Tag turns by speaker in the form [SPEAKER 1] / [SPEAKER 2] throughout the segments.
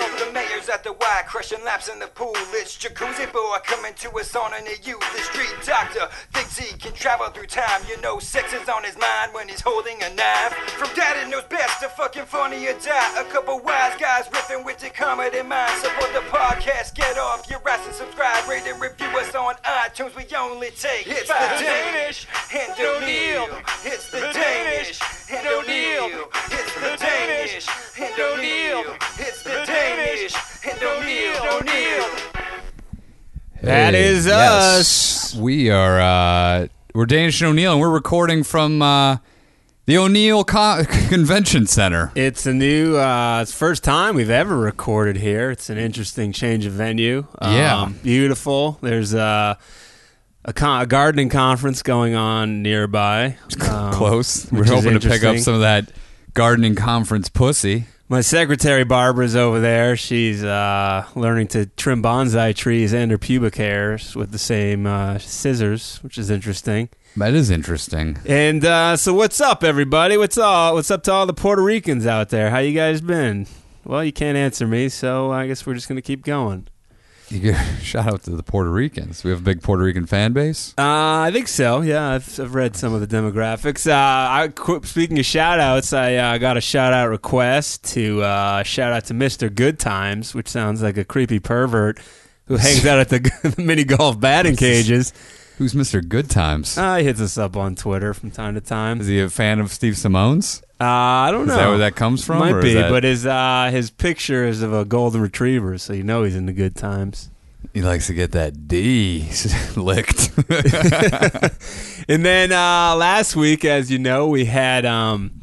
[SPEAKER 1] Cruise at the Y, crushing laps in the pool. It's Jacuzzi Boy coming to us on a you. The street doctor thinks he can travel through time. You know, sex is on his mind when he's holding a knife. From daddy knows best to fucking funny or die. A couple wise guys riffing with the comedy mind. Support the podcast, get off your ass and subscribe. Rate and review us on iTunes. We only take
[SPEAKER 2] It's
[SPEAKER 1] five.
[SPEAKER 2] the Danish
[SPEAKER 1] and
[SPEAKER 2] No
[SPEAKER 1] O'Neill.
[SPEAKER 2] Deal.
[SPEAKER 1] It's the
[SPEAKER 2] The
[SPEAKER 1] Danish
[SPEAKER 2] Danish
[SPEAKER 1] and
[SPEAKER 2] No
[SPEAKER 1] O'Neill.
[SPEAKER 2] Deal.
[SPEAKER 1] It's the
[SPEAKER 2] The
[SPEAKER 1] Danish
[SPEAKER 2] Danish
[SPEAKER 1] and
[SPEAKER 2] No
[SPEAKER 1] O'Neill.
[SPEAKER 2] Deal.
[SPEAKER 1] It's the
[SPEAKER 2] The
[SPEAKER 1] Danish
[SPEAKER 2] Danish
[SPEAKER 1] and
[SPEAKER 2] No
[SPEAKER 1] O'Neill.
[SPEAKER 2] Deal.
[SPEAKER 1] O'Neill.
[SPEAKER 3] That is
[SPEAKER 4] yes.
[SPEAKER 3] us. We are uh we're Danish and O'Neill and we're recording from uh the O'Neill Con- Convention Center.
[SPEAKER 4] It's a new, uh, it's first time we've ever recorded here. It's an interesting change of venue. Um,
[SPEAKER 3] Yeah.
[SPEAKER 4] beautiful. There's uh, a, con- a gardening conference going on nearby. um,
[SPEAKER 3] Close. We're
[SPEAKER 4] which is
[SPEAKER 3] hoping to pick up
[SPEAKER 4] interesting.
[SPEAKER 3] some of that gardening conference pussy.
[SPEAKER 4] My secretary Barbara's over there. She's uh, learning to trim bonsai trees and her pubic hairs with the same uh, scissors, which is interesting.
[SPEAKER 3] That is interesting.
[SPEAKER 4] And uh, so, what's up, everybody? What's all? What's up to all the Puerto Ricans out there? How you guys been? Well, you can't answer me, so I guess we're just gonna keep going.
[SPEAKER 3] You give, shout out to the Puerto Ricans. We have a big Puerto Rican fan base.
[SPEAKER 4] Uh, I think so. Yeah, I've, I've read some of the demographics. Uh, I, qu- speaking of shout outs, I uh, got a shout out request to uh, shout out to Mr. Good Times, which sounds like a creepy pervert who hangs out at the, the mini golf batting cages.
[SPEAKER 3] Who's Mr. Good Times?
[SPEAKER 4] Uh, he hits us up on Twitter from time to time.
[SPEAKER 3] Is he a fan of Steve Simone's?
[SPEAKER 4] Uh, I don't
[SPEAKER 3] Is
[SPEAKER 4] know.
[SPEAKER 3] that where that comes from,
[SPEAKER 4] Might
[SPEAKER 3] or is
[SPEAKER 4] be,
[SPEAKER 3] that-
[SPEAKER 4] but his uh, his picture is of a golden retriever, so you know he's in the good times.
[SPEAKER 3] He likes to get that D licked.
[SPEAKER 4] And then uh, last week, as you know, we had um,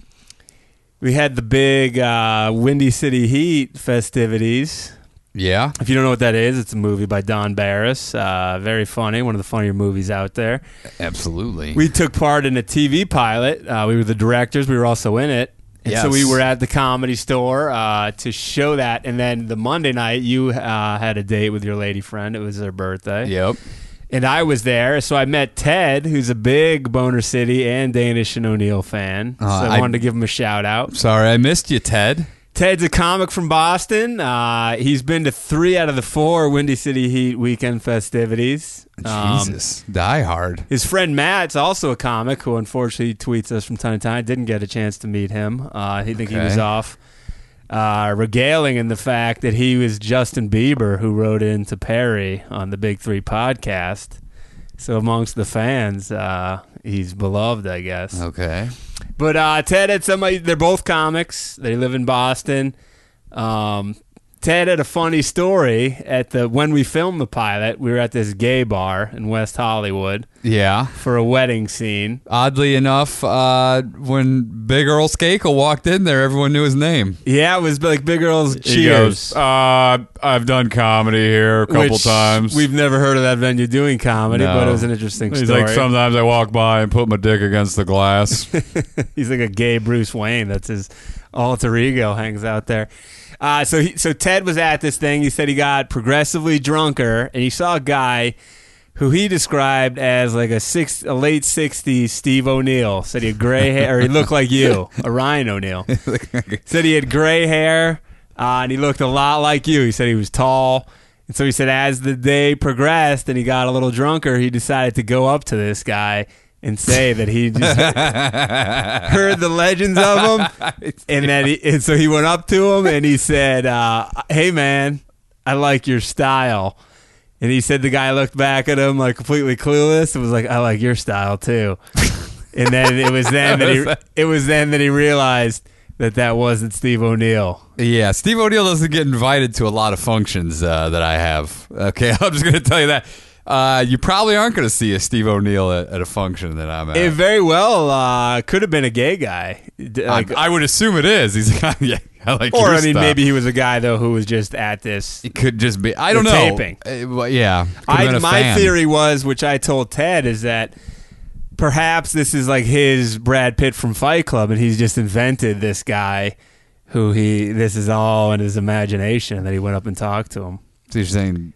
[SPEAKER 4] we had the big uh, Windy City Heat festivities.
[SPEAKER 3] yeah.
[SPEAKER 4] If you don't know what that is, it's a movie by Don Barris. Uh, very funny, one of the funnier movies out there.
[SPEAKER 3] Absolutely.
[SPEAKER 4] We took part in a TV pilot. Uh, we were the directors. We were also in it. And so
[SPEAKER 3] Yes.
[SPEAKER 4] we were at the comedy store uh, to show that. And then the Monday night, you uh, had a date with your lady friend. It was her birthday.
[SPEAKER 3] yep.
[SPEAKER 4] And I was there. So I met Ted, who's a big Boner City and Danish and O'Neill fan.
[SPEAKER 3] Uh,
[SPEAKER 4] so I,
[SPEAKER 3] I-
[SPEAKER 4] wanted to give him a shout out.
[SPEAKER 3] Sorry, I missed you, Ted.
[SPEAKER 4] Ted's a comic from Boston. Uh, he's been to three out of the four Windy City Heat weekend festivities. Um,
[SPEAKER 3] Jesus, die hard.
[SPEAKER 4] His friend Matt's also a comic who unfortunately tweets us from time to time. Didn't get a chance to meet him. Uh, he think he was
[SPEAKER 3] Okay.
[SPEAKER 4] off uh, regaling in the fact that he was Justin Bieber who wrote in to Perry on the Big Three podcast. So amongst the fans, uh, he's beloved, I guess.
[SPEAKER 3] Okay.
[SPEAKER 4] But uh, Ted had somebody. They're both comics. They live in Boston. Um, Ted had a funny story at the when we filmed the pilot. We were at this gay bar in West Hollywood
[SPEAKER 3] Yeah.
[SPEAKER 4] for a wedding scene.
[SPEAKER 3] Oddly enough, uh, when Big Earl Skakel walked in there, everyone knew his name.
[SPEAKER 4] Yeah, it was like Big Girls Cheers.
[SPEAKER 3] uh, I've done comedy here a couple
[SPEAKER 4] which
[SPEAKER 3] times.
[SPEAKER 4] We've never heard of that venue doing comedy,
[SPEAKER 3] No.
[SPEAKER 4] but it was an interesting
[SPEAKER 3] He's
[SPEAKER 4] story.
[SPEAKER 3] like, sometimes I walk by and put my dick against the glass.
[SPEAKER 4] He's like a gay Bruce Wayne. That's his alter ego hangs out there. Uh, so he, so Ted was at this thing. He said he got progressively drunker, and he saw a guy who he described as like a six, a late '60s Steve O'Neill. Said he had gray hair, or he looked like you, a Ryan O'Neill. said he had gray hair, uh, and he looked a lot like you. He said he was tall. And so he said, as the day progressed and he got a little drunker, he decided to go up to this guy and say that he just heard the legends of him, and that he, and so he went up to him and he said, uh, "Hey man, I like your style." And he said the guy looked back at him like completely clueless and was like, "I like your style too." and then it was then that he it was then that he realized that that wasn't Steve O'Neill.
[SPEAKER 3] Yeah, Steve O'Neill doesn't get invited to a lot of functions uh, that I have. Okay, I'm just going to tell you that. Uh, you probably aren't going to see a Steve O'Neill at, at a function that I'm at.
[SPEAKER 4] It very well uh, could have been a gay guy. D-
[SPEAKER 3] I,
[SPEAKER 4] Like,
[SPEAKER 3] I would assume it is. He's like, yeah, I like
[SPEAKER 4] or
[SPEAKER 3] your
[SPEAKER 4] I mean,
[SPEAKER 3] stuff.
[SPEAKER 4] maybe he was a guy though who was just at this
[SPEAKER 3] it could just be. I don't
[SPEAKER 4] The
[SPEAKER 3] know.
[SPEAKER 4] taping.
[SPEAKER 3] Uh, well, yeah, Could've been
[SPEAKER 4] I,
[SPEAKER 3] a
[SPEAKER 4] my
[SPEAKER 3] fan.
[SPEAKER 4] theory was, which I told Ted, is that perhaps this is like his Brad Pitt from Fight Club, and he's just invented this guy who he this is all in his imagination, and then he went up and talked to him.
[SPEAKER 3] So you're saying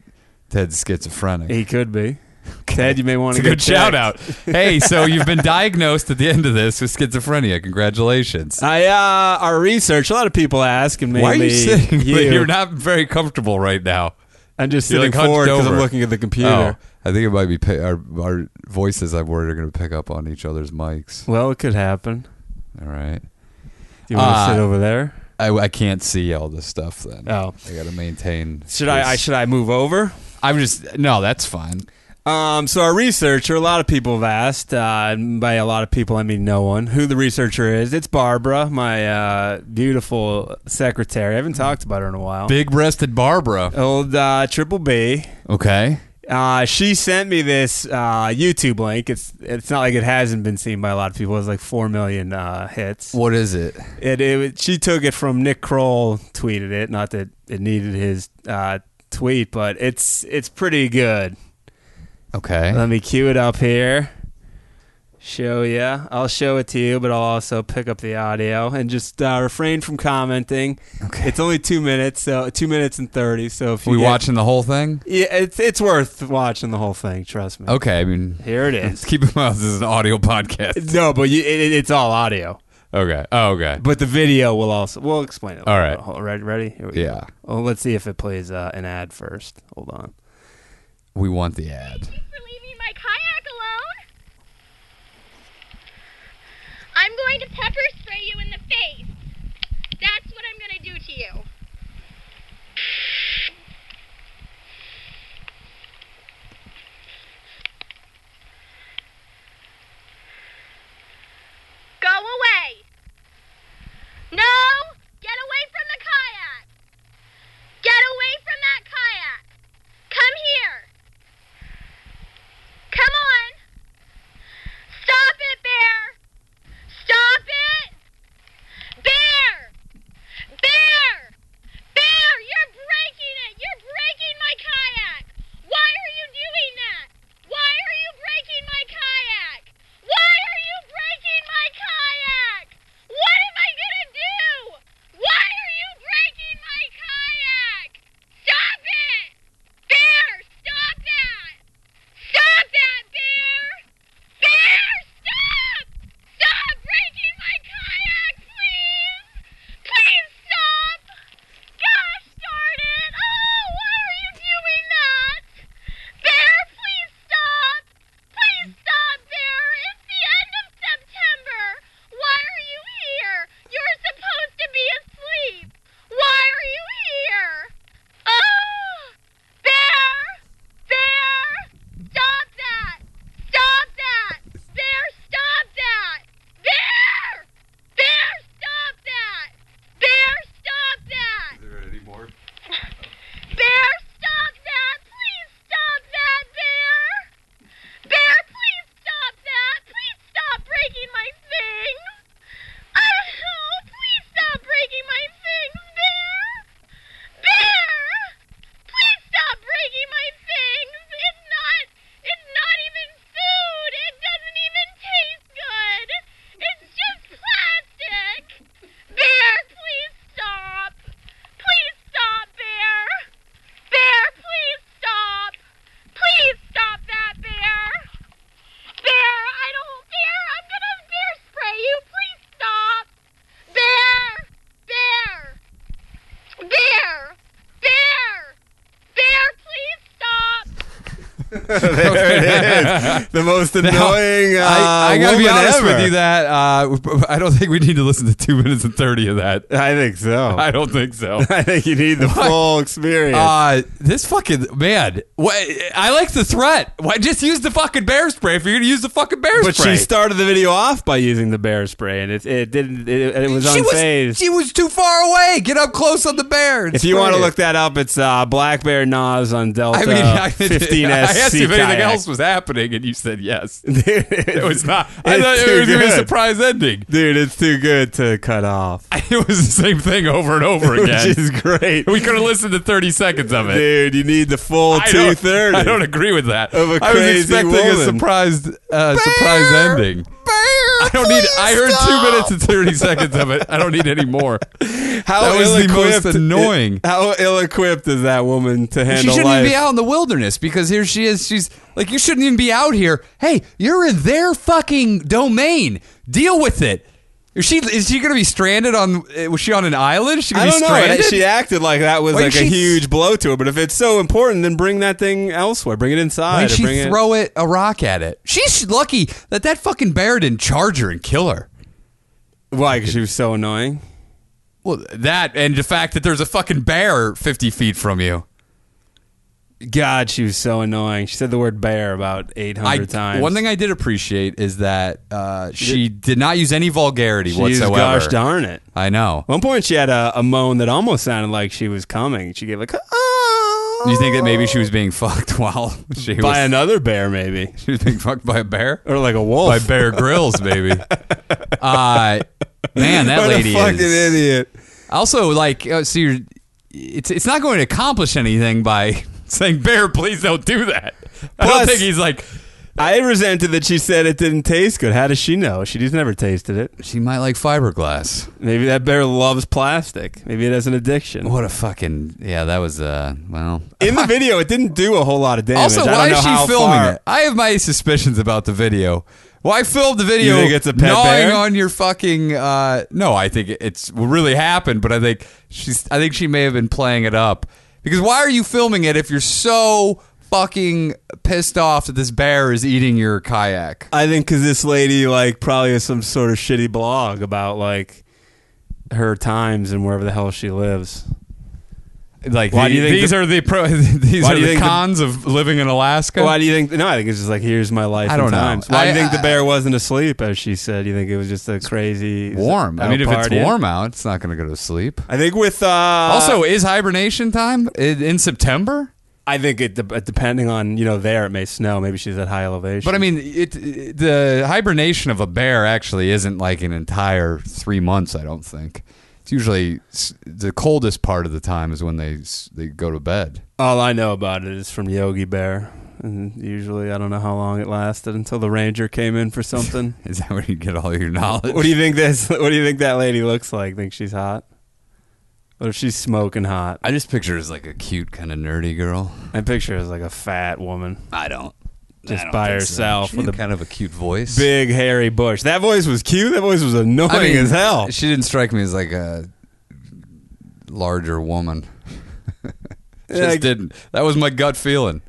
[SPEAKER 3] Ted's schizophrenic?
[SPEAKER 4] He could be. Ted, you may want
[SPEAKER 3] It's a
[SPEAKER 4] to
[SPEAKER 3] good shout out. Hey, so you've been diagnosed at the end of this with schizophrenia. Congratulations.
[SPEAKER 4] I uh, our research. A lot of people ask, and mainly
[SPEAKER 3] Why are you sitting?
[SPEAKER 4] you.
[SPEAKER 3] You're not very comfortable right now.
[SPEAKER 4] I'm just
[SPEAKER 3] You're
[SPEAKER 4] sitting
[SPEAKER 3] like hunched
[SPEAKER 4] forward because I'm
[SPEAKER 3] over.
[SPEAKER 4] looking at the
[SPEAKER 3] Oh,
[SPEAKER 4] computer.
[SPEAKER 3] I think it might be pa- our our voices. I'm worried are going to pick up on each other's mics.
[SPEAKER 4] Well, it could happen.
[SPEAKER 3] All right.
[SPEAKER 4] Do you want to
[SPEAKER 3] Uh,
[SPEAKER 4] sit over there?
[SPEAKER 3] I, I can't see all this stuff then.
[SPEAKER 4] Oh.
[SPEAKER 3] I got to maintain.
[SPEAKER 4] Should I, I?
[SPEAKER 3] this.
[SPEAKER 4] Should I move over?
[SPEAKER 3] I'm just no. That's fine.
[SPEAKER 4] Um, so our researcher, a lot of people have asked, uh, and by a lot of people I mean no one, who the researcher is. It's Barbara, my uh, beautiful secretary. I haven't talked about her in a while.
[SPEAKER 3] Big-breasted Barbara.
[SPEAKER 4] Old uh, Triple B.
[SPEAKER 3] Okay.
[SPEAKER 4] Uh, she sent me this uh, YouTube link. It's it's not like it hasn't been seen by a lot of people. It's like four million uh, hits.
[SPEAKER 3] What is it?
[SPEAKER 4] It, it was- she took it from Nick Kroll tweeted it. Not that it needed his uh, tweet, but it's it's pretty good.
[SPEAKER 3] Okay.
[SPEAKER 4] Let me cue it up here. Show ya. I'll show it to you, but I'll also pick up the audio and just uh, refrain from commenting.
[SPEAKER 3] Okay.
[SPEAKER 4] It's only two minutes, so two minutes and thirty. So if you
[SPEAKER 3] we
[SPEAKER 4] get-
[SPEAKER 3] watching the whole thing?
[SPEAKER 4] yeah, it's it's worth watching the whole thing. Trust me.
[SPEAKER 3] Okay. I mean,
[SPEAKER 4] Here it
[SPEAKER 3] let's
[SPEAKER 4] is.
[SPEAKER 3] keep in mind this is an audio podcast.
[SPEAKER 4] No, but you, it, it- it's all audio.
[SPEAKER 3] Okay. Oh, okay.
[SPEAKER 4] But the video will also we'll explain it.
[SPEAKER 3] All
[SPEAKER 4] later.
[SPEAKER 3] right.
[SPEAKER 4] Hold- right, ready? Here we
[SPEAKER 3] Yeah.
[SPEAKER 4] Go. Well, let's see if it plays uh, an ad first. Hold on.
[SPEAKER 3] We want the ad.
[SPEAKER 2] Thanks for leaving my kayak alone. I'm going to pepper spray you in the face. That's what I'm going to do to you. Go away. No! Get away from the kayak. Get away from that kayak. Come here. Come on! Stop it, Bear! Stop it! Bear! Bear! Bear! You're breaking it! You're breaking my kayak! Why are you doing that? Why are you breaking my kayak? Why are you breaking my kayak? What am I gonna do? Why are you breaking my kayak? Stop it! Bear! Stop that! Stop that, Bear! Bear, stop! Stop breaking my kayak, please! Please stop! Gosh darn it! Oh, why are you doing that? Bear, please stop! Please stop, Bear! It's the end of September! Why are you here? You're supposed to be asleep! Why are you here? Oh! Bear! Bear! Stop that! Stop that! Bear, stop that! Bear! Bear, stop that! Bear, stop that! Bear, stop that! Please stop that, Bear! Bear, please stop that! Please stop breaking my things! Oh, please stop breaking my things, Bear! Bear! Please stop breaking my things! It's not, it's not even food! It doesn't even taste good! It's just plastic! Bear, please stop! Please stop, Bear! Bear, please stop! Please stop that, Bear! Bear, I don't, Bear, I'm gonna bear spray you! Please stop! Bear! Bear! Bear! Bear! Bear, please stop!
[SPEAKER 4] there it is. The most annoying. uh,
[SPEAKER 3] I, I gotta be
[SPEAKER 4] woman
[SPEAKER 3] honest
[SPEAKER 4] ever.
[SPEAKER 3] with you that uh, I don't think we need to listen to two minutes and thirty of that.
[SPEAKER 4] I think so.
[SPEAKER 3] I don't think so.
[SPEAKER 4] I think you need the full experience.
[SPEAKER 3] Uh, this fucking man. What, I like the threat. Why just use the fucking bear spray if you're gonna use the fucking bear
[SPEAKER 4] but
[SPEAKER 3] spray?
[SPEAKER 4] she started the video off by using the bear spray, and it, it didn't. It, it was
[SPEAKER 3] She
[SPEAKER 4] unfazed.
[SPEAKER 3] she was too far away. Get up close on the bear. and
[SPEAKER 4] if you
[SPEAKER 3] spray
[SPEAKER 4] want to
[SPEAKER 3] it.
[SPEAKER 4] look that up, it's uh, Black Bear Nas on Delta
[SPEAKER 3] I mean, I,
[SPEAKER 4] 15
[SPEAKER 3] I asked
[SPEAKER 4] SC
[SPEAKER 3] if anything
[SPEAKER 4] kayak.
[SPEAKER 3] else was happening, and you said yes. It was not. I
[SPEAKER 4] It's
[SPEAKER 3] thought
[SPEAKER 4] too
[SPEAKER 3] it was gonna be a
[SPEAKER 4] good.
[SPEAKER 3] surprise ending.
[SPEAKER 4] Dude, it's too good to cut off.
[SPEAKER 3] It was the same thing over and over again.
[SPEAKER 4] Which is great.
[SPEAKER 3] we could have listened to thirty seconds of it.
[SPEAKER 4] Dude, you need the full
[SPEAKER 3] I
[SPEAKER 4] two
[SPEAKER 3] don't-
[SPEAKER 4] thirty.
[SPEAKER 3] I don't agree with that.
[SPEAKER 4] Of a
[SPEAKER 3] I was
[SPEAKER 4] crazy
[SPEAKER 3] expecting a
[SPEAKER 4] woman.
[SPEAKER 3] surprise, uh, surprise ending. I don't need. I heard two minutes and thirty seconds of it. I don't need any more.
[SPEAKER 4] How
[SPEAKER 3] That was the
[SPEAKER 4] ill-equipped-
[SPEAKER 3] most annoying.
[SPEAKER 4] How ill-equipped is that woman to handle
[SPEAKER 3] She shouldn't
[SPEAKER 4] life?
[SPEAKER 3] even be out in the wilderness because here she is. She's like, you shouldn't even be out here. Hey, you're in their fucking domain. Deal with it. Is she is she gonna be stranded on? uh, Was she on an island? Is She gonna
[SPEAKER 4] I
[SPEAKER 3] be
[SPEAKER 4] don't know.
[SPEAKER 3] stranded?
[SPEAKER 4] She acted like that was
[SPEAKER 3] Why
[SPEAKER 4] like a
[SPEAKER 3] didn't she-
[SPEAKER 4] huge blow to her. But if it's so important, then bring that thing elsewhere. Bring it inside.
[SPEAKER 3] and
[SPEAKER 4] or bring
[SPEAKER 3] she
[SPEAKER 4] it-
[SPEAKER 3] throw it a rock at it. She's lucky that that fucking bear didn't charge her and kill her.
[SPEAKER 4] Why? 'Cause she was so annoying.
[SPEAKER 3] Well, that and the fact that there's a fucking bear 50 feet from you.
[SPEAKER 4] God, she was so annoying. She said the word bear about eight
[SPEAKER 3] I,
[SPEAKER 4] hundred times.
[SPEAKER 3] One thing I did appreciate is that uh, she did not use any vulgarity
[SPEAKER 4] Jeez,
[SPEAKER 3] whatsoever.
[SPEAKER 4] Gosh darn it!
[SPEAKER 3] I know.
[SPEAKER 4] At one point, she had a, a moan that almost sounded like she was coming. She gave like, oh.
[SPEAKER 3] Do you think that maybe she was being fucked while she was,
[SPEAKER 4] by another bear, maybe,
[SPEAKER 3] she was being fucked by a bear?
[SPEAKER 4] or like a wolf?
[SPEAKER 3] By Bear Grylls, maybe. uh, man, that
[SPEAKER 4] What
[SPEAKER 3] lady
[SPEAKER 4] a fucking
[SPEAKER 3] is
[SPEAKER 4] idiot.
[SPEAKER 3] also like. Uh, so you're, it's it's not going to accomplish anything by saying Bear, please don't do that. I don't
[SPEAKER 4] Plus-
[SPEAKER 3] think he's like
[SPEAKER 4] I resented that she said it didn't taste good. How does she know? She's never tasted it.
[SPEAKER 3] she might like fiberglass.
[SPEAKER 4] Maybe that bear loves plastic. Maybe it has an addiction.
[SPEAKER 3] What a fucking yeah! That was uh well.
[SPEAKER 4] In the video, it didn't do a whole lot of damage.
[SPEAKER 3] Also,
[SPEAKER 4] I don't
[SPEAKER 3] why
[SPEAKER 4] know
[SPEAKER 3] is
[SPEAKER 4] how
[SPEAKER 3] she filming
[SPEAKER 4] far-
[SPEAKER 3] it? I have my suspicions about the video. Why film the video?
[SPEAKER 4] You think it's a pet
[SPEAKER 3] gnawing
[SPEAKER 4] bear?
[SPEAKER 3] on your fucking. Uh, no, I think it's what really happened, but I think she's. I think she may have been playing it up because why are you filming it if you're so fucking pissed off that this bear is eating your kayak?
[SPEAKER 4] I think because this lady like probably has some sort of shitty blog about like her times and wherever the hell she lives.
[SPEAKER 3] Like,
[SPEAKER 4] Why
[SPEAKER 3] the-
[SPEAKER 4] do you think
[SPEAKER 3] these
[SPEAKER 4] the-
[SPEAKER 3] are the pro? These
[SPEAKER 4] Why
[SPEAKER 3] are
[SPEAKER 4] do you
[SPEAKER 3] the
[SPEAKER 4] think the-
[SPEAKER 3] cons of living in Alaska.
[SPEAKER 4] Why do you think? No, I think it's just like here's my life.
[SPEAKER 3] I don't
[SPEAKER 4] and
[SPEAKER 3] know.
[SPEAKER 4] times. Why do you
[SPEAKER 3] I-
[SPEAKER 4] think the
[SPEAKER 3] I-
[SPEAKER 4] bear wasn't asleep, as she said? You think it was just a crazy
[SPEAKER 3] warm. I mean, if
[SPEAKER 4] out
[SPEAKER 3] it's
[SPEAKER 4] partying?
[SPEAKER 3] warm out, it's not going to go to sleep.
[SPEAKER 4] I think with uh,
[SPEAKER 3] also, is hibernation time in, in September?
[SPEAKER 4] I think it de- depending on you know there it may snow. Maybe she's at high elevation.
[SPEAKER 3] But I mean, it, it- the hibernation of a bear actually isn't like an entire three months. I don't think it's usually s- the coldest part of the time is when they s- they go to bed.
[SPEAKER 4] all I know about it is from Yogi Bear, and usually I don't know how long it lasted until the ranger came in for something.
[SPEAKER 3] Is that where you get all your knowledge?
[SPEAKER 4] What do you think this? What do you think that lady looks like? Think she's hot? What if she's smoking hot?
[SPEAKER 3] I just picture her as like a cute kind of nerdy girl.
[SPEAKER 4] I picture her as like a fat woman,
[SPEAKER 3] I don't.
[SPEAKER 4] Just by herself
[SPEAKER 3] with
[SPEAKER 4] with
[SPEAKER 3] a
[SPEAKER 4] a
[SPEAKER 3] kind of a cute voice.
[SPEAKER 4] big hairy bush. That voice was cute. That voice was annoying
[SPEAKER 3] I mean,
[SPEAKER 4] as hell.
[SPEAKER 3] She didn't strike me as like a larger woman. just
[SPEAKER 4] Like-
[SPEAKER 3] didn't. That was my gut feeling.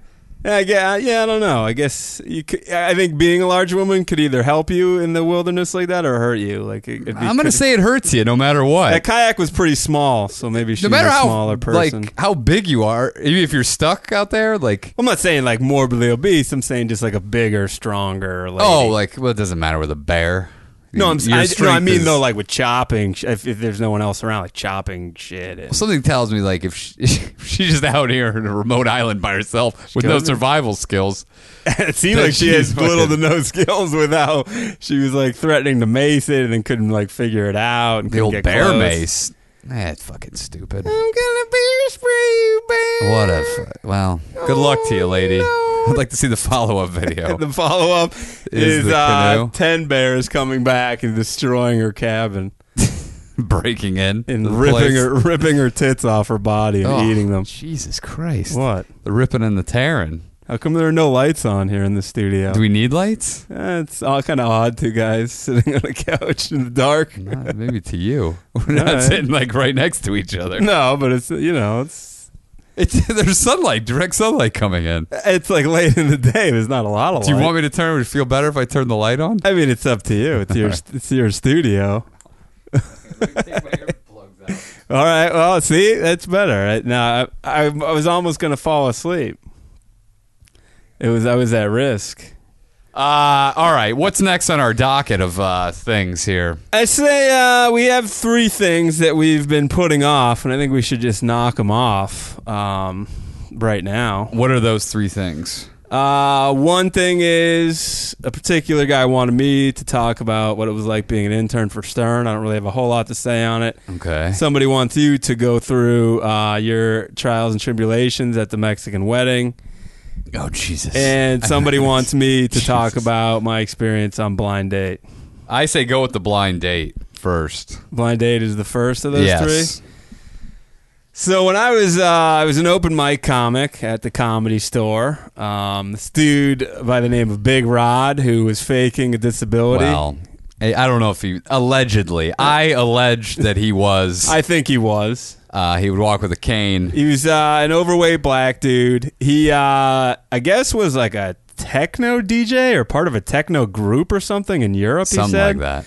[SPEAKER 4] I guess, yeah, I don't know. I guess you. Could, I think being a large woman could either help you in the wilderness like that or hurt you. Like it, it'd be
[SPEAKER 3] I'm gonna
[SPEAKER 4] could-
[SPEAKER 3] say it hurts you no matter what.
[SPEAKER 4] that kayak was pretty small, so maybe she's
[SPEAKER 3] no matter
[SPEAKER 4] a
[SPEAKER 3] how
[SPEAKER 4] smaller person.
[SPEAKER 3] like how big you are, even if you're stuck out there, like
[SPEAKER 4] I'm not saying like morbidly obese. I'm saying just like a bigger, stronger. Lady.
[SPEAKER 3] oh, like well, it doesn't matter with a bear.
[SPEAKER 4] No, I'm.
[SPEAKER 3] Your
[SPEAKER 4] I, no, I
[SPEAKER 3] strength
[SPEAKER 4] mean
[SPEAKER 3] is-
[SPEAKER 4] though, like with chopping, sh- if, if there's no one else around, like chopping shit. And,
[SPEAKER 3] something tells me like if, she, if she's just out here in a remote island by herself with no
[SPEAKER 4] goes-
[SPEAKER 3] survival skills,
[SPEAKER 4] it seemed
[SPEAKER 3] That
[SPEAKER 4] like she
[SPEAKER 3] she's
[SPEAKER 4] has little to
[SPEAKER 3] fucking-
[SPEAKER 4] no skills with how she was like threatening to mace it and then couldn't like figure it out. And
[SPEAKER 3] the old
[SPEAKER 4] couldn't get
[SPEAKER 3] bear
[SPEAKER 4] close.
[SPEAKER 3] mace. That's fucking stupid.
[SPEAKER 4] I'm gonna bear spray you, bear.
[SPEAKER 3] What a fu- well. Good luck to you,
[SPEAKER 4] Oh,
[SPEAKER 3] lady. I'd like to see the follow up video.
[SPEAKER 4] The follow up
[SPEAKER 3] Is
[SPEAKER 4] is,
[SPEAKER 3] the
[SPEAKER 4] uh,
[SPEAKER 3] canoe.
[SPEAKER 4] ten bears coming back and destroying her cabin
[SPEAKER 3] Breaking in
[SPEAKER 4] and
[SPEAKER 3] to the
[SPEAKER 4] ripping
[SPEAKER 3] place.
[SPEAKER 4] her ripping her tits off her body and
[SPEAKER 3] Oh,
[SPEAKER 4] eating them.
[SPEAKER 3] Jesus Christ!
[SPEAKER 4] What?
[SPEAKER 3] The ripping and the tearing.
[SPEAKER 4] How come there are no lights on here in the studio?
[SPEAKER 3] Do we need lights?
[SPEAKER 4] Uh, it's all kind of odd, two guys sitting on a couch in the dark.
[SPEAKER 3] Uh, maybe to you. We're not
[SPEAKER 4] Alright.
[SPEAKER 3] sitting like right next to each other.
[SPEAKER 4] No, but it's you know it's
[SPEAKER 3] It's, there's sunlight, direct sunlight coming in.
[SPEAKER 4] it's like late in the day. There's not a lot of.
[SPEAKER 3] Do you
[SPEAKER 4] light.
[SPEAKER 3] want me to turn? Would it feel better if I turn the light on?
[SPEAKER 4] I mean, it's up to you. It's your it's your studio. All right. Well, see, that's better. Right? Now, I, I I was almost gonna fall asleep. It was I was at risk.
[SPEAKER 3] Uh, all right. What's next on our docket of uh, things here?
[SPEAKER 4] I say uh, we have three things that we've been putting off, and I think we should just knock them off um, right now.
[SPEAKER 3] What are those three things?
[SPEAKER 4] Uh, one thing is a particular guy wanted me to talk about what it was like being an intern for Stern. I don't really have a whole lot to say on it.
[SPEAKER 3] Okay.
[SPEAKER 4] Somebody wants you to go through uh, your trials and tribulations at the Mexican wedding.
[SPEAKER 3] Oh Jesus!
[SPEAKER 4] and somebody wants me to talk about my experience on Blind Date.
[SPEAKER 3] I say go with the blind date first.
[SPEAKER 4] Blind Date is the first of those
[SPEAKER 3] yes.
[SPEAKER 4] three. So when I was uh, I was an open mic comic at the comedy store. Um, this dude by the name of Big Rod who was faking a disability.
[SPEAKER 3] Well, I I don't know if he allegedly. I alleged that he was.
[SPEAKER 4] I think he was.
[SPEAKER 3] uh, he would walk with a cane.
[SPEAKER 4] He was uh, an overweight black dude. He, uh, I guess, was like a techno DJ or part of a techno group or something in Europe. he
[SPEAKER 3] Something
[SPEAKER 4] said.
[SPEAKER 3] like that.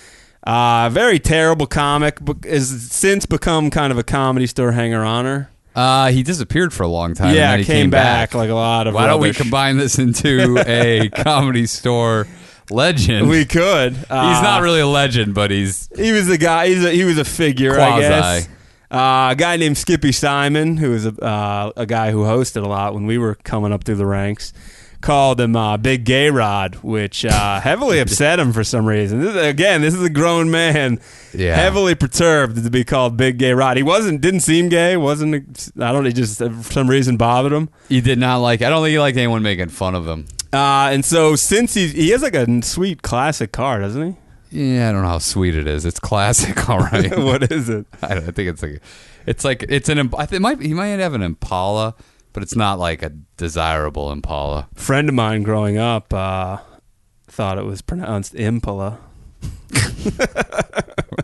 [SPEAKER 4] Uh, very terrible comic. But has since become kind of a comedy store hanger oner.
[SPEAKER 3] Uh, he disappeared for a long time.
[SPEAKER 4] yeah,
[SPEAKER 3] and then he
[SPEAKER 4] came, back, like a lot of.
[SPEAKER 3] Why don't we
[SPEAKER 4] rubbish.
[SPEAKER 3] combine this into a comedy store legend?
[SPEAKER 4] We could.
[SPEAKER 3] he's not really a legend, but he's
[SPEAKER 4] He was the guy. He's a, he was a figure, I
[SPEAKER 3] Quasi.
[SPEAKER 4] guess. Uh, a guy named Skippy Simon, who was a, uh, a guy who hosted a lot when we were coming up through the ranks, called him uh, Big Gay Rod, which uh, heavily upset him for some reason. This is- again, this is a grown man,
[SPEAKER 3] Yeah.
[SPEAKER 4] heavily perturbed to be called Big Gay Rod. He wasn't, didn't seem gay. wasn't I don't. know, It just uh, for some reason bothered him.
[SPEAKER 3] he did not like. I don't think he liked anyone making fun of him.
[SPEAKER 4] Uh, and so since he he has like a sweet classic car, doesn't he?
[SPEAKER 3] Yeah, I don't know how sweet it is. It's classic, all right.
[SPEAKER 4] what is it?
[SPEAKER 3] I, don't, I think it's like, it's like it's an. Imp- I think it might he might have an Impala, but it's not like a desirable Impala.
[SPEAKER 4] friend of mine growing up uh, thought it was pronounced Impala.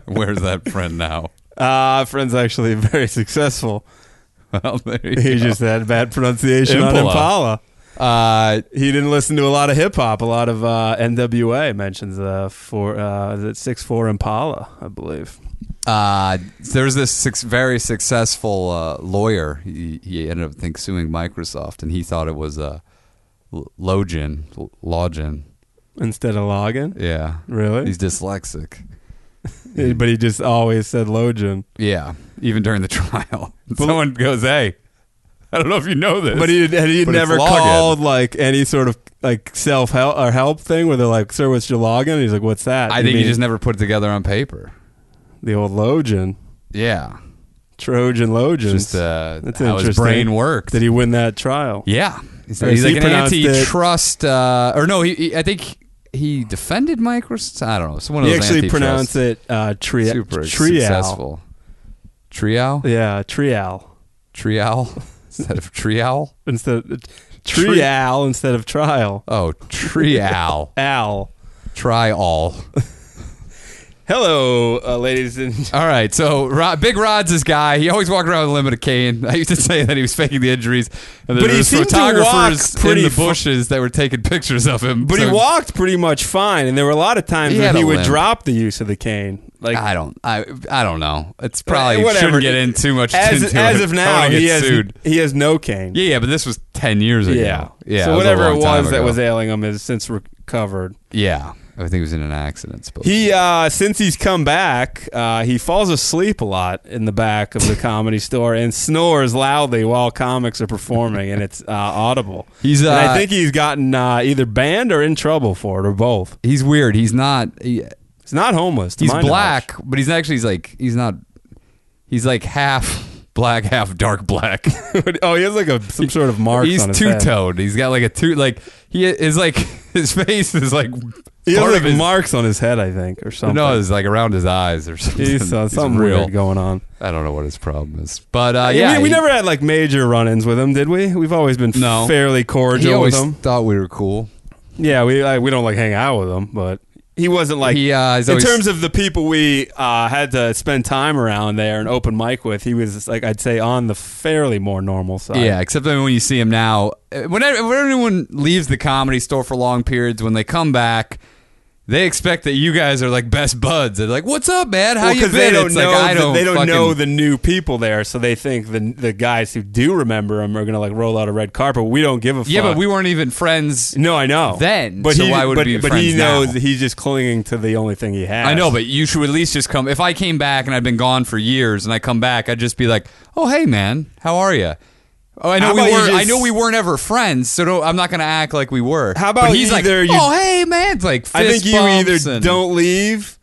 [SPEAKER 3] Where's that friend now?
[SPEAKER 4] Uh, friend's actually very successful.
[SPEAKER 3] Well, there you
[SPEAKER 4] He
[SPEAKER 3] go.
[SPEAKER 4] just had bad pronunciation on
[SPEAKER 3] Impala. uh,
[SPEAKER 4] Impala. He didn't listen to a lot of hip hop. A lot of uh, NWA mentions the four, uh, is it six four Impala, I believe.
[SPEAKER 3] uh, there's this six, very successful uh, lawyer. He, he ended up I think suing Microsoft, and he thought it was a uh, Logan, L- Logan.
[SPEAKER 4] Instead of Logan,
[SPEAKER 3] Yeah,
[SPEAKER 4] Really?
[SPEAKER 3] He's dyslexic.
[SPEAKER 4] but he just always said Logan.
[SPEAKER 3] Yeah, even during the trial, someone goes, "Hey, I don't know if you know this,
[SPEAKER 4] But he and he
[SPEAKER 3] But it's
[SPEAKER 4] never
[SPEAKER 3] Logan.
[SPEAKER 4] called like any sort of like self help or help thing where they're like, "Sir, what's your login?" And he's like, "What's that?"
[SPEAKER 3] I
[SPEAKER 4] You
[SPEAKER 3] think he
[SPEAKER 4] mean
[SPEAKER 3] just never put it together on paper.
[SPEAKER 4] the old Logan.
[SPEAKER 3] Yeah,
[SPEAKER 4] Trojan Logins.
[SPEAKER 3] just uh,
[SPEAKER 4] That's
[SPEAKER 3] how his
[SPEAKER 4] interesting.
[SPEAKER 3] brain worked.
[SPEAKER 4] Did he win that trial?
[SPEAKER 3] yeah, he's,
[SPEAKER 4] Or
[SPEAKER 3] he's
[SPEAKER 4] is
[SPEAKER 3] like
[SPEAKER 4] he
[SPEAKER 3] an
[SPEAKER 4] pronounced it-
[SPEAKER 3] antitrust, uh, or no? He, he- I think he defended Microsoft. I don't know. Someone
[SPEAKER 4] He
[SPEAKER 3] of those
[SPEAKER 4] actually
[SPEAKER 3] antitrust-
[SPEAKER 4] pronounced it uh, tri-
[SPEAKER 3] super
[SPEAKER 4] trial.
[SPEAKER 3] successful. Trial,
[SPEAKER 4] Yeah, trial
[SPEAKER 3] trial instead of trial.
[SPEAKER 4] instead of, trial instead of trial.
[SPEAKER 3] Oh, trial,
[SPEAKER 4] Al.
[SPEAKER 3] try all.
[SPEAKER 4] Hello, uh, ladies and
[SPEAKER 3] All right, so Rod, Big Rod's this guy. He always walked around with a limited cane. I used to say that he was faking the injuries, and there
[SPEAKER 4] But he
[SPEAKER 3] was
[SPEAKER 4] seemed to
[SPEAKER 3] photographers
[SPEAKER 4] walk pretty
[SPEAKER 3] in the
[SPEAKER 4] fu-
[SPEAKER 3] bushes that were taking pictures of him.
[SPEAKER 4] but
[SPEAKER 3] So-
[SPEAKER 4] he walked pretty much fine, and there were a lot of times
[SPEAKER 3] He
[SPEAKER 4] when
[SPEAKER 3] had
[SPEAKER 4] he
[SPEAKER 3] a
[SPEAKER 4] would
[SPEAKER 3] limp.
[SPEAKER 4] drop the use of the cane. Like eh,
[SPEAKER 3] I don't. I I don't know. It's probably
[SPEAKER 4] whatever.
[SPEAKER 3] shouldn't get in too much
[SPEAKER 4] as
[SPEAKER 3] into
[SPEAKER 4] as
[SPEAKER 3] it.
[SPEAKER 4] of
[SPEAKER 3] I
[SPEAKER 4] now,
[SPEAKER 3] wanna get
[SPEAKER 4] he has
[SPEAKER 3] sued.
[SPEAKER 4] he has no cane.
[SPEAKER 3] Yeah, yeah, but this was ten years ago.
[SPEAKER 4] Yeah.
[SPEAKER 3] yeah.
[SPEAKER 4] So whatever it was that was
[SPEAKER 3] it.
[SPEAKER 4] ailing him has since recovered.
[SPEAKER 3] Yeah, I think it was in an accident. Suppose.
[SPEAKER 4] He uh, since he's come back, uh, he falls asleep a lot in the back of the comedy store and snores loudly while comics are performing, and it's uh, audible.
[SPEAKER 3] He's,
[SPEAKER 4] And
[SPEAKER 3] uh,
[SPEAKER 4] I think he's gotten uh, either banned or in trouble for it, or both.
[SPEAKER 3] he's weird. He's not. He,
[SPEAKER 4] He's not homeless. to
[SPEAKER 3] he's
[SPEAKER 4] my knowledge.
[SPEAKER 3] black, but he's actually he's like he's not. He's like half black, half dark black.
[SPEAKER 4] oh, he has like a some sort of mark.
[SPEAKER 3] he's
[SPEAKER 4] on his
[SPEAKER 3] two
[SPEAKER 4] head.
[SPEAKER 3] toned. He's got like a two like he is like his face is like part
[SPEAKER 4] He has
[SPEAKER 3] of
[SPEAKER 4] like
[SPEAKER 3] his
[SPEAKER 4] marks on his head, I think, or something.
[SPEAKER 3] no is like around his eyes or something.
[SPEAKER 4] he's, uh,
[SPEAKER 3] He's
[SPEAKER 4] something
[SPEAKER 3] real.
[SPEAKER 4] weird going on.
[SPEAKER 3] I don't know what his problem is, but uh, yeah,
[SPEAKER 4] we, we
[SPEAKER 3] he-
[SPEAKER 4] never had like major run-ins with him, did we? We've always been
[SPEAKER 3] No.
[SPEAKER 4] fairly
[SPEAKER 3] He
[SPEAKER 4] cordial with
[SPEAKER 3] always
[SPEAKER 4] him.
[SPEAKER 3] thought we were cool.
[SPEAKER 4] Yeah, we I, we don't like hang out with him, but he wasn't like
[SPEAKER 3] He, uh, he's
[SPEAKER 4] in
[SPEAKER 3] always-
[SPEAKER 4] terms of the people we uh, had to spend time around there and open mic with. He was like I'd say on the fairly more normal side.
[SPEAKER 3] Yeah, except that when you see him now, uh, when, when anyone leaves the comedy store for long periods, when they come back, they expect that you guys are like best buds. They're like, "What's up, man? How
[SPEAKER 4] Well,
[SPEAKER 3] you
[SPEAKER 4] 'cause
[SPEAKER 3] been?"
[SPEAKER 4] they don't
[SPEAKER 3] it's
[SPEAKER 4] know
[SPEAKER 3] like I
[SPEAKER 4] the,
[SPEAKER 3] don't.
[SPEAKER 4] they don't
[SPEAKER 3] fucking-
[SPEAKER 4] know the new people there, so they think the the guys who do remember him are gonna like roll out a red carpet. We don't give a
[SPEAKER 3] Yeah,
[SPEAKER 4] fuck.
[SPEAKER 3] but we weren't even friends.
[SPEAKER 4] no, I know.
[SPEAKER 3] then,
[SPEAKER 4] but
[SPEAKER 3] so
[SPEAKER 4] he,
[SPEAKER 3] why would
[SPEAKER 4] but,
[SPEAKER 3] we be
[SPEAKER 4] But he
[SPEAKER 3] friends now?
[SPEAKER 4] knows that he's just clinging to the only thing he has.
[SPEAKER 3] I know, but you should at least just come. If I came back and I'd been gone for years, and I come back, I'd just be like, "Oh, hey, man, how are you?" Oh, I know
[SPEAKER 4] How
[SPEAKER 3] we
[SPEAKER 4] about you
[SPEAKER 3] were. I
[SPEAKER 4] just-
[SPEAKER 3] know we weren't ever friends, so don't, I'm not going to act like we were.
[SPEAKER 4] How
[SPEAKER 3] But
[SPEAKER 4] about
[SPEAKER 3] he's
[SPEAKER 4] either
[SPEAKER 3] like,
[SPEAKER 4] you-
[SPEAKER 3] "Oh, hey, man," it's like
[SPEAKER 4] I think
[SPEAKER 3] fist
[SPEAKER 4] you either
[SPEAKER 3] bumps and-
[SPEAKER 4] don't leave,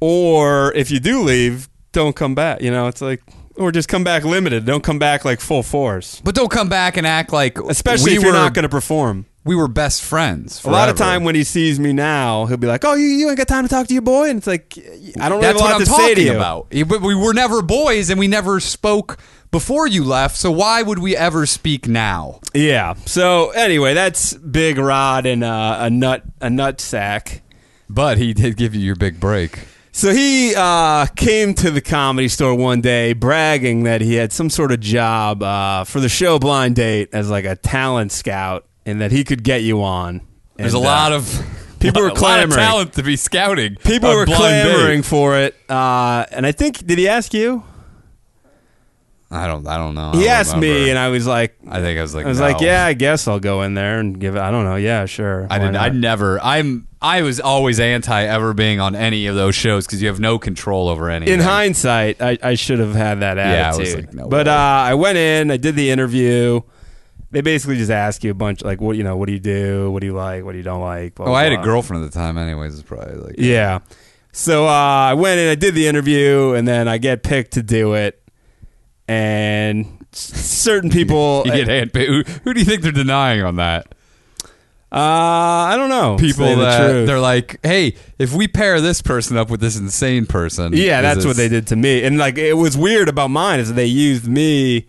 [SPEAKER 4] or if you do leave, don't come back. You know, it's like
[SPEAKER 5] Or just come back limited. Don't come back like full force.
[SPEAKER 3] But don't come back and act like
[SPEAKER 5] Especially
[SPEAKER 3] we
[SPEAKER 5] if you're
[SPEAKER 3] were,
[SPEAKER 5] not going to perform.
[SPEAKER 3] We were best friends.
[SPEAKER 5] A lot of
[SPEAKER 3] forever.
[SPEAKER 5] time when he sees me now, he'll be like, "Oh, you, you ain't got time to talk to your boy," and it's like, "I don't really have
[SPEAKER 3] That's
[SPEAKER 5] a lot
[SPEAKER 3] what I'm
[SPEAKER 5] to say to
[SPEAKER 3] talking
[SPEAKER 5] you."
[SPEAKER 3] about. Yeah, But we were never boys, and we never spoke before you left. So why would we ever speak now?
[SPEAKER 5] Yeah.
[SPEAKER 4] So anyway, that's Big Rod and uh, a nut a nut sack.
[SPEAKER 3] But he did give you your big break.
[SPEAKER 4] So he uh, came to the comedy store one day bragging that he had some sort of job uh, for the show Blind Date as like a talent scout and that he could get you on.
[SPEAKER 3] There's a lot of
[SPEAKER 4] uh, people
[SPEAKER 3] a
[SPEAKER 4] were
[SPEAKER 3] lot of
[SPEAKER 4] clamoring.
[SPEAKER 3] talent to be scouting.
[SPEAKER 4] people
[SPEAKER 3] on
[SPEAKER 4] were
[SPEAKER 3] blind date.
[SPEAKER 4] clamoring for it. Uh, and I think did he ask you?
[SPEAKER 3] I don't. I don't know. I
[SPEAKER 4] He
[SPEAKER 3] don't
[SPEAKER 4] asked me,
[SPEAKER 3] remember.
[SPEAKER 4] and I was like, I,
[SPEAKER 3] I think I was like.
[SPEAKER 4] was
[SPEAKER 3] no.
[SPEAKER 4] like, yeah, I guess I'll go in there and give. it I don't know. Yeah, sure.
[SPEAKER 3] I
[SPEAKER 4] Why
[SPEAKER 3] didn't. I
[SPEAKER 4] not?
[SPEAKER 3] never. I'm. I was always anti ever being on any of those shows because you have no control over any.
[SPEAKER 4] in hindsight, I, I should have had that
[SPEAKER 3] Yeah, I was
[SPEAKER 4] attitude.
[SPEAKER 3] like, no
[SPEAKER 4] but
[SPEAKER 3] way.
[SPEAKER 4] uh, I went in, I did the interview. They basically just ask you a bunch, like, what you know, what do you do, what do you like, what do you don't like. Blah,
[SPEAKER 3] Oh, I had a
[SPEAKER 4] blah.
[SPEAKER 3] girlfriend at the time. Anyways, it's probably like.
[SPEAKER 4] Yeah. So uh, I went in, I did the interview, and then I get picked to do it. And s- certain people,
[SPEAKER 3] You get handpicked. Who, who do you think they're denying on that?
[SPEAKER 4] uh, I don't know,
[SPEAKER 3] People
[SPEAKER 4] Say the
[SPEAKER 3] that
[SPEAKER 4] truth.
[SPEAKER 3] they're like, hey, if we pair this person up with this insane person,
[SPEAKER 4] Yeah,
[SPEAKER 3] is
[SPEAKER 4] that's
[SPEAKER 3] this-
[SPEAKER 4] what they did to me. And like it was weird about mine is that they used me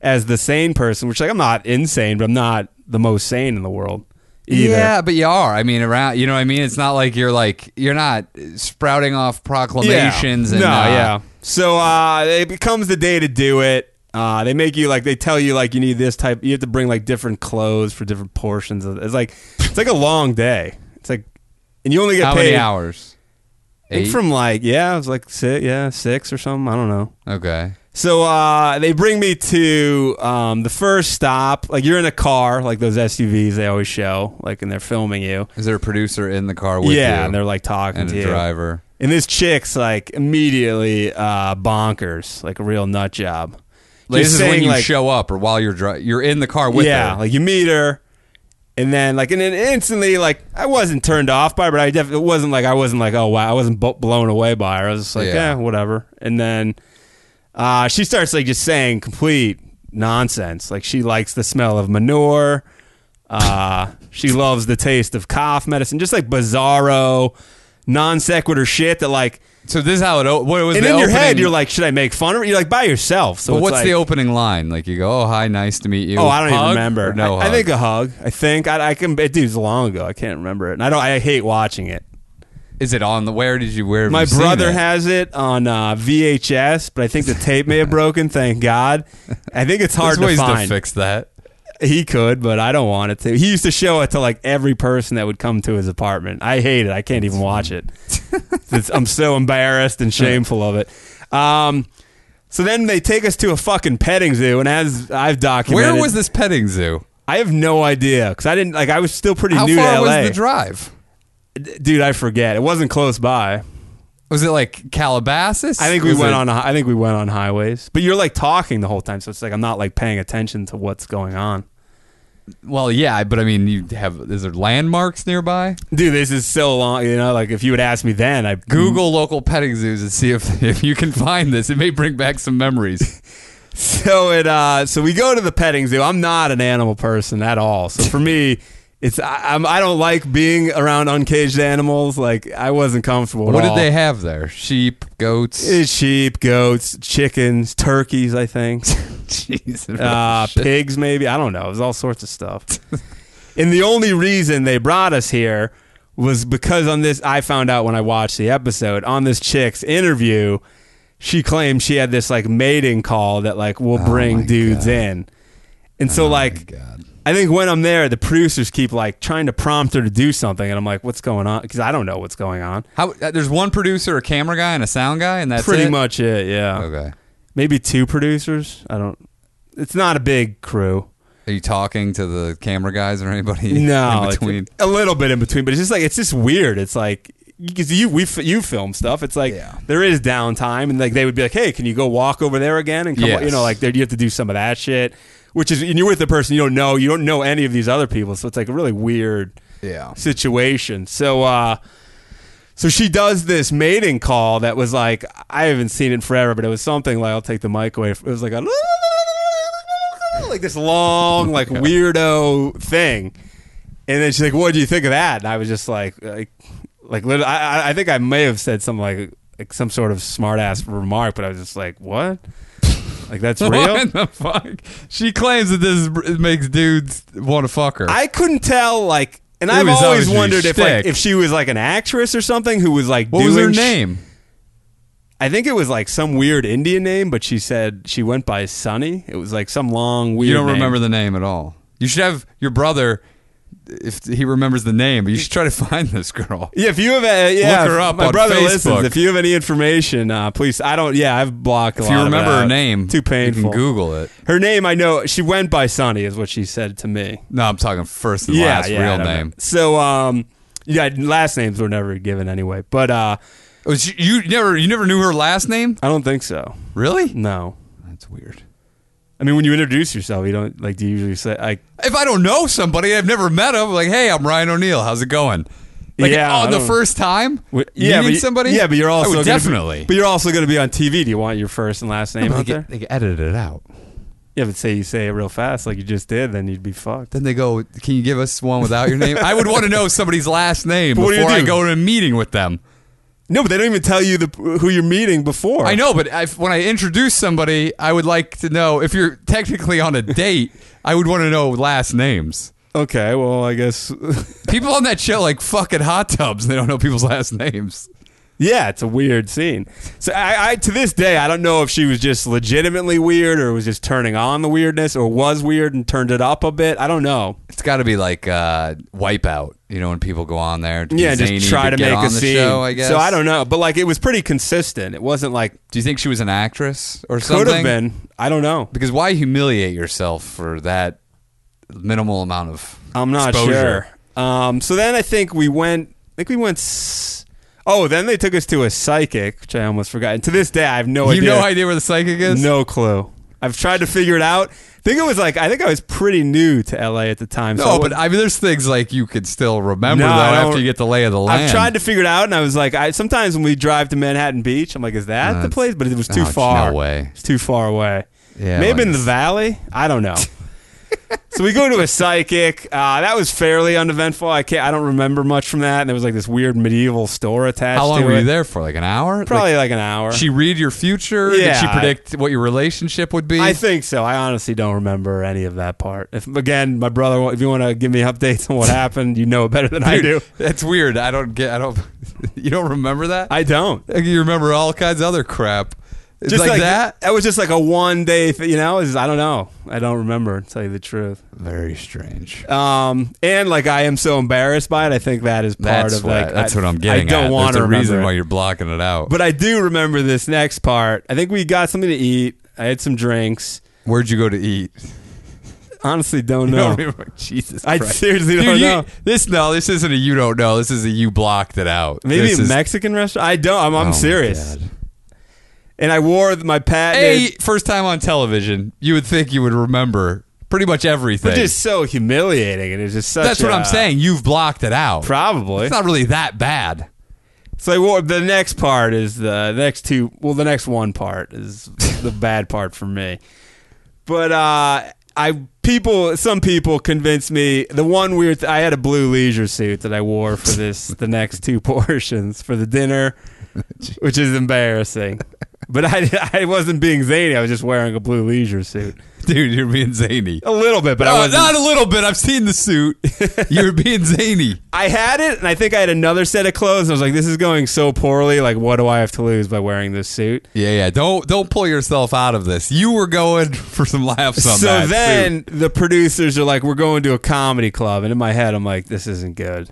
[SPEAKER 4] as the sane person, which like I'm not insane, but I'm not the most sane in the world either.
[SPEAKER 3] Yeah, but you are. I mean, around. You know what I mean? It's not like you're like you're not sprouting off proclamations.
[SPEAKER 4] Yeah.
[SPEAKER 3] And,
[SPEAKER 4] no,
[SPEAKER 3] uh,
[SPEAKER 4] yeah. So uh, it becomes the day to do it. Uh, they make you like they tell you like you need this type. You have to bring like different clothes for different portions. Of, it's like it's like a long day. It's like and you only get
[SPEAKER 3] How
[SPEAKER 4] paid
[SPEAKER 3] many hours?
[SPEAKER 4] I think
[SPEAKER 3] Eight?
[SPEAKER 4] from like yeah, it was like six, yeah, six or something. I don't know.
[SPEAKER 3] okay.
[SPEAKER 4] So uh, they bring me to um, the first stop. Like you're in a car, like those SUVs they always show, like and they're filming you.
[SPEAKER 3] Is there a producer in the car with
[SPEAKER 4] yeah,
[SPEAKER 3] you?
[SPEAKER 4] and they're like talking
[SPEAKER 3] and
[SPEAKER 4] to
[SPEAKER 3] a
[SPEAKER 4] you.
[SPEAKER 3] driver.
[SPEAKER 4] And this chick's like immediately uh, bonkers, like a real nut job.
[SPEAKER 3] Like, this
[SPEAKER 4] Just
[SPEAKER 3] is when
[SPEAKER 4] saying,
[SPEAKER 3] you
[SPEAKER 4] like,
[SPEAKER 3] show up, or while you're dri- you're in the car with
[SPEAKER 4] yeah,
[SPEAKER 3] her.
[SPEAKER 4] like you meet her, and then like and then instantly like I wasn't turned off by her, but I definitely it wasn't like I wasn't like oh wow I wasn't bo- blown away by her. I was just like
[SPEAKER 3] Yeah.
[SPEAKER 4] yeah whatever. And then uh, she starts like just saying complete nonsense. Like she likes the smell of manure. Uh, she loves the taste of cough medicine. Just like bizarro, non sequitur shit that like.
[SPEAKER 3] so this is how it. O- what was
[SPEAKER 4] And
[SPEAKER 3] the
[SPEAKER 4] in your
[SPEAKER 3] opening-
[SPEAKER 4] head, you're like, should I make fun of her? You're like by yourself. So
[SPEAKER 3] But
[SPEAKER 4] it's
[SPEAKER 3] what's
[SPEAKER 4] like,
[SPEAKER 3] the opening line? Like you go, "Oh, hi, nice to meet you."
[SPEAKER 4] Oh, I don't even
[SPEAKER 3] Hug?
[SPEAKER 4] remember.
[SPEAKER 3] Or No,
[SPEAKER 4] I, I
[SPEAKER 3] hug?
[SPEAKER 4] think uh, a hug. I think I, I can. It, dude, it's long ago. I can't remember it, and I don't. I hate watching it.
[SPEAKER 3] is it on the? Where did you? Where? have
[SPEAKER 4] My
[SPEAKER 3] you seen
[SPEAKER 4] brother
[SPEAKER 3] it?
[SPEAKER 4] has it on uh, VHS, but I think the tape may have broken. Thank God. I think it's hard
[SPEAKER 3] There's ways
[SPEAKER 4] to find.
[SPEAKER 3] to fix that.
[SPEAKER 4] He could, but I don't want it to. He used to show it to like every person that would come to his apartment. I hate it. I can't even watch it. It's- I'm so embarrassed and shameful of it. Um, so then they take us to a fucking petting zoo, and as I've documented,
[SPEAKER 3] Where was this petting zoo?
[SPEAKER 4] I have no idea because I didn't like. I was still pretty
[SPEAKER 3] How
[SPEAKER 4] new
[SPEAKER 3] far
[SPEAKER 4] to LA,
[SPEAKER 3] was the drive?
[SPEAKER 4] D- dude. I forget. It wasn't close by.
[SPEAKER 3] Was it like Calabasas?
[SPEAKER 4] I think we
[SPEAKER 3] Was
[SPEAKER 4] went
[SPEAKER 3] it-
[SPEAKER 4] on. I think we went on highways, but you're like talking the whole time, so it's like I'm not like paying attention to what's going on.
[SPEAKER 3] Well, yeah, but I mean, you have. Is there landmarks nearby?
[SPEAKER 4] Dude, this is so long. You know, like if you would ask me then, I
[SPEAKER 3] Google local petting zoos and see if if you can find this. It may bring back some memories.
[SPEAKER 4] So it uh so we go to the petting zoo. I'm not an animal person at all. So for me, it's I, I'm I don't like being around uncaged animals. Like I wasn't comfortable. at
[SPEAKER 3] what did
[SPEAKER 4] all.
[SPEAKER 3] they have there? Sheep, goats.
[SPEAKER 4] It's sheep, goats, chickens, turkeys. I think
[SPEAKER 3] Jeez,
[SPEAKER 4] uh, pigs. Maybe I don't know. It was all sorts of stuff. and the only reason they brought us here was because on this I found out when I watched the episode on this chick's interview, she claimed she had this like mating call that like will bring
[SPEAKER 3] Oh my Oh
[SPEAKER 4] dudes in. And so like
[SPEAKER 3] God.
[SPEAKER 4] I think when I'm there, the producers keep like trying to prompt her to do something, and I'm like, "What's going on?" Because I don't know what's going on.
[SPEAKER 3] How, uh, there's one producer, a camera guy, and a sound guy, and that's
[SPEAKER 4] Pretty
[SPEAKER 3] it?
[SPEAKER 4] much it, yeah.
[SPEAKER 3] Okay.
[SPEAKER 4] Maybe two producers. I don't. It's not a big crew.
[SPEAKER 3] Are you talking to the camera guys or anybody
[SPEAKER 4] No,
[SPEAKER 3] in
[SPEAKER 4] it's
[SPEAKER 3] between?
[SPEAKER 4] a little bit in between, but it's just like it's just weird. It's like because you we f- you film stuff. It's like
[SPEAKER 3] Yeah.
[SPEAKER 4] there is downtime, and like they would be like, "Hey, can you go walk over there again?" And come,
[SPEAKER 3] Yes.
[SPEAKER 4] you know, like there- you have to do some of that shit. Which is and you're with the person you don't know. You don't know any of these other people, so it's like a really weird
[SPEAKER 3] Yeah.
[SPEAKER 4] situation. So uh So she does this mating call that was like I haven't seen it in forever, but it was something like I'll take the mic away. It was like a like this long like weirdo thing, and then she's like, "What do you think of that?" And I was just like, like, like lit- I, I- I think I may have said something like like some sort of smart ass remark, but I was just like, "What?" Like that's real.
[SPEAKER 3] What in the fuck? She claims that this r- makes dudes want to fuck her.
[SPEAKER 4] I couldn't tell like and
[SPEAKER 3] It
[SPEAKER 4] I've
[SPEAKER 3] was
[SPEAKER 4] always
[SPEAKER 3] obviously
[SPEAKER 4] wondered if
[SPEAKER 3] shtick.
[SPEAKER 4] like if she was like an actress or something who was like
[SPEAKER 3] what
[SPEAKER 4] doing
[SPEAKER 3] was her
[SPEAKER 4] sh-
[SPEAKER 3] name?
[SPEAKER 4] I think it was like some weird Indian name, but she said she went by Sunny. It was like some long weird
[SPEAKER 3] You don't
[SPEAKER 4] name.
[SPEAKER 3] remember the name at all. You should have your brother if he remembers the name, but you should try to find this girl.
[SPEAKER 4] yeah, if you have, uh, yeah,
[SPEAKER 3] Look her
[SPEAKER 4] if
[SPEAKER 3] up
[SPEAKER 4] my
[SPEAKER 3] on
[SPEAKER 4] brother
[SPEAKER 3] Facebook.
[SPEAKER 4] listens. If you have any information, uh, please. I don't. Yeah, I've blocked. A
[SPEAKER 3] If
[SPEAKER 4] lot
[SPEAKER 3] you
[SPEAKER 4] of it
[SPEAKER 3] remember her
[SPEAKER 4] out.
[SPEAKER 3] name,
[SPEAKER 4] too painful.
[SPEAKER 3] You can Google it.
[SPEAKER 4] her name. I know she went by Sunny, is what she said to me.
[SPEAKER 3] No, I'm talking first and last
[SPEAKER 4] I
[SPEAKER 3] real
[SPEAKER 4] don't know.
[SPEAKER 3] name.
[SPEAKER 4] So, um, yeah, last names were never given anyway. But uh,
[SPEAKER 3] Oh, she, you never you never knew her last name?
[SPEAKER 4] I don't think so.
[SPEAKER 3] Really?
[SPEAKER 4] No,
[SPEAKER 3] That's weird.
[SPEAKER 4] I mean, when you introduce yourself, you don't like. Do you usually say like?
[SPEAKER 3] If I don't know somebody, I've never met them. Like, hey, I'm Ryan O'Neill. How's it going? Like,
[SPEAKER 4] Yeah, I
[SPEAKER 3] on the
[SPEAKER 4] don't-
[SPEAKER 3] first time,
[SPEAKER 4] w-
[SPEAKER 3] meeting
[SPEAKER 4] but,
[SPEAKER 3] somebody.
[SPEAKER 4] Yeah, but you're
[SPEAKER 3] I
[SPEAKER 4] also
[SPEAKER 3] would
[SPEAKER 4] gonna be-
[SPEAKER 3] definitely.
[SPEAKER 4] but you're also going to be on TV. Do you want your first and last name
[SPEAKER 3] they,
[SPEAKER 4] out
[SPEAKER 3] get,
[SPEAKER 4] there?
[SPEAKER 3] they get edited it out.
[SPEAKER 4] Yeah, but say you say it real fast, like you just did, then you'd be fucked.
[SPEAKER 3] Then they go, "Can you give us one without your name?" I would want to know somebody's last name
[SPEAKER 4] But what do you
[SPEAKER 3] before I
[SPEAKER 4] do?
[SPEAKER 3] go to a meeting with them.
[SPEAKER 4] No, but they don't even tell you the who you're meeting before.
[SPEAKER 3] I know, but i when I introduce somebody, I would like to know if you're technically on a date. I would want to know last names.
[SPEAKER 4] Okay, well, I guess.
[SPEAKER 3] People on that show like fucking hot tubs. They don't know people's last names.
[SPEAKER 4] yeah, it's a weird scene. So I, I, to this day, I don't know if she was just legitimately weird, or was just turning on the weirdness, or was weird and turned it up a bit. I don't know.
[SPEAKER 3] It's got to be like uh, Wipeout, you know, when people go on there. To be
[SPEAKER 4] Yeah,
[SPEAKER 3] zany
[SPEAKER 4] just try to
[SPEAKER 3] get
[SPEAKER 4] make
[SPEAKER 3] on
[SPEAKER 4] a
[SPEAKER 3] the
[SPEAKER 4] scene.
[SPEAKER 3] Show, I guess.
[SPEAKER 4] So I don't know, but like it was pretty consistent. It wasn't like
[SPEAKER 3] Do you think she was an actress or something?
[SPEAKER 4] could have been. I don't know.
[SPEAKER 3] Because why humiliate yourself for that minimal amount of?
[SPEAKER 4] I'm not
[SPEAKER 3] exposure?
[SPEAKER 4] sure. Um, so then I think we went. I think we went. S- oh, then they took us to a psychic, which I almost forgot. And to this day, I have no
[SPEAKER 3] you
[SPEAKER 4] idea.
[SPEAKER 3] no idea where the psychic is?
[SPEAKER 4] No clue. I've tried to figure it out. I think it was like I think I was pretty new to LA at the time. so
[SPEAKER 3] No, but I mean, there's things like you could still remember
[SPEAKER 4] No,
[SPEAKER 3] though
[SPEAKER 4] I
[SPEAKER 3] after
[SPEAKER 4] don't-
[SPEAKER 3] you get the lay of the land.
[SPEAKER 4] I've tried to figure it out, and I was like, I sometimes when we drive to Manhattan Beach, I'm like, is that the
[SPEAKER 3] That's-
[SPEAKER 4] place? But it was too
[SPEAKER 3] Oh, it's
[SPEAKER 4] far.
[SPEAKER 3] no way.
[SPEAKER 4] It's too far away.
[SPEAKER 3] Yeah,
[SPEAKER 4] Maybe in
[SPEAKER 3] like-
[SPEAKER 4] the valley. I don't know. so we go to a psychic. Uh, that was fairly uneventful. I can't. I don't remember much from that. And there was like this weird medieval store attached.
[SPEAKER 3] How long
[SPEAKER 4] to
[SPEAKER 3] were
[SPEAKER 4] it.
[SPEAKER 3] you there for? Like an hour?
[SPEAKER 4] Probably
[SPEAKER 3] Like,
[SPEAKER 4] like an hour.
[SPEAKER 3] did she read your future? Did she
[SPEAKER 4] Yeah, I-
[SPEAKER 3] predict what your relationship would be?
[SPEAKER 4] I think so. I honestly don't remember any of that part. If again, my brother, if you want to give me updates on what happened, you know it better than I do.
[SPEAKER 3] Dude, That's weird. I don't get. I don't. You don't remember that?
[SPEAKER 4] I don't.
[SPEAKER 3] Like, you remember all kinds of other crap. It's
[SPEAKER 4] Just
[SPEAKER 3] like, that.
[SPEAKER 4] That was just like a one day. Th- you know, It's- I don't know. I don't remember. To tell you the truth.
[SPEAKER 3] Very strange.
[SPEAKER 4] Um, and like I am so embarrassed by it. I think that is part
[SPEAKER 3] That's
[SPEAKER 4] of
[SPEAKER 3] what.
[SPEAKER 4] like
[SPEAKER 3] that's
[SPEAKER 4] I,
[SPEAKER 3] what I'm getting.
[SPEAKER 4] I don't
[SPEAKER 3] at.
[SPEAKER 4] want
[SPEAKER 3] There's a
[SPEAKER 4] to
[SPEAKER 3] reason
[SPEAKER 4] remember
[SPEAKER 3] why
[SPEAKER 4] it.
[SPEAKER 3] you're blocking it out.
[SPEAKER 4] But I do remember this next part. I think we got something to eat. I had some drinks.
[SPEAKER 3] where'd you go to eat?
[SPEAKER 4] Honestly, don't
[SPEAKER 3] You
[SPEAKER 4] know.
[SPEAKER 3] don't remember- Jesus.
[SPEAKER 4] I
[SPEAKER 3] Christ.
[SPEAKER 4] seriously
[SPEAKER 3] Dude,
[SPEAKER 4] don't
[SPEAKER 3] you-
[SPEAKER 4] know.
[SPEAKER 3] This no, this isn't a you don't know. This is a you blocked it out.
[SPEAKER 4] Maybe
[SPEAKER 3] This
[SPEAKER 4] a
[SPEAKER 3] is-
[SPEAKER 4] Mexican restaurant. I don't. I'm,
[SPEAKER 3] Oh
[SPEAKER 4] I'm
[SPEAKER 3] my
[SPEAKER 4] serious.
[SPEAKER 3] God.
[SPEAKER 4] And I wore my patented.
[SPEAKER 3] Hey, first time on television, you would think you would remember pretty much everything.
[SPEAKER 4] Which is so humiliating, and it's just such.
[SPEAKER 3] That's what
[SPEAKER 4] i
[SPEAKER 3] I'm saying. You've blocked it out.
[SPEAKER 4] Probably.
[SPEAKER 3] It's not really that bad.
[SPEAKER 4] so well, the next part is the the next two. Well, the next one part is the bad part for me. But uh, I people, some people convinced me. The one weird, th- I had a blue leisure suit that I wore for this the next two portions for the dinner, which is embarrassing. But I, I wasn't being zany. I was just wearing a blue leisure suit.
[SPEAKER 3] Dude, you're being zany.
[SPEAKER 4] A little bit, Oh, but I
[SPEAKER 3] Uh,
[SPEAKER 4] wasn't.
[SPEAKER 3] not a little bit. I've seen the suit. You're being zany.
[SPEAKER 4] I had it, and I think I had another set of clothes. And I was like, "This is going so poorly. Like, what do I have to lose by wearing this suit?"
[SPEAKER 3] Yeah, yeah. Don't don't pull yourself out of this. You were going for some laughs on that.
[SPEAKER 4] so
[SPEAKER 3] suit.
[SPEAKER 4] then the producers are like, "We're going to a comedy club," and in my head, I'm like, "This isn't good."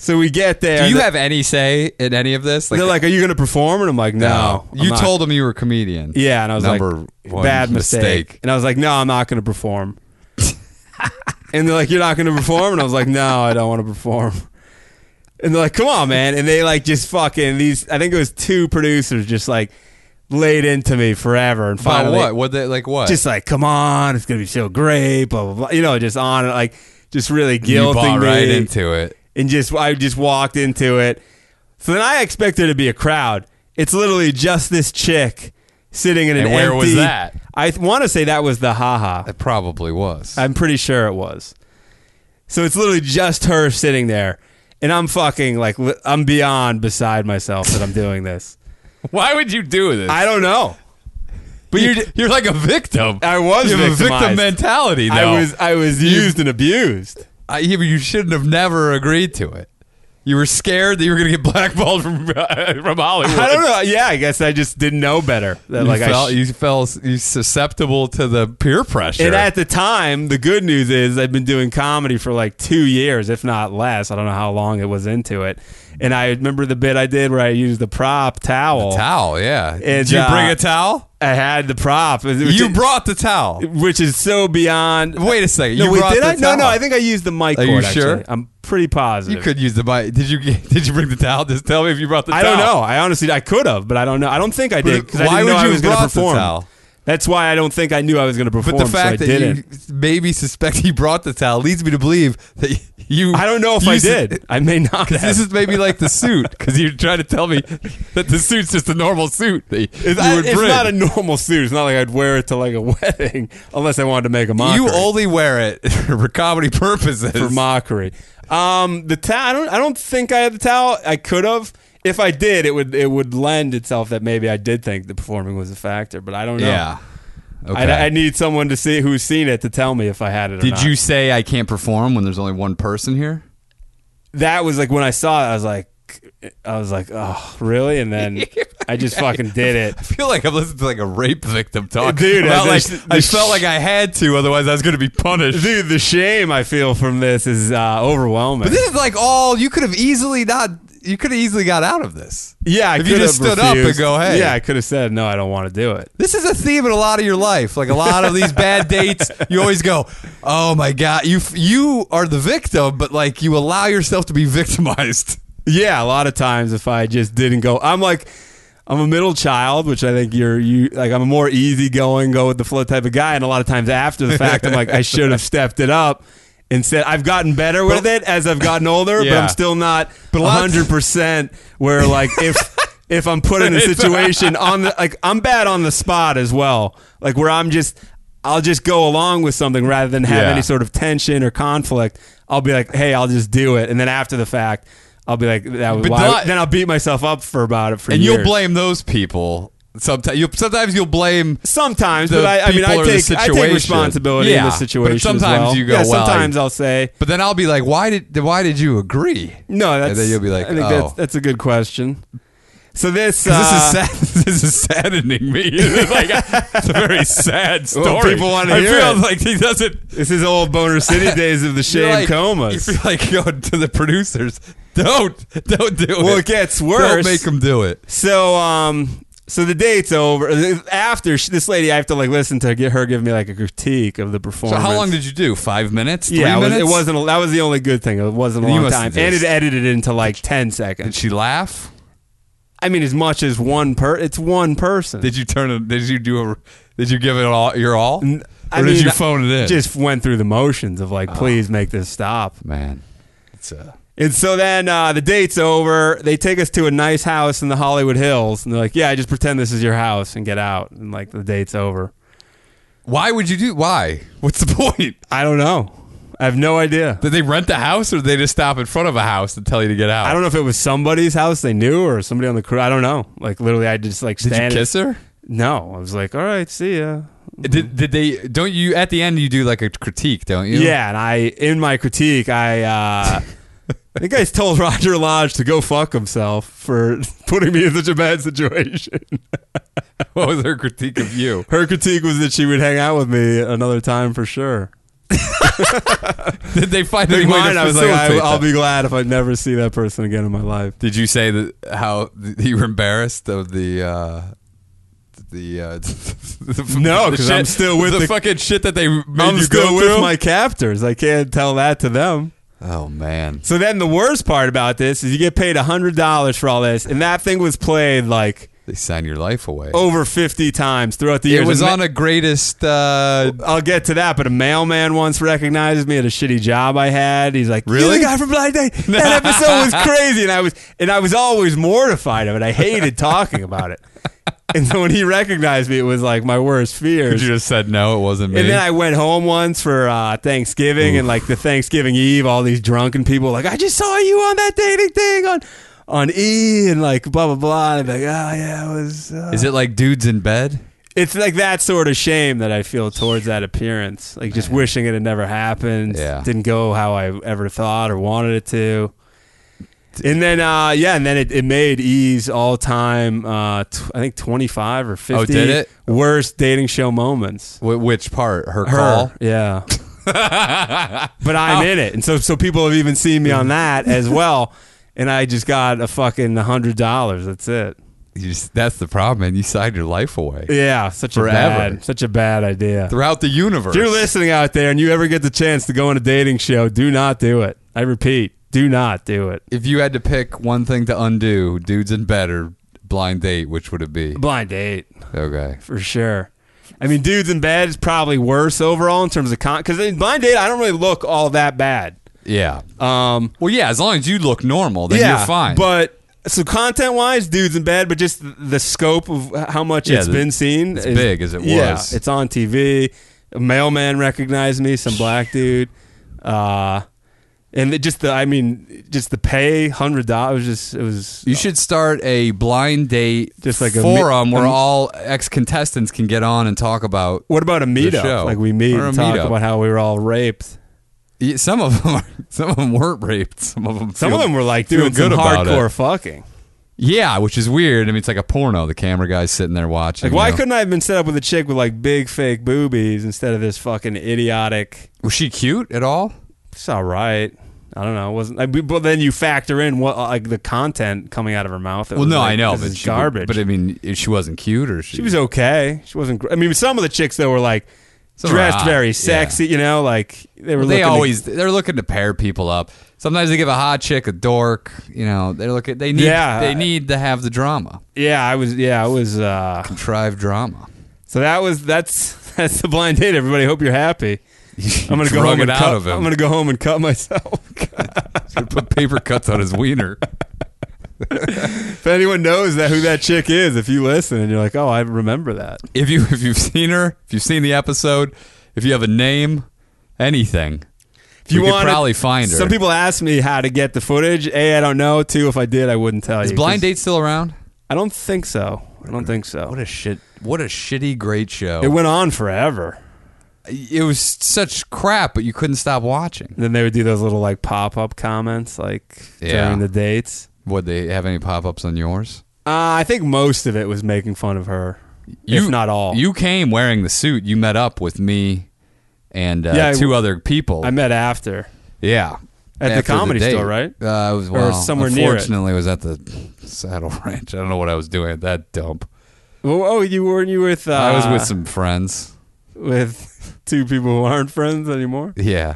[SPEAKER 4] So we get there.
[SPEAKER 3] do you
[SPEAKER 4] and
[SPEAKER 3] have any say in any of this?
[SPEAKER 4] They're like, "Are you going to perform?" And I'm like, "No." I'm
[SPEAKER 3] you
[SPEAKER 4] not."
[SPEAKER 3] told them you were a comedian.
[SPEAKER 4] Yeah, and I was
[SPEAKER 3] Number
[SPEAKER 4] like,
[SPEAKER 3] one
[SPEAKER 4] "Bad mistake.
[SPEAKER 3] mistake.
[SPEAKER 4] And I was like, "No, I'm not going to perform." and they're like, "You're not going to perform?" And I was like, "No, I don't want to perform." And they're like, "Come on, man!" And they like just fucking these. I think it was two producers just like laid into me forever. And
[SPEAKER 3] About
[SPEAKER 4] finally,
[SPEAKER 3] what? What they like? What?
[SPEAKER 4] just like, "Come on, it's gonna be so great." Blah blah blah. You know, just on and like just really
[SPEAKER 3] you
[SPEAKER 4] guilting
[SPEAKER 3] bought
[SPEAKER 4] me
[SPEAKER 3] right into it.
[SPEAKER 4] and just I just walked into it. So then I expect there to be a crowd. It's literally just this chick sitting in an
[SPEAKER 3] And where was
[SPEAKER 4] empty-
[SPEAKER 3] that?
[SPEAKER 4] I want to say that was the haha.
[SPEAKER 3] It probably was.
[SPEAKER 4] I'm pretty sure it was. So it's literally just her sitting there, and I'm fucking like li- I'm beyond beside myself that I'm doing this.
[SPEAKER 3] Why would you do this?
[SPEAKER 4] I don't know, but
[SPEAKER 3] you're
[SPEAKER 4] you're.
[SPEAKER 3] you're like a victim.
[SPEAKER 4] I was
[SPEAKER 3] You have a victim
[SPEAKER 4] victimized.
[SPEAKER 3] mentality. Though.
[SPEAKER 4] I was I was used and abused.
[SPEAKER 3] I, yeah, but you shouldn't have never agreed to it. You were scared that you were going to get blackballed from from Hollywood.
[SPEAKER 4] I don't know. Yeah, I guess I just didn't know better. That,
[SPEAKER 3] You
[SPEAKER 4] like I
[SPEAKER 3] felt
[SPEAKER 4] sh-
[SPEAKER 3] you fell you susceptible to the peer pressure.
[SPEAKER 4] And at the time, the good news is I've been doing comedy for like two years, if not less. I don't know how long it was into it. And I remember the bit I did where I used the prop towel.
[SPEAKER 3] towel, yeah. Did
[SPEAKER 4] It's,
[SPEAKER 3] you bring
[SPEAKER 4] uh,
[SPEAKER 3] a towel?
[SPEAKER 4] I had the prop. Which
[SPEAKER 3] You
[SPEAKER 4] is-
[SPEAKER 3] brought the towel.
[SPEAKER 4] which is so beyond.
[SPEAKER 3] Wait a second.
[SPEAKER 4] No,
[SPEAKER 3] you
[SPEAKER 4] wait,
[SPEAKER 3] brought
[SPEAKER 4] did
[SPEAKER 3] the
[SPEAKER 4] I? No,
[SPEAKER 3] towel.
[SPEAKER 4] no. I think I used the mic.
[SPEAKER 3] Are you
[SPEAKER 4] cord, actually.
[SPEAKER 3] sure?
[SPEAKER 4] I'm pretty positive.
[SPEAKER 3] you could use the bike. Did you get- did you bring the towel? Just tell me if you brought the
[SPEAKER 4] I
[SPEAKER 3] towel.
[SPEAKER 4] don't know. I honestly, I could have, but I don't know. I don't think I did because I
[SPEAKER 3] why
[SPEAKER 4] didn't know
[SPEAKER 3] would
[SPEAKER 4] I
[SPEAKER 3] you
[SPEAKER 4] was
[SPEAKER 3] have
[SPEAKER 4] going to
[SPEAKER 3] brought the
[SPEAKER 4] perform.
[SPEAKER 3] towel?
[SPEAKER 4] That's why I don't think I knew I was going to perform.
[SPEAKER 3] But the
[SPEAKER 4] so
[SPEAKER 3] fact
[SPEAKER 4] I
[SPEAKER 3] that
[SPEAKER 4] didn't.
[SPEAKER 3] you maybe suspect he brought the towel leads me to believe that you.
[SPEAKER 4] I don't know if
[SPEAKER 3] you
[SPEAKER 4] I
[SPEAKER 3] su-
[SPEAKER 4] did. I may not. Have.
[SPEAKER 3] This is maybe like the suit because you're trying to tell me that the suit's just a normal suit. That you
[SPEAKER 4] It's,
[SPEAKER 3] would
[SPEAKER 4] it's
[SPEAKER 3] bring.
[SPEAKER 4] not a normal suit. It's not like I'd wear it to like a wedding unless I wanted to make a mockery.
[SPEAKER 3] you only wear it for comedy purposes.
[SPEAKER 4] for mockery. Um, the towel. I don't. I don't think I had the towel. I could have. If I did, it would it would lend itself that maybe I did think the performing was a factor, but I don't know.
[SPEAKER 3] yeah. Okay.
[SPEAKER 4] I, I need someone to see who's seen it to tell me if I had it. or
[SPEAKER 3] did
[SPEAKER 4] not.
[SPEAKER 3] you say I can't perform when there's only one person here?
[SPEAKER 4] That was like when I saw it. I was like, I was like, oh, really? And then I just fucking did it.
[SPEAKER 3] I feel like I'm listening to like a rape victim talk.
[SPEAKER 4] Dude,
[SPEAKER 3] about,
[SPEAKER 4] I-
[SPEAKER 3] like,
[SPEAKER 4] the-
[SPEAKER 3] I
[SPEAKER 4] the-
[SPEAKER 3] felt like I had to, otherwise I was going to be punished.
[SPEAKER 4] Dude, the shame I feel from this is uh, overwhelming.
[SPEAKER 3] But this is like all you could have easily not. You could have easily got out of this.
[SPEAKER 4] yeah, I
[SPEAKER 3] if you
[SPEAKER 4] could
[SPEAKER 3] just
[SPEAKER 4] have
[SPEAKER 3] stood up and
[SPEAKER 4] refused.
[SPEAKER 3] go, "Hey."
[SPEAKER 4] yeah, I could have said, no, I don't want to do it.
[SPEAKER 3] This is a theme in a lot of your life. Like a lot of these bad dates, you always go, "Oh my god, you you are the victim," but like you allow yourself to be victimized.
[SPEAKER 4] Yeah, a lot of times if I just didn't go, I'm like, I'm a middle child, which I think you're you like I'm a more easygoing, go with the flow type of guy, and a lot of times after the fact, I'm like, I should have stepped it up. Instead, I've gotten better with it as I've gotten older, but
[SPEAKER 3] Yeah.
[SPEAKER 4] I'm still not
[SPEAKER 3] But a lot of-
[SPEAKER 4] 100 percent where like if. If I'm put in a situation on the like, I'm bad on the spot as well. Like where I'm just, I'll just go along with something rather than have
[SPEAKER 3] Yeah.
[SPEAKER 4] any sort sort of tension or conflict, I'll be like, "Hey, I'll just do it," and then after the fact, I'll be like, "That was
[SPEAKER 3] But
[SPEAKER 4] why."
[SPEAKER 3] not-
[SPEAKER 4] then I'll beat myself up for about it for
[SPEAKER 3] And you'll
[SPEAKER 4] years.
[SPEAKER 3] blame those people. Sometimes you'll sometimes you'll blame
[SPEAKER 4] sometimes,
[SPEAKER 3] the
[SPEAKER 4] but I, I mean, I
[SPEAKER 3] people or the
[SPEAKER 4] take I take
[SPEAKER 3] situation.
[SPEAKER 4] responsibility in
[SPEAKER 3] Yeah,
[SPEAKER 4] the situation.
[SPEAKER 3] but
[SPEAKER 4] as
[SPEAKER 3] sometimes
[SPEAKER 4] well.
[SPEAKER 3] you go,
[SPEAKER 4] Yeah,
[SPEAKER 3] "Well,
[SPEAKER 4] sometimes
[SPEAKER 3] I-
[SPEAKER 4] I'll say
[SPEAKER 3] But then I'll be like, why did why did you agree?
[SPEAKER 4] no. That's
[SPEAKER 3] and then you'll be like,
[SPEAKER 4] I think
[SPEAKER 3] oh,
[SPEAKER 4] that's, that's a good question. So this
[SPEAKER 3] 'Cause
[SPEAKER 4] uh,
[SPEAKER 3] this is sad. This is saddening me. like, it's a very sad story.
[SPEAKER 4] Well, people wanna
[SPEAKER 3] I
[SPEAKER 4] hear
[SPEAKER 3] feel
[SPEAKER 4] it.
[SPEAKER 3] like he doesn't.
[SPEAKER 4] This is old Boner City days of the
[SPEAKER 3] you're
[SPEAKER 4] shame
[SPEAKER 3] like,
[SPEAKER 4] comas.
[SPEAKER 3] You feel like going to the producers. Don't don't do it.
[SPEAKER 4] Well, it gets
[SPEAKER 3] Don't
[SPEAKER 4] worse.
[SPEAKER 3] make them do it.
[SPEAKER 4] So um so the date's over. After she, this lady, I have to like listen to get her give me like a critique of the
[SPEAKER 3] So
[SPEAKER 4] performance.
[SPEAKER 3] how long did you do? Five minutes? Three
[SPEAKER 4] Yeah, it, was,
[SPEAKER 3] minutes?
[SPEAKER 4] it wasn't. A, that was the only good thing. It wasn't a
[SPEAKER 3] You
[SPEAKER 4] long
[SPEAKER 3] must
[SPEAKER 4] time,
[SPEAKER 3] have
[SPEAKER 4] and it
[SPEAKER 3] just-
[SPEAKER 4] edited into like ten
[SPEAKER 3] Did
[SPEAKER 4] seconds.
[SPEAKER 3] she laugh?
[SPEAKER 4] I mean, as much as one per, it's one person.
[SPEAKER 3] Did you turn? it? Did you do a? Did you give it all your all?
[SPEAKER 4] N- I
[SPEAKER 3] or did
[SPEAKER 4] mean,
[SPEAKER 3] you phone it Oh. in?
[SPEAKER 4] Just went through the motions of like, please make this stop.
[SPEAKER 3] man, it's uh,
[SPEAKER 4] And so then uh, the date's over. They take us to a nice house in the Hollywood Hills, and they're like, "Yeah, just pretend this is your house and get out." And like, the date's over.
[SPEAKER 3] why would you do? Why? What's the point?
[SPEAKER 4] I don't know. I have no idea.
[SPEAKER 3] Did they rent the house, or did they just stop in front of a house and tell you to get out?
[SPEAKER 4] I don't know if it was somebody's house they knew or somebody on the crew. I don't know. Like literally, I just like
[SPEAKER 3] Did
[SPEAKER 4] stand.
[SPEAKER 3] you kiss her?
[SPEAKER 4] No, I was like, "All right, see ya." Mm-hmm.
[SPEAKER 3] Did did they? Don't you at the end you do like a critique, don't you?
[SPEAKER 4] Yeah, and I in my critique, I uh, I think I told Roger Lodge to go fuck himself for putting me in such a bad situation.
[SPEAKER 3] What was her critique of you?
[SPEAKER 4] Her critique was that she would hang out with me another time for sure.
[SPEAKER 3] Did they find any
[SPEAKER 4] In
[SPEAKER 3] way
[SPEAKER 4] mine,
[SPEAKER 3] to
[SPEAKER 4] I was like, I,
[SPEAKER 3] facilitate
[SPEAKER 4] I'll
[SPEAKER 3] that?
[SPEAKER 4] be glad if I never see that person again in my life.
[SPEAKER 3] Did you say that how that you were embarrassed of the? uh the, uh, the
[SPEAKER 4] No,
[SPEAKER 3] the
[SPEAKER 4] 'cause
[SPEAKER 3] shit-
[SPEAKER 4] I'm still with
[SPEAKER 3] the,
[SPEAKER 4] the-
[SPEAKER 3] fucking shit that they made
[SPEAKER 4] I'm
[SPEAKER 3] you
[SPEAKER 4] still
[SPEAKER 3] go
[SPEAKER 4] with
[SPEAKER 3] through?
[SPEAKER 4] my captors. I can't tell that to them.
[SPEAKER 3] Oh man,
[SPEAKER 4] So then the worst part about this is you get paid $100 for all this, and that thing was played like
[SPEAKER 3] They sign your life away.
[SPEAKER 4] over 50 times throughout the
[SPEAKER 3] it
[SPEAKER 4] years.
[SPEAKER 3] was
[SPEAKER 4] And
[SPEAKER 3] on a greatest. Uh,
[SPEAKER 4] I'll get to that, but a mailman once recognizes me at a shitty job I had. He's like, "Really,
[SPEAKER 3] Really?
[SPEAKER 4] the guy from Blind Date? That episode was crazy," and I was and I was always mortified of it. I hated talking about it. And so when he recognized me, it was like my worst fears.
[SPEAKER 3] you just said no. It wasn't me.
[SPEAKER 4] And then I went home once for uh, Thanksgiving and like the Thanksgiving Eve, all these drunken people like, I just saw you on that dating thing on on E and like blah blah blah. And I'd be like, oh yeah, it was. Uh.
[SPEAKER 3] Is it like dudes in bed?
[SPEAKER 4] It's like that sort of shame that I feel towards that appearance, like just wishing it had never happened.
[SPEAKER 3] Yeah.
[SPEAKER 4] didn't go how I ever thought or wanted it to. And then, uh, yeah, and then it, it made E's all time, uh, t- I think twenty five or fifty.
[SPEAKER 3] Oh, did it?
[SPEAKER 4] worst dating show moments?
[SPEAKER 3] Wh- which part? Her,
[SPEAKER 4] her.
[SPEAKER 3] call.
[SPEAKER 4] Yeah. but I'm in it. And so so people have even seen me on that as well. And I just got a fucking hundred dollars. That's it.
[SPEAKER 3] You just, that's the problem, man. You signed your life away
[SPEAKER 4] Yeah, such
[SPEAKER 3] Forever.
[SPEAKER 4] a bad such a bad idea.
[SPEAKER 3] throughout the universe.
[SPEAKER 4] If you're listening out there and you ever get the chance to go on a dating show, do not do it. I repeat, do not do it.
[SPEAKER 3] if you had to pick one thing to undo, dudes in bed or blind date, which would it be?
[SPEAKER 4] Blind date.
[SPEAKER 3] Okay.
[SPEAKER 4] for sure. I mean, dudes in bed is probably worse overall in terms of con. Because in blind date, I don't really look all that bad.
[SPEAKER 3] Yeah. Uh,
[SPEAKER 4] Um,
[SPEAKER 3] Well, yeah. As long as you look normal, then you're fine.
[SPEAKER 4] But so content wise, dude's in bed, but just th- the scope of how much
[SPEAKER 3] Yeah,
[SPEAKER 4] it's
[SPEAKER 3] the-
[SPEAKER 4] been seen.
[SPEAKER 3] it's big as it
[SPEAKER 4] yeah,
[SPEAKER 3] was.
[SPEAKER 4] It's on TV. A mailman recognized me, some black dude. Uh and it just the I mean, just the pay, hundred dollars just it was
[SPEAKER 3] you should start a blind date
[SPEAKER 4] Just like a mi-
[SPEAKER 3] forum where
[SPEAKER 4] a-
[SPEAKER 3] all ex contestants can get on and talk about.
[SPEAKER 4] what about a
[SPEAKER 3] show.
[SPEAKER 4] meetup? Like we meet
[SPEAKER 3] Or a
[SPEAKER 4] and talk
[SPEAKER 3] meetup.
[SPEAKER 4] about how we were all raped.
[SPEAKER 3] Yeah, Some of them, are, some of them weren't raped. Some of them,
[SPEAKER 4] Some
[SPEAKER 3] feel-
[SPEAKER 4] of them were like
[SPEAKER 3] feel
[SPEAKER 4] doing
[SPEAKER 3] good
[SPEAKER 4] some
[SPEAKER 3] about
[SPEAKER 4] hardcore
[SPEAKER 3] it.
[SPEAKER 4] fucking.
[SPEAKER 3] Yeah, which is weird. I mean, it's like a porno. The camera guy's sitting there watching.
[SPEAKER 4] Like why
[SPEAKER 3] you know?
[SPEAKER 4] couldn't I have been set up with a chick with like big fake boobies instead of this fucking idiotic
[SPEAKER 3] was she cute at all?
[SPEAKER 4] It's all right. I don't know. It wasn't I, but then you factor in what uh, like the content coming out of her mouth. It
[SPEAKER 3] Well,
[SPEAKER 4] was
[SPEAKER 3] no,
[SPEAKER 4] like,
[SPEAKER 3] I know,
[SPEAKER 4] this
[SPEAKER 3] but
[SPEAKER 4] is
[SPEAKER 3] she,
[SPEAKER 4] garbage.
[SPEAKER 3] But I mean, if she wasn't cute, or she,
[SPEAKER 4] she was okay. She wasn't. Gr- I mean, some of the chicks though were like
[SPEAKER 3] Some are
[SPEAKER 4] dressed
[SPEAKER 3] hot, yeah.
[SPEAKER 4] very sexy. You know, like they were.
[SPEAKER 3] they
[SPEAKER 4] looking to-
[SPEAKER 3] always they're looking to pair people up. Sometimes they give a hot chick a dork. You know, they're looking. They need.
[SPEAKER 4] Yeah.
[SPEAKER 3] They need to have the drama,
[SPEAKER 4] yeah, I was. Yeah, I was. uh
[SPEAKER 3] contrived drama.
[SPEAKER 4] So that was. That's that's the blind date. Everybody, hope you're happy. I'm gonna go
[SPEAKER 3] Drug
[SPEAKER 4] home
[SPEAKER 3] it
[SPEAKER 4] and
[SPEAKER 3] out
[SPEAKER 4] cut,
[SPEAKER 3] of him.
[SPEAKER 4] I'm gonna go home and cut myself.
[SPEAKER 3] Should put paper cuts on his wiener.
[SPEAKER 4] if anyone knows that who that chick is, if you listen and you're like, oh, I remember that.
[SPEAKER 3] If you if you've seen her, if you've seen the episode, if you have a name, anything,
[SPEAKER 4] If you
[SPEAKER 3] we
[SPEAKER 4] want
[SPEAKER 3] could probably find her.
[SPEAKER 4] Some people ask me how to get the footage. A, I don't know. Two, if I did, I wouldn't tell
[SPEAKER 3] is
[SPEAKER 4] you.
[SPEAKER 3] blind
[SPEAKER 4] 'cause
[SPEAKER 3] date still around?
[SPEAKER 4] I don't think so. I don't think so.
[SPEAKER 3] What a shit! What a shitty great show.
[SPEAKER 4] It went on forever.
[SPEAKER 3] it was such crap, but you couldn't stop watching.
[SPEAKER 4] And then they would do those little like pop up comments like
[SPEAKER 3] Yeah.
[SPEAKER 4] during the dates.
[SPEAKER 3] Would they have any pop ups on yours?
[SPEAKER 4] Uh, I think most of it was making fun of her, if not all.
[SPEAKER 3] You came wearing the suit. You met up with me and uh,
[SPEAKER 4] Yeah, I-
[SPEAKER 3] two other people.
[SPEAKER 4] I met after.
[SPEAKER 3] yeah.
[SPEAKER 4] At the
[SPEAKER 3] After
[SPEAKER 4] comedy
[SPEAKER 3] date.
[SPEAKER 4] store, right?
[SPEAKER 3] Uh, I was
[SPEAKER 4] Or
[SPEAKER 3] well,
[SPEAKER 4] somewhere near it.
[SPEAKER 3] unfortunately, it. was at the Saddle Ranch. I don't know what I was doing at that dump.
[SPEAKER 4] Oh, oh you weren't you with? Uh,
[SPEAKER 3] I was with some friends.
[SPEAKER 4] with two people who aren't friends anymore.
[SPEAKER 3] Yeah.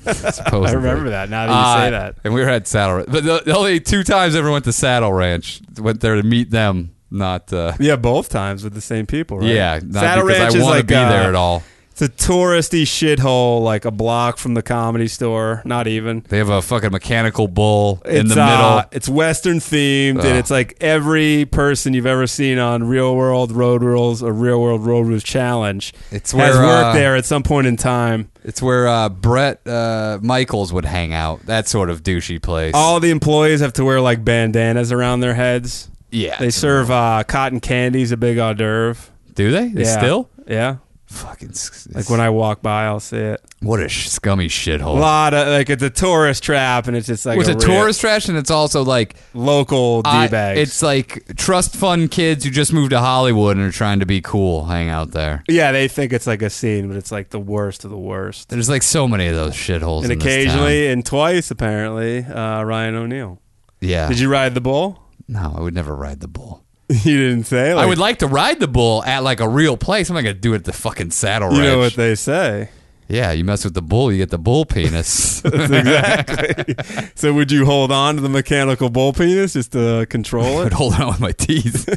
[SPEAKER 3] Supposedly.
[SPEAKER 4] I remember that now that you
[SPEAKER 3] Uh,
[SPEAKER 4] say that.
[SPEAKER 3] And we were at Saddle Ranch. But the, the only two times I ever went to Saddle Ranch, went there to meet them, not. Uh,
[SPEAKER 4] Yeah, both times with the same people. Right?
[SPEAKER 3] Yeah, not
[SPEAKER 4] Saddle
[SPEAKER 3] because
[SPEAKER 4] Ranch
[SPEAKER 3] I
[SPEAKER 4] is
[SPEAKER 3] want to
[SPEAKER 4] like,
[SPEAKER 3] be there
[SPEAKER 4] uh,
[SPEAKER 3] at all.
[SPEAKER 4] It's a touristy shithole, like a block from the comedy store. Not even.
[SPEAKER 3] They have a fucking mechanical bull in
[SPEAKER 4] It's,
[SPEAKER 3] the
[SPEAKER 4] uh,
[SPEAKER 3] middle.
[SPEAKER 4] it's Western themed,
[SPEAKER 3] Ugh.
[SPEAKER 4] and it's like every person you've ever seen on Real World Road Rules or Real World Road Rules Challenge
[SPEAKER 3] It's
[SPEAKER 4] has
[SPEAKER 3] where,
[SPEAKER 4] worked
[SPEAKER 3] uh,
[SPEAKER 4] there at some point in time.
[SPEAKER 3] It's where uh, Brett uh, Michaels would hang out. That sort of douchey place.
[SPEAKER 4] All the employees have to wear like bandanas around their heads.
[SPEAKER 3] yeah.
[SPEAKER 4] They serve uh, cotton candies, a big hors d'oeuvre.
[SPEAKER 3] do they? They
[SPEAKER 4] Yeah.
[SPEAKER 3] still
[SPEAKER 4] Yeah.
[SPEAKER 3] fucking s-
[SPEAKER 4] Like when I walk by, I'll see it.
[SPEAKER 3] what a sh- scummy
[SPEAKER 4] A
[SPEAKER 3] shithole.
[SPEAKER 4] lot of like it's a tourist trap, and it's just like
[SPEAKER 3] it's a
[SPEAKER 4] real
[SPEAKER 3] tourist trash, and it's also like
[SPEAKER 4] local d
[SPEAKER 3] I-
[SPEAKER 4] bags.
[SPEAKER 3] it's like trust fund kids who just moved to Hollywood and are trying to be cool hang out there.
[SPEAKER 4] Yeah, they think it's like a scene, but it's like the worst of the worst.
[SPEAKER 3] There's like so many of those shitholes.
[SPEAKER 4] And
[SPEAKER 3] in this town.
[SPEAKER 4] occasionally, and twice apparently, uh, Ryan O'Neill.
[SPEAKER 3] yeah.
[SPEAKER 4] Did you ride the bull?
[SPEAKER 3] no, I would never ride the bull.
[SPEAKER 4] you didn't say.
[SPEAKER 3] I would like to ride the bull at like a real place. I'm not gonna do it at the fucking saddle
[SPEAKER 4] You
[SPEAKER 3] ranch.
[SPEAKER 4] know what they say?
[SPEAKER 3] Yeah, you mess with the bull, you get the bull penis.
[SPEAKER 4] exactly. so would you hold on to the mechanical bull penis just to control
[SPEAKER 3] I'd
[SPEAKER 4] it?
[SPEAKER 3] hold on with my teeth.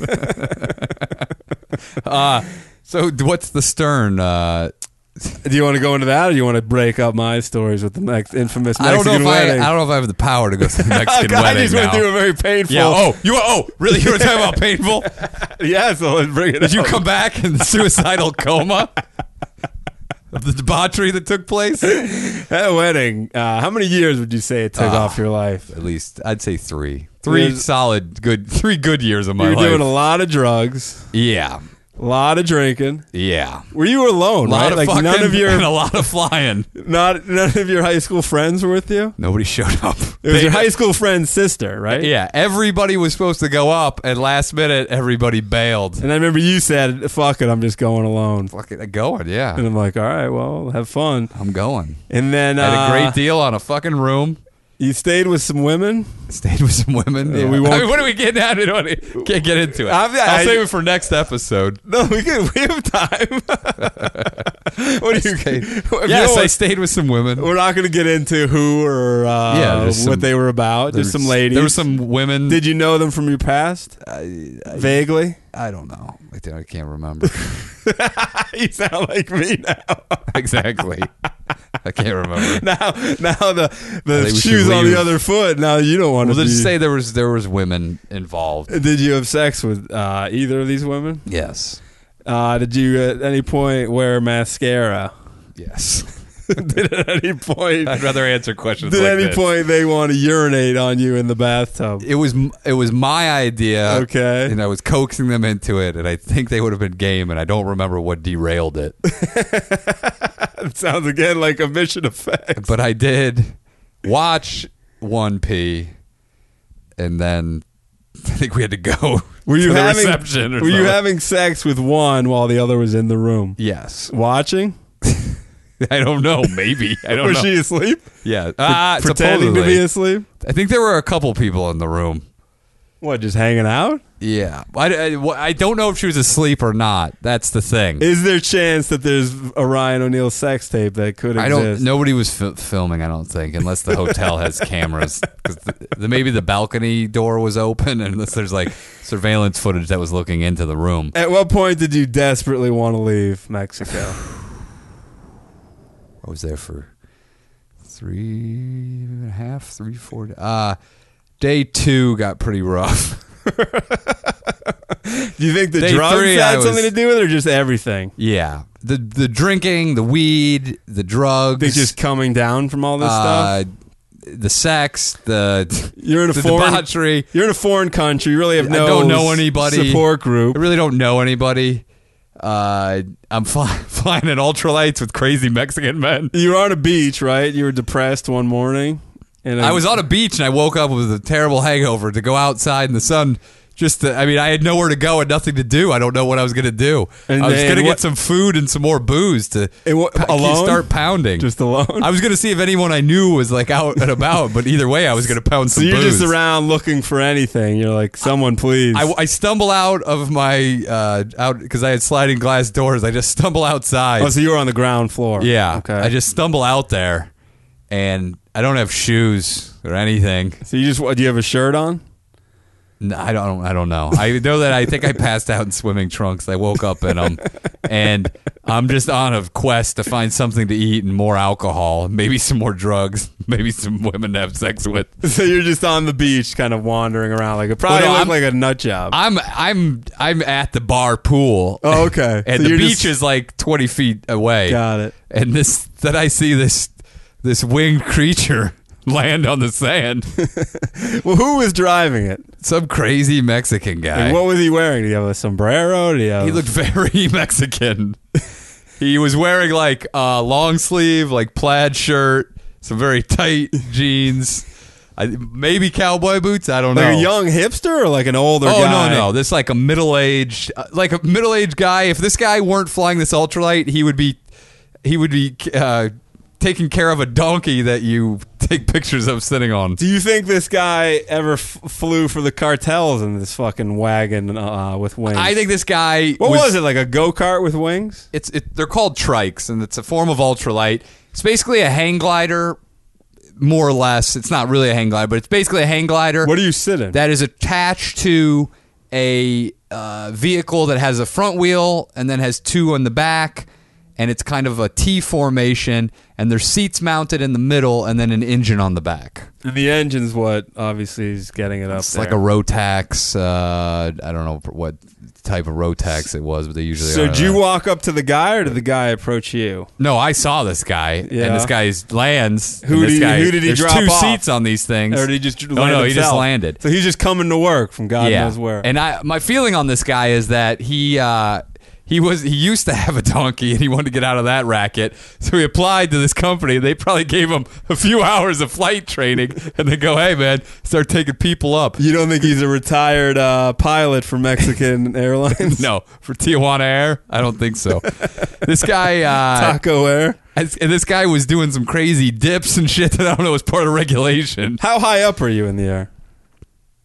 [SPEAKER 3] uh, so d- what's the stern? Uh,
[SPEAKER 4] Do you want to go into that, or do you want to break up my stories with the next infamous
[SPEAKER 3] I don't
[SPEAKER 4] Mexican
[SPEAKER 3] know if I,
[SPEAKER 4] wedding?
[SPEAKER 3] I don't know if I have the power to go to the Mexican
[SPEAKER 4] God,
[SPEAKER 3] wedding
[SPEAKER 4] I just
[SPEAKER 3] now.
[SPEAKER 4] went through a very painful.
[SPEAKER 3] yeah. Oh, you. Oh, really? You were talking about painful?
[SPEAKER 4] yeah. So let's bring it.
[SPEAKER 3] Did you
[SPEAKER 4] up.
[SPEAKER 3] come back in the suicidal coma of the debauchery that took place? At
[SPEAKER 4] that wedding? Uh, how many years would you say it took
[SPEAKER 3] Ah.
[SPEAKER 4] off your life?
[SPEAKER 3] least I'd say three, three
[SPEAKER 4] There's-
[SPEAKER 3] solid, good, three good years of my
[SPEAKER 4] You were
[SPEAKER 3] life.
[SPEAKER 4] doing a lot of drugs,
[SPEAKER 3] yeah,
[SPEAKER 4] a lot of drinking.
[SPEAKER 3] yeah.
[SPEAKER 4] Were you alone?
[SPEAKER 3] A lot
[SPEAKER 4] right?
[SPEAKER 3] of
[SPEAKER 4] like
[SPEAKER 3] fucking
[SPEAKER 4] none of
[SPEAKER 3] and a
[SPEAKER 4] your
[SPEAKER 3] lot of flying.
[SPEAKER 4] not none of your high school friends were with you.
[SPEAKER 3] Nobody showed up.
[SPEAKER 4] It was
[SPEAKER 3] They-
[SPEAKER 4] your high school friend's sister, right?
[SPEAKER 3] Yeah, everybody was supposed to go up, and last minute everybody bailed.
[SPEAKER 4] And I remember you said, "Fuck it, I'm just going alone."
[SPEAKER 3] Fucking going, yeah.
[SPEAKER 4] And I'm like, "All right, well, have fun."
[SPEAKER 3] I'm going.
[SPEAKER 4] And then
[SPEAKER 3] Had
[SPEAKER 4] uh,
[SPEAKER 3] a great deal on a fucking room.
[SPEAKER 4] You stayed with some women.
[SPEAKER 3] Stayed with some women.
[SPEAKER 4] Uh,
[SPEAKER 3] yeah.
[SPEAKER 4] we won't-
[SPEAKER 3] I mean, what are we getting at? I don't- e, Can't get into it. i
[SPEAKER 4] I'm-
[SPEAKER 3] will
[SPEAKER 4] I-
[SPEAKER 3] save it for next episode.
[SPEAKER 4] No, we can. We have time. what do you?
[SPEAKER 3] stayed-
[SPEAKER 4] if you
[SPEAKER 3] Yes,
[SPEAKER 4] don't-
[SPEAKER 3] I stayed with some women.
[SPEAKER 4] we're not going to get into who or uh,
[SPEAKER 3] Yeah,
[SPEAKER 4] what
[SPEAKER 3] there's some-
[SPEAKER 4] they were about.
[SPEAKER 3] There
[SPEAKER 4] Just
[SPEAKER 3] was-
[SPEAKER 4] some ladies.
[SPEAKER 3] There were some women.
[SPEAKER 4] Did you know them from your past? Vaguely.
[SPEAKER 3] I don't know. I think- I can't remember
[SPEAKER 4] you sound like me now.
[SPEAKER 3] exactly. I can't remember.
[SPEAKER 4] Now, now the
[SPEAKER 3] think
[SPEAKER 4] the
[SPEAKER 3] we should
[SPEAKER 4] shoes on
[SPEAKER 3] leave.
[SPEAKER 4] the other foot. Now you don't want
[SPEAKER 3] Well,
[SPEAKER 4] to
[SPEAKER 3] let's
[SPEAKER 4] be-
[SPEAKER 3] just say there was there was women involved.
[SPEAKER 4] Did you have sex with uh, either of these women?
[SPEAKER 3] Yes.
[SPEAKER 4] Uh, did you at any point wear mascara?
[SPEAKER 3] Yes.
[SPEAKER 4] did at any point?
[SPEAKER 3] I'd rather answer questions.
[SPEAKER 4] did
[SPEAKER 3] like
[SPEAKER 4] at any
[SPEAKER 3] this.
[SPEAKER 4] point they want to urinate on you in the bathtub?
[SPEAKER 3] it was m- it was my idea.
[SPEAKER 4] Okay.
[SPEAKER 3] and I was coaxing them into it, and I think they would have been game, and I don't remember what derailed it,
[SPEAKER 4] It sounds again like a mission effect.
[SPEAKER 3] but I did watch One P, and then I think we had to go.
[SPEAKER 4] Were you
[SPEAKER 3] to the
[SPEAKER 4] having
[SPEAKER 3] reception? Or
[SPEAKER 4] were you
[SPEAKER 3] something.
[SPEAKER 4] having sex with one while the other was in the room
[SPEAKER 3] Yes,
[SPEAKER 4] watching?
[SPEAKER 3] I don't know. Maybe I don't
[SPEAKER 4] was
[SPEAKER 3] know.
[SPEAKER 4] she asleep?
[SPEAKER 3] yeah, ah,
[SPEAKER 4] Pretending to be
[SPEAKER 3] supposedly.
[SPEAKER 4] asleep?
[SPEAKER 3] I think there were a couple people in the room.
[SPEAKER 4] What? Just hanging out?
[SPEAKER 3] Yeah, I, I, I don't know if she was asleep or not. That's the thing.
[SPEAKER 4] Is there chance that there's a Ryan O'Neal sex tape that could exist?
[SPEAKER 3] I don't. Nobody was fi- filming. I don't think, unless the hotel has cameras. 'Cause the, the- maybe the balcony door was open, and unless there's like surveillance footage that was looking into the room.
[SPEAKER 4] At what point did you desperately want to leave Mexico?
[SPEAKER 3] I was there for three and a half, three, four. Uh, day two got pretty rough.
[SPEAKER 4] Do you think the
[SPEAKER 3] Day
[SPEAKER 4] drugs
[SPEAKER 3] three, I
[SPEAKER 4] had
[SPEAKER 3] was-
[SPEAKER 4] something to do with it, or just everything?
[SPEAKER 3] Yeah, the the drinking, the weed, the drugs,
[SPEAKER 4] They just coming down from all this
[SPEAKER 3] uh,
[SPEAKER 4] stuff.
[SPEAKER 3] the sex, the
[SPEAKER 4] You're in a
[SPEAKER 3] the
[SPEAKER 4] foreign
[SPEAKER 3] debauchery.
[SPEAKER 4] You're in a foreign country. You really have
[SPEAKER 3] I
[SPEAKER 4] no
[SPEAKER 3] don't know
[SPEAKER 4] s-
[SPEAKER 3] anybody.
[SPEAKER 4] support group.
[SPEAKER 3] I really don't know anybody. Uh, I'm fly- flying in ultralights with crazy Mexican men.
[SPEAKER 4] You were on a beach, right? You were depressed one morning, and
[SPEAKER 3] I was on a beach and I woke up with a terrible hangover to go outside in the sun. Just, to, I mean, I had nowhere to go and nothing to do. I don't know what I was going to do.
[SPEAKER 4] And
[SPEAKER 3] I was
[SPEAKER 4] then
[SPEAKER 3] going to
[SPEAKER 4] what-
[SPEAKER 3] get some food and some more booze to
[SPEAKER 4] And what-
[SPEAKER 3] pa- keep-
[SPEAKER 4] alone?
[SPEAKER 3] start pounding.
[SPEAKER 4] just alone.
[SPEAKER 3] I was going to see if anyone I knew was like out and about, but either way, I was going to pound
[SPEAKER 4] so
[SPEAKER 3] some
[SPEAKER 4] you're
[SPEAKER 3] booze.
[SPEAKER 4] just around looking for anything. You're like, someone, please.
[SPEAKER 3] I, I stumble out of my uh, out because I had sliding glass doors. I just stumble outside.
[SPEAKER 4] oh, so you were on the ground floor.
[SPEAKER 3] Yeah.
[SPEAKER 4] Okay.
[SPEAKER 3] I just stumble out there and I don't have shoes or anything.
[SPEAKER 4] so you just what, do you have a shirt on?
[SPEAKER 3] No, I don't I don't know. I know that I think I passed out in swimming trunks. I woke up in them and I'm just on a quest to find something to eat and more alcohol, maybe some more drugs, maybe some women to have sex with.
[SPEAKER 4] So you're just on the beach, kind of wandering around. Like it probably
[SPEAKER 3] Well, no,
[SPEAKER 4] looked
[SPEAKER 3] I'm-
[SPEAKER 4] like a nut job.
[SPEAKER 3] I'm I'm I'm at the bar pool.
[SPEAKER 4] Oh, okay.
[SPEAKER 3] And
[SPEAKER 4] So
[SPEAKER 3] the
[SPEAKER 4] you're
[SPEAKER 3] beach
[SPEAKER 4] just-
[SPEAKER 3] is like 20 feet away.
[SPEAKER 4] Got it.
[SPEAKER 3] And this that I see this this winged creature land on the sand.
[SPEAKER 4] well, who was driving it?
[SPEAKER 3] some crazy Mexican guy.
[SPEAKER 4] And what was he wearing? Did he have a sombrero? Did he, have
[SPEAKER 3] he looked very Mexican. he was wearing like a long sleeve, like plaid shirt, some very tight jeans, I, maybe cowboy boots. I don't
[SPEAKER 4] like
[SPEAKER 3] know.
[SPEAKER 4] a young hipster or like an older
[SPEAKER 3] Oh
[SPEAKER 4] guy?
[SPEAKER 3] no no! This like a middle aged, like a middle aged guy. If this guy weren't flying this ultralight, he would be, he would be uh, taking care of a donkey that you take pictures of sitting on.
[SPEAKER 4] Do you think this guy ever f- flew for the cartels in this fucking wagon uh, with wings?
[SPEAKER 3] I think this guy.
[SPEAKER 4] What was, it like a go kart with wings?
[SPEAKER 3] It's it, they're called trikes, and it's a form of ultralight. It's basically a hang glider, more or less. It's not really a hang glider, but it's basically a hang glider.
[SPEAKER 4] What do you sit in?
[SPEAKER 3] that is attached to a uh, vehicle that has a front wheel and then has two on the back, and it's kind of a T formation, and there's seats mounted in the middle, and then an engine on the back.
[SPEAKER 4] and the engine's what obviously is getting it up.
[SPEAKER 3] It's like a Rotax. Uh, I don't know what type of Rotax it was, but they usually.
[SPEAKER 4] So
[SPEAKER 3] are uh,
[SPEAKER 4] did you
[SPEAKER 3] that.
[SPEAKER 4] walk up to the guy or did the guy approach you?
[SPEAKER 3] No, I saw this guy,
[SPEAKER 4] Yeah.
[SPEAKER 3] and this guy's lands. and
[SPEAKER 4] Who
[SPEAKER 3] this
[SPEAKER 4] did he-
[SPEAKER 3] guy-
[SPEAKER 4] who did he
[SPEAKER 3] there's
[SPEAKER 4] drop
[SPEAKER 3] two
[SPEAKER 4] off?
[SPEAKER 3] seats on these things.
[SPEAKER 4] Or did he just
[SPEAKER 3] Oh, No,
[SPEAKER 4] land
[SPEAKER 3] no, he just
[SPEAKER 4] himself?
[SPEAKER 3] landed.
[SPEAKER 4] So he's just coming to work from God
[SPEAKER 3] yeah.
[SPEAKER 4] knows where.
[SPEAKER 3] And I, my feeling on this guy is that he uh, he was he used to have a donkey and he wanted to get out of that racket, so he applied to this company. They probably gave him a few hours of flight training, and they go, "Hey, man, start taking people up."
[SPEAKER 4] you don't think he's a retired uh, pilot for Mexican Airlines?
[SPEAKER 3] No, for Tijuana Air, I don't think so. this guy, uh,
[SPEAKER 4] Taco Air.
[SPEAKER 3] and this guy was doing some crazy dips and shit that I don't know was part of regulation.
[SPEAKER 4] How high up are you in the air?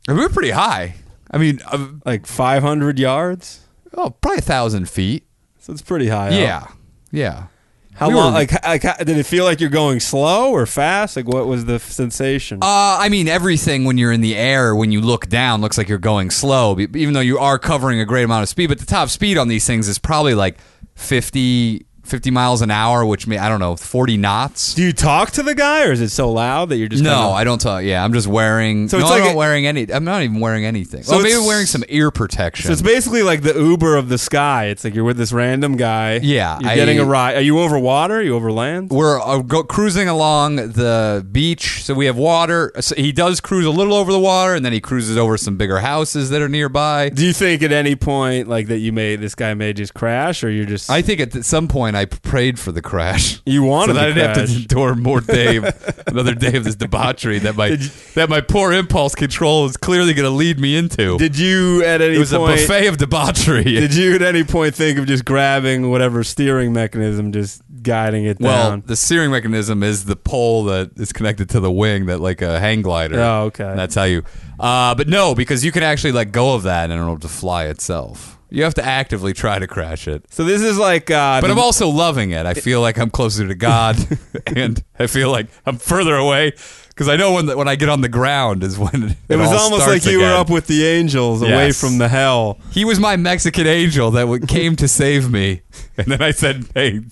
[SPEAKER 3] We were pretty high. I mean, uh,
[SPEAKER 4] Like 500 yards?
[SPEAKER 3] oh, probably a thousand feet.
[SPEAKER 4] So it's pretty high. Up.
[SPEAKER 3] Yeah, yeah.
[SPEAKER 4] How
[SPEAKER 3] We
[SPEAKER 4] long?
[SPEAKER 3] were-
[SPEAKER 4] like, like, how- did it feel like you're going slow or fast? Like, what was the f- sensation?
[SPEAKER 3] Uh, I mean, everything when you're in the air, when you look down, looks like you're going slow, be- even though you are covering a great amount of speed. But the top speed on these things is probably like 50, 50 miles an hour, which may, I don't know, 40 knots.
[SPEAKER 4] Do you talk to the guy, or is it so loud that you're just
[SPEAKER 3] No,
[SPEAKER 4] kinda-
[SPEAKER 3] I don't tell. Yeah, I'm just wearing.
[SPEAKER 4] So
[SPEAKER 3] no,
[SPEAKER 4] it's
[SPEAKER 3] I'm
[SPEAKER 4] like
[SPEAKER 3] not
[SPEAKER 4] a-
[SPEAKER 3] wearing any. I'm not even wearing anything. So well, maybe
[SPEAKER 4] it's-
[SPEAKER 3] wearing some ear protection.
[SPEAKER 4] So it's basically like the Uber of the sky. It's like you're with this random guy.
[SPEAKER 3] Yeah,
[SPEAKER 4] you're
[SPEAKER 3] I-
[SPEAKER 4] getting a ride. Are you over water? Are you over land?
[SPEAKER 3] we're uh, go, cruising along the beach, so we have water. So he does cruise a little over the water, and then he cruises over some bigger houses that are nearby.
[SPEAKER 4] Do you think at any point like that you may this guy may just crash, or you're just
[SPEAKER 3] I think at some point I prayed for the crash.
[SPEAKER 4] you wanted
[SPEAKER 3] so that
[SPEAKER 4] to
[SPEAKER 3] I didn't have to
[SPEAKER 4] crash.
[SPEAKER 3] endure more day, of- another day of this debauchery that my that my poor impulse control is clearly going to lead me into.
[SPEAKER 4] Did you at any
[SPEAKER 3] it was
[SPEAKER 4] point?
[SPEAKER 3] a buffet of debauchery.
[SPEAKER 4] Did you at any point think of just grabbing whatever steering mechanism, just guiding it
[SPEAKER 3] well,
[SPEAKER 4] down?
[SPEAKER 3] the steering mechanism is the pole that is connected to the wing, that like a hang glider.
[SPEAKER 4] Oh, okay.
[SPEAKER 3] And that's how you. Uh, but no, because you can actually let go of that in order to fly itself. You have to actively try to crash it.
[SPEAKER 4] so this is like, uh,
[SPEAKER 3] But
[SPEAKER 4] the-
[SPEAKER 3] I'm also loving it. I feel like I'm closer to God, and I feel like I'm further away because I know when the, when I get on the ground is when it,
[SPEAKER 4] it was
[SPEAKER 3] all
[SPEAKER 4] almost
[SPEAKER 3] starts
[SPEAKER 4] like you were
[SPEAKER 3] again.
[SPEAKER 4] up with the angels, away
[SPEAKER 3] Yes.
[SPEAKER 4] from the hell.
[SPEAKER 3] He was my Mexican angel that w- came to save me, and then I said, "Hey,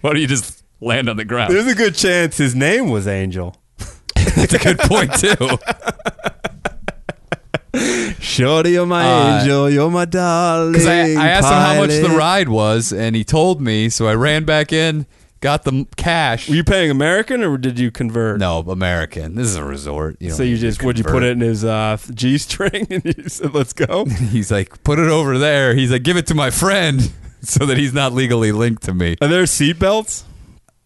[SPEAKER 3] why don't you just land on the ground?"
[SPEAKER 4] There's a good chance his name was Angel.
[SPEAKER 3] That's a good point too.
[SPEAKER 4] Shorty, you're my
[SPEAKER 3] Uh,
[SPEAKER 4] angel. You're my darling.
[SPEAKER 3] Because I, I asked him how much the
[SPEAKER 4] pilot.
[SPEAKER 3] ride was, and he told me. So I ran back in, got the m- cash.
[SPEAKER 4] Were you paying American or did you convert?
[SPEAKER 3] no, American. This is a resort. You
[SPEAKER 4] So you just would you put it
[SPEAKER 3] in?
[SPEAKER 4] in his uh, G string and you said, "Let's go."
[SPEAKER 3] He's like, put it over there. He's like, give it to my friend so that he's not legally linked to me.
[SPEAKER 4] Are there seatbelts?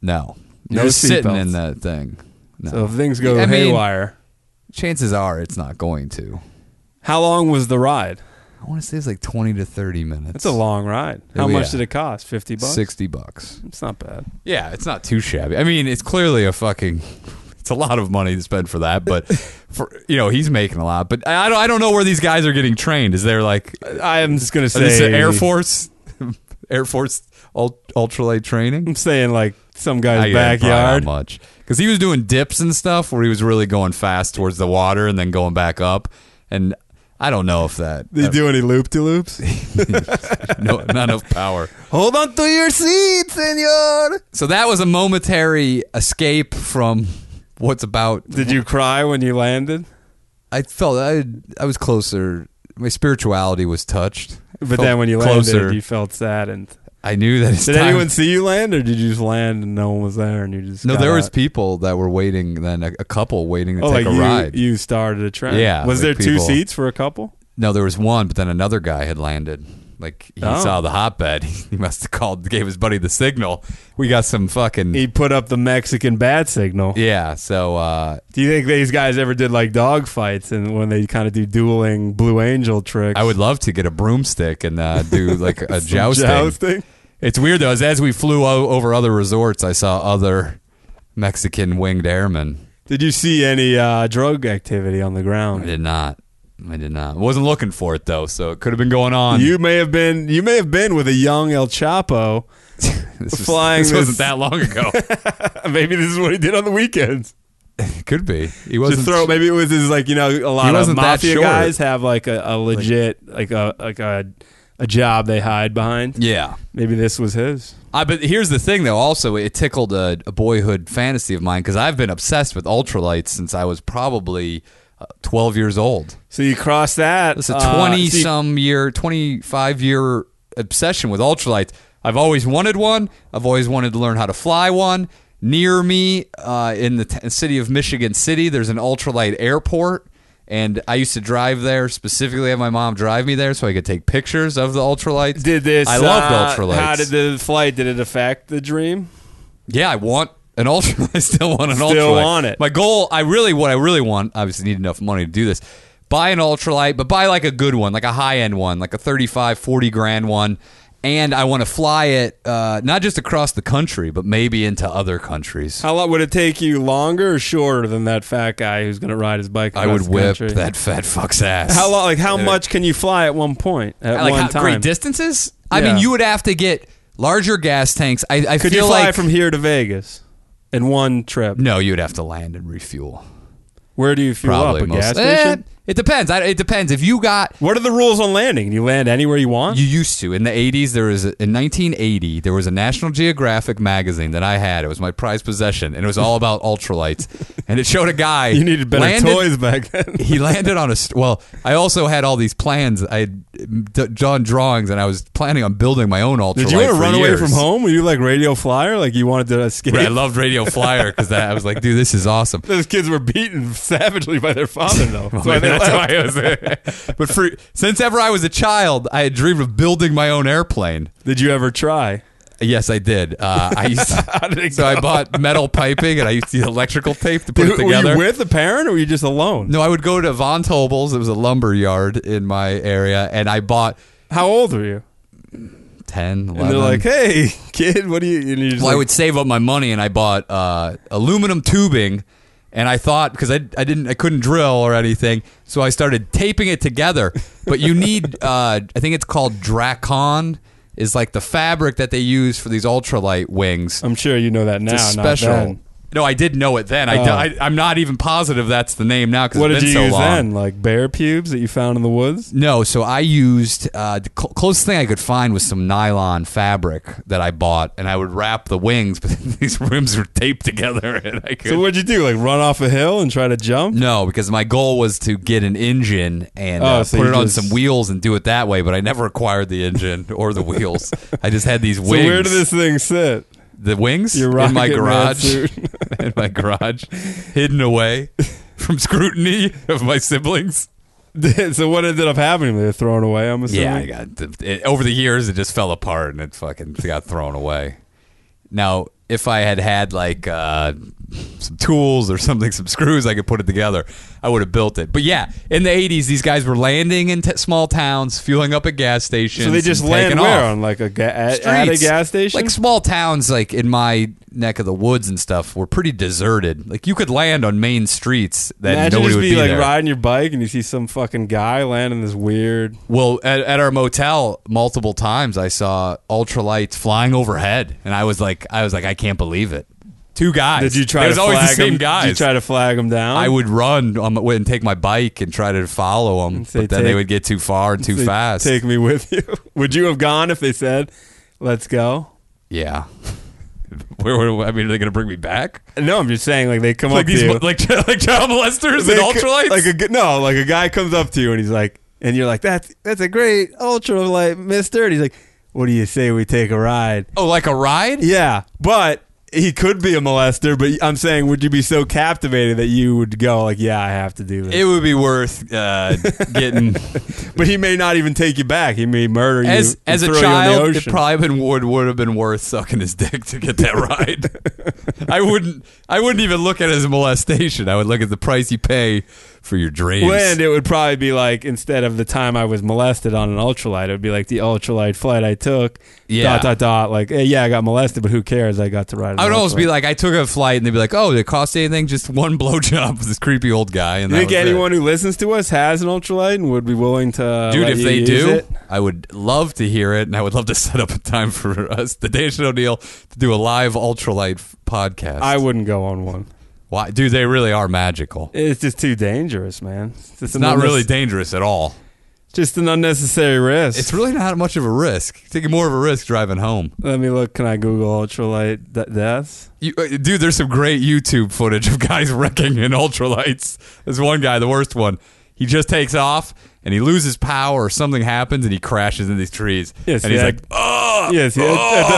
[SPEAKER 3] No,
[SPEAKER 4] No
[SPEAKER 3] you're sitting
[SPEAKER 4] seatbelts.
[SPEAKER 3] in that thing. No.
[SPEAKER 4] So if things go
[SPEAKER 3] I mean-
[SPEAKER 4] haywire,
[SPEAKER 3] Chances are it's not going to.
[SPEAKER 4] how long was the ride?
[SPEAKER 3] I want to say it's like twenty to thirty minutes.
[SPEAKER 4] That's a long ride.
[SPEAKER 3] Oh,
[SPEAKER 4] How much
[SPEAKER 3] yeah.
[SPEAKER 4] did it cost? Fifty bucks.
[SPEAKER 3] sixty bucks.
[SPEAKER 4] It's not bad.
[SPEAKER 3] Yeah, it's not too shabby. I mean, it's clearly a fucking. It's a lot of money to spend for that, but for you know he's making a lot. But I I don't, I don't know where these guys are getting trained. Is there like
[SPEAKER 4] I am just gonna
[SPEAKER 3] is this
[SPEAKER 4] say
[SPEAKER 3] an Air Force, Air Force ul- ultralight training?
[SPEAKER 4] I'm saying like some
[SPEAKER 3] I
[SPEAKER 4] guy's
[SPEAKER 3] get it, probably
[SPEAKER 4] backyard.
[SPEAKER 3] not much because he was doing dips and stuff where he was really going fast towards the water and then going back up. And I don't know if that
[SPEAKER 4] They do any loop de loops?
[SPEAKER 3] no, not enough power.
[SPEAKER 4] Hold on to your seat, senor.
[SPEAKER 3] So that was a momentary escape from what's about
[SPEAKER 4] Did you cry when you landed?
[SPEAKER 3] I felt I I was closer. My spirituality was touched.
[SPEAKER 4] But
[SPEAKER 3] Felt
[SPEAKER 4] then when you landed,
[SPEAKER 3] closer,
[SPEAKER 4] you felt saddened.
[SPEAKER 3] I knew that. It's
[SPEAKER 4] Did
[SPEAKER 3] time-
[SPEAKER 4] anyone see you land, or did you just land and no one was there, and you just
[SPEAKER 3] No,
[SPEAKER 4] got
[SPEAKER 3] there was
[SPEAKER 4] out?
[SPEAKER 3] people that were waiting. Then a, a couple waiting to
[SPEAKER 4] Oh,
[SPEAKER 3] take
[SPEAKER 4] like
[SPEAKER 3] a
[SPEAKER 4] you,
[SPEAKER 3] ride.
[SPEAKER 4] you started a trend.
[SPEAKER 3] Yeah,
[SPEAKER 4] Was there
[SPEAKER 3] like
[SPEAKER 4] two
[SPEAKER 3] people-
[SPEAKER 4] seats for a couple?
[SPEAKER 3] no, there was one, but then another guy had landed. Like he
[SPEAKER 4] Oh.
[SPEAKER 3] saw the hotbed. He must have called, gave his buddy the signal. We got some fucking
[SPEAKER 4] He put up the Mexican bat signal.
[SPEAKER 3] yeah. So uh,
[SPEAKER 4] Do you think these guys ever did like dog fights and when they kind of do dueling Blue Angel tricks?
[SPEAKER 3] I would love to get a broomstick and uh, do like a
[SPEAKER 4] Some
[SPEAKER 3] jousting.
[SPEAKER 4] jousting?
[SPEAKER 3] It's weird though. As, as we flew o- over other resorts, I saw other Mexican winged airman.
[SPEAKER 4] Did you see any uh, drug activity on the
[SPEAKER 3] I
[SPEAKER 4] ground?
[SPEAKER 3] did not. I did not. Wasn't looking for it though, so it could have been going on.
[SPEAKER 4] You may have been you may have been with a young El Chapo.
[SPEAKER 3] this was,
[SPEAKER 4] flying
[SPEAKER 3] This
[SPEAKER 4] this-
[SPEAKER 3] wasn't that long ago.
[SPEAKER 4] Maybe this is what he did on the weekends.
[SPEAKER 3] could be. He
[SPEAKER 4] Just
[SPEAKER 3] wasn't.
[SPEAKER 4] throw. Maybe it was his like you know a lot of
[SPEAKER 3] wasn't that
[SPEAKER 4] mafia
[SPEAKER 3] short.
[SPEAKER 4] guys have like a, a legit like a like a a job they hide behind.
[SPEAKER 3] yeah.
[SPEAKER 4] Maybe this was his.
[SPEAKER 3] I, but here's the thing, though. Also, it tickled a, a boyhood fantasy of mine because I've been obsessed with ultralights since I was probably uh, 12 years old.
[SPEAKER 4] So you cross that.
[SPEAKER 3] It's a
[SPEAKER 4] uh,
[SPEAKER 3] 20
[SPEAKER 4] so you-
[SPEAKER 3] some year, 25 year obsession with ultralights. I've always wanted one. I've always wanted to learn how to fly one. Near me uh, in the t- city of Michigan City, there's an ultralight airport. And I used to drive there specifically, have my mom drive me there so I could take pictures of the ultralights.
[SPEAKER 4] Did this?
[SPEAKER 3] I loved
[SPEAKER 4] uh,
[SPEAKER 3] ultralights.
[SPEAKER 4] How did the flight? Did it affect the dream?
[SPEAKER 3] Yeah, I want an ultra. I still want an ultralight.
[SPEAKER 4] Still want it.
[SPEAKER 3] My goal, I really, what I really want, obviously need enough money to do this. Buy an ultralight, but buy like a good one, like a high end one, like a 35, 40 grand one. And I want to fly it uh, not just across the country, but maybe into other countries.
[SPEAKER 4] How long would it take you? Longer or shorter than that fat guy who's going to ride his bike?
[SPEAKER 3] I would
[SPEAKER 4] across the
[SPEAKER 3] whip
[SPEAKER 4] country?
[SPEAKER 3] that fat fuck's ass.
[SPEAKER 4] How long? Like how much can you fly at one point? At
[SPEAKER 3] Like
[SPEAKER 4] one
[SPEAKER 3] how,
[SPEAKER 4] time?
[SPEAKER 3] great distances? I
[SPEAKER 4] Yeah.
[SPEAKER 3] mean, you would have to get larger gas tanks. I, I
[SPEAKER 4] Could
[SPEAKER 3] feel
[SPEAKER 4] you fly
[SPEAKER 3] like
[SPEAKER 4] from here to Vegas in one trip?
[SPEAKER 3] no, you would have to land and refuel.
[SPEAKER 4] Where do you fuel
[SPEAKER 3] Probably
[SPEAKER 4] up? A gas
[SPEAKER 3] most- Eh,
[SPEAKER 4] station?
[SPEAKER 3] it depends. I, it depends. If you got
[SPEAKER 4] What are the rules on landing? You land anywhere you want.
[SPEAKER 3] You used to. In the 80s, there was, in 1980, there was a National Geographic magazine that I had. It was my prized possession, and it was all about ultralights. And it showed a guy.
[SPEAKER 4] You needed better
[SPEAKER 3] landed-
[SPEAKER 4] toys back then.
[SPEAKER 3] He landed on a. st- Well, I also had all these plans. I had d- done drawings, and I was planning on building my own ultralight.
[SPEAKER 4] Did you want to
[SPEAKER 3] for
[SPEAKER 4] run away
[SPEAKER 3] years.
[SPEAKER 4] from home? Were you like radio flyer? Like you wanted to escape?
[SPEAKER 3] But I loved Radio Flyer because I was like, dude, this is awesome.
[SPEAKER 4] Those kids were beaten savagely by their father, though. That's why they
[SPEAKER 3] Oh, That's
[SPEAKER 4] left.
[SPEAKER 3] why I was- but for, since ever I was a child, I had dreamed of building my own airplane.
[SPEAKER 4] Did you ever try?
[SPEAKER 3] Yes, I did. Uh, I used to- so I bought metal piping and I used to use electrical tape to put it
[SPEAKER 4] Were
[SPEAKER 3] together.
[SPEAKER 4] you with a parent or were you just alone?
[SPEAKER 3] no, I would go to Von Tobel's. It was a lumber yard in my area, and I bought
[SPEAKER 4] How old were you?
[SPEAKER 3] 10, 11.
[SPEAKER 4] And they're like, "Hey, kid, what do you?" And you just
[SPEAKER 3] well, I
[SPEAKER 4] like,
[SPEAKER 3] would save up my money and I bought uh, aluminum tubing. And I thought because I, I didn't I couldn't drill or anything, so I started taping it together. But you need uh, I think it's called Dracon is like the fabric that they use for these ultralight wings.
[SPEAKER 4] I'm sure you know that now.
[SPEAKER 3] It's a
[SPEAKER 4] not
[SPEAKER 3] special.
[SPEAKER 4] then.
[SPEAKER 3] No, I did know it then. I,
[SPEAKER 4] Oh.
[SPEAKER 3] am not even positive that's the name now because
[SPEAKER 4] What
[SPEAKER 3] it's been
[SPEAKER 4] did you
[SPEAKER 3] so
[SPEAKER 4] use
[SPEAKER 3] long.
[SPEAKER 4] then? Like bear pubes that you found in the woods?
[SPEAKER 3] No, so I used uh, the cl- closest thing I could find was some nylon fabric that I bought, and I would wrap the wings, but these rims were taped together, and I could.
[SPEAKER 4] So what'd you do? Like run off a hill and try to jump?
[SPEAKER 3] no, because my goal was to get an engine and
[SPEAKER 4] Oh,
[SPEAKER 3] uh,
[SPEAKER 4] so
[SPEAKER 3] put
[SPEAKER 4] you
[SPEAKER 3] it on
[SPEAKER 4] just-
[SPEAKER 3] some wheels and do it that way, but I never acquired the engine or the wheels. I just had these
[SPEAKER 4] So
[SPEAKER 3] wings.
[SPEAKER 4] where did this thing sit?
[SPEAKER 3] the wings
[SPEAKER 4] Your
[SPEAKER 3] in my
[SPEAKER 4] Rocket Man
[SPEAKER 3] garage
[SPEAKER 4] suit.
[SPEAKER 3] in my garage hidden away from scrutiny of my siblings
[SPEAKER 4] so what ended up happening? They were thrown away. I'm assuming.
[SPEAKER 3] yeah i got it, over the years it just fell apart and it fucking got thrown away now if i had had like uh some tools or something some screws i could put it together i would have built it but yeah in the 80s these guys were landing in t- small towns fueling up at gas stations
[SPEAKER 4] so they just
[SPEAKER 3] and
[SPEAKER 4] land
[SPEAKER 3] taking
[SPEAKER 4] where
[SPEAKER 3] off.
[SPEAKER 4] on like a ga- at, at a
[SPEAKER 3] streets,
[SPEAKER 4] gas station?
[SPEAKER 3] like small towns, like in my neck of the woods and stuff, were pretty deserted. Like you could land on main streets that
[SPEAKER 4] Imagine
[SPEAKER 3] nobody
[SPEAKER 4] just
[SPEAKER 3] would
[SPEAKER 4] be,
[SPEAKER 3] be
[SPEAKER 4] like
[SPEAKER 3] there.
[SPEAKER 4] riding your bike and you see some fucking guy land in this weird.
[SPEAKER 3] well, at, at our motel, multiple times I saw ultralights flying overhead, and I was like, I was like, I can't believe it. Two guys.
[SPEAKER 4] Did you try
[SPEAKER 3] It was
[SPEAKER 4] to
[SPEAKER 3] always
[SPEAKER 4] flag
[SPEAKER 3] the same
[SPEAKER 4] him?
[SPEAKER 3] guys.
[SPEAKER 4] Did you try to flag him down?
[SPEAKER 3] I would run on my, and take my bike and try to follow them,
[SPEAKER 4] say,
[SPEAKER 3] but then they
[SPEAKER 4] "Take-
[SPEAKER 3] would get too far and too
[SPEAKER 4] Say,
[SPEAKER 3] fast.
[SPEAKER 4] Take me with you. Would you have gone if they said, "Let's go"?
[SPEAKER 3] yeah. Where, where, I mean, are they going to bring me back?
[SPEAKER 4] No, I'm just saying like they come
[SPEAKER 3] Like
[SPEAKER 4] up to
[SPEAKER 3] these,
[SPEAKER 4] you.
[SPEAKER 3] like like child molesters
[SPEAKER 4] They
[SPEAKER 3] and
[SPEAKER 4] c-
[SPEAKER 3] ultralights?
[SPEAKER 4] Like a g- no, like a guy comes up to you and he's like, and you're like, that's that's a great ultralight, Mister. And he's like, what do you say we take a ride?
[SPEAKER 3] oh, like a ride?
[SPEAKER 4] Yeah, but he could be a molester. But I'm saying, would you be so captivated that you would go like, yeah, I have to do this?
[SPEAKER 3] It would be worth uh, getting
[SPEAKER 4] but he may not even take you back. He may murder
[SPEAKER 3] as
[SPEAKER 4] you and
[SPEAKER 3] as a
[SPEAKER 4] throw you in the
[SPEAKER 3] child. It
[SPEAKER 4] ocean.
[SPEAKER 3] probably been, would would have been worth sucking his dick to get that ride. I wouldn't. I wouldn't even look at it as molestation. I would look at the price you pay for your dreams.
[SPEAKER 4] When it would probably be like instead of the time I was molested on an ultralight, it would be like the ultralight flight I took.
[SPEAKER 3] Yeah.
[SPEAKER 4] Dot dot dot. Like, hey, yeah, I got molested, but who cares? I got to ride. An
[SPEAKER 3] I would almost be like, I took a flight, and they'd be like, "Oh, did it cost anything? Just one blowjob with this creepy old guy." And
[SPEAKER 4] You
[SPEAKER 3] that
[SPEAKER 4] think
[SPEAKER 3] was it.
[SPEAKER 4] anyone who listens to us has an ultralight and would be willing to,
[SPEAKER 3] dude,
[SPEAKER 4] let
[SPEAKER 3] if
[SPEAKER 4] you
[SPEAKER 3] they
[SPEAKER 4] use
[SPEAKER 3] do,
[SPEAKER 4] it?
[SPEAKER 3] I would love to hear it, and I would love to set up a time for us, the Nation O'Neill, to do a live ultralight f- podcast.
[SPEAKER 4] I wouldn't go on one.
[SPEAKER 3] Why, dude? They really are magical.
[SPEAKER 4] It's just too dangerous, man. It's, just
[SPEAKER 3] It's not really dangerous at all.
[SPEAKER 4] just an unnecessary risk.
[SPEAKER 3] It's really not much of a risk. Taking more of a risk driving home.
[SPEAKER 4] Let me look. Can I Google ultralight de- deaths?
[SPEAKER 3] You, uh, dude, there's some great YouTube footage of guys wrecking in ultralights. There's one guy, the worst one. He just takes off and he loses power or something happens and he crashes into these trees.
[SPEAKER 4] Yes,
[SPEAKER 3] and he's
[SPEAKER 4] yeah.
[SPEAKER 3] like, oh,
[SPEAKER 4] Yes, yeah, that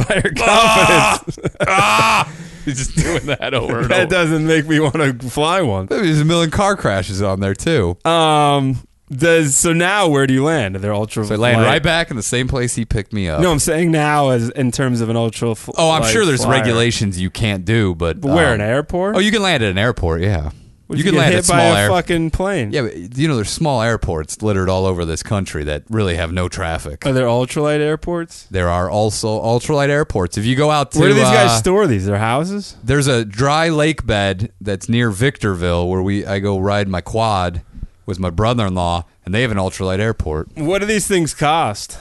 [SPEAKER 4] inspire confidence.
[SPEAKER 3] ah. He's just doing that over and
[SPEAKER 4] That
[SPEAKER 3] over.
[SPEAKER 4] doesn't make me want to fly one.
[SPEAKER 3] Maybe there's a million car crashes on there too.
[SPEAKER 4] Um, does so now where do you land? They're ultra.
[SPEAKER 3] So I land right back in the same place he picked me up.
[SPEAKER 4] No, I'm saying now as in terms of an ultra. Fl-
[SPEAKER 3] oh, I'm
[SPEAKER 4] light
[SPEAKER 3] sure there's
[SPEAKER 4] flyer.
[SPEAKER 3] regulations you can't do, but,
[SPEAKER 4] But where
[SPEAKER 3] um,
[SPEAKER 4] an airport?
[SPEAKER 3] Oh, you can land at an airport. Yeah,
[SPEAKER 4] Would
[SPEAKER 3] you can
[SPEAKER 4] get
[SPEAKER 3] land
[SPEAKER 4] hit
[SPEAKER 3] at small
[SPEAKER 4] by a
[SPEAKER 3] air-
[SPEAKER 4] fucking plane.
[SPEAKER 3] Yeah, but you know, there's small airports littered all over this country that really have no traffic.
[SPEAKER 4] Are there ultralight airports?
[SPEAKER 3] There are also ultralight airports. If you go out to
[SPEAKER 4] Where do these
[SPEAKER 3] uh,
[SPEAKER 4] guys store these? Their houses?
[SPEAKER 3] there's a dry lake bed that's near Victorville where we I go ride my quad with my brother-in-law, and they have an ultralight airport.
[SPEAKER 4] What do these things cost?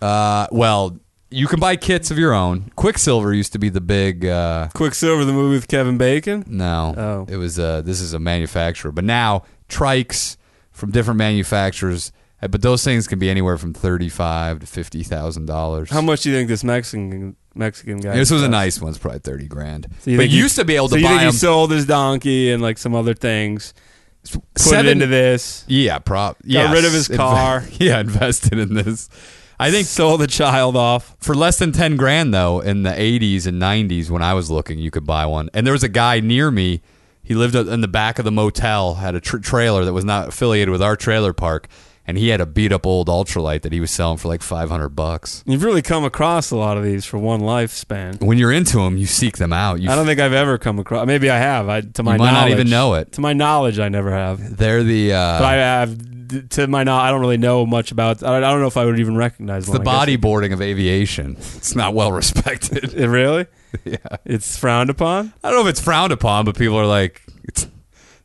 [SPEAKER 3] Uh, well, you can buy kits of your own. Quicksilver used to be the big. Uh,
[SPEAKER 4] Quicksilver, the movie with Kevin Bacon.
[SPEAKER 3] No.
[SPEAKER 4] Oh.
[SPEAKER 3] It was uh this is a manufacturer. But now trikes from different manufacturers uh, but those things can be anywhere from thirty five to fifty thousand dollars.
[SPEAKER 4] How much do you think this Mexican Mexican guy?
[SPEAKER 3] This was a
[SPEAKER 4] cost?
[SPEAKER 3] nice one's probably thirty grand.
[SPEAKER 4] So you
[SPEAKER 3] but
[SPEAKER 4] think
[SPEAKER 3] you
[SPEAKER 4] he-
[SPEAKER 3] used to be able
[SPEAKER 4] So
[SPEAKER 3] to
[SPEAKER 4] you
[SPEAKER 3] buy
[SPEAKER 4] think he
[SPEAKER 3] them.
[SPEAKER 4] sold his donkey and like some other things? Put
[SPEAKER 3] Seven-
[SPEAKER 4] it into this.
[SPEAKER 3] yeah, prop. Got
[SPEAKER 4] rid of his car.
[SPEAKER 3] yeah, invested in this. I think
[SPEAKER 4] sold the child off.
[SPEAKER 3] for less than 10 grand though in the 80s and 90s when i was looking you could buy one and there was a guy near me he lived in the back of the motel had a tr- trailer that was not affiliated with our trailer park and he had a beat up old ultralight that he was selling for like 500 bucks
[SPEAKER 4] You've really come across a lot of these for one lifespan.
[SPEAKER 3] when you're into them you seek them out you
[SPEAKER 4] I don't think I've ever come across. Maybe I have. I to my
[SPEAKER 3] might not
[SPEAKER 4] knowledge,
[SPEAKER 3] even know it.
[SPEAKER 4] To my knowledge, I never have.
[SPEAKER 3] they're the
[SPEAKER 4] But I
[SPEAKER 3] uh,
[SPEAKER 4] have. d- To my knowledge, I don't really know much about. I I don't know if I would even recognize
[SPEAKER 3] the
[SPEAKER 4] one, I guess.
[SPEAKER 3] bodyboarding of aviation it's not well respected
[SPEAKER 4] It really? Yeah. It's frowned upon.
[SPEAKER 3] i don't know if it's frowned upon but people are like it's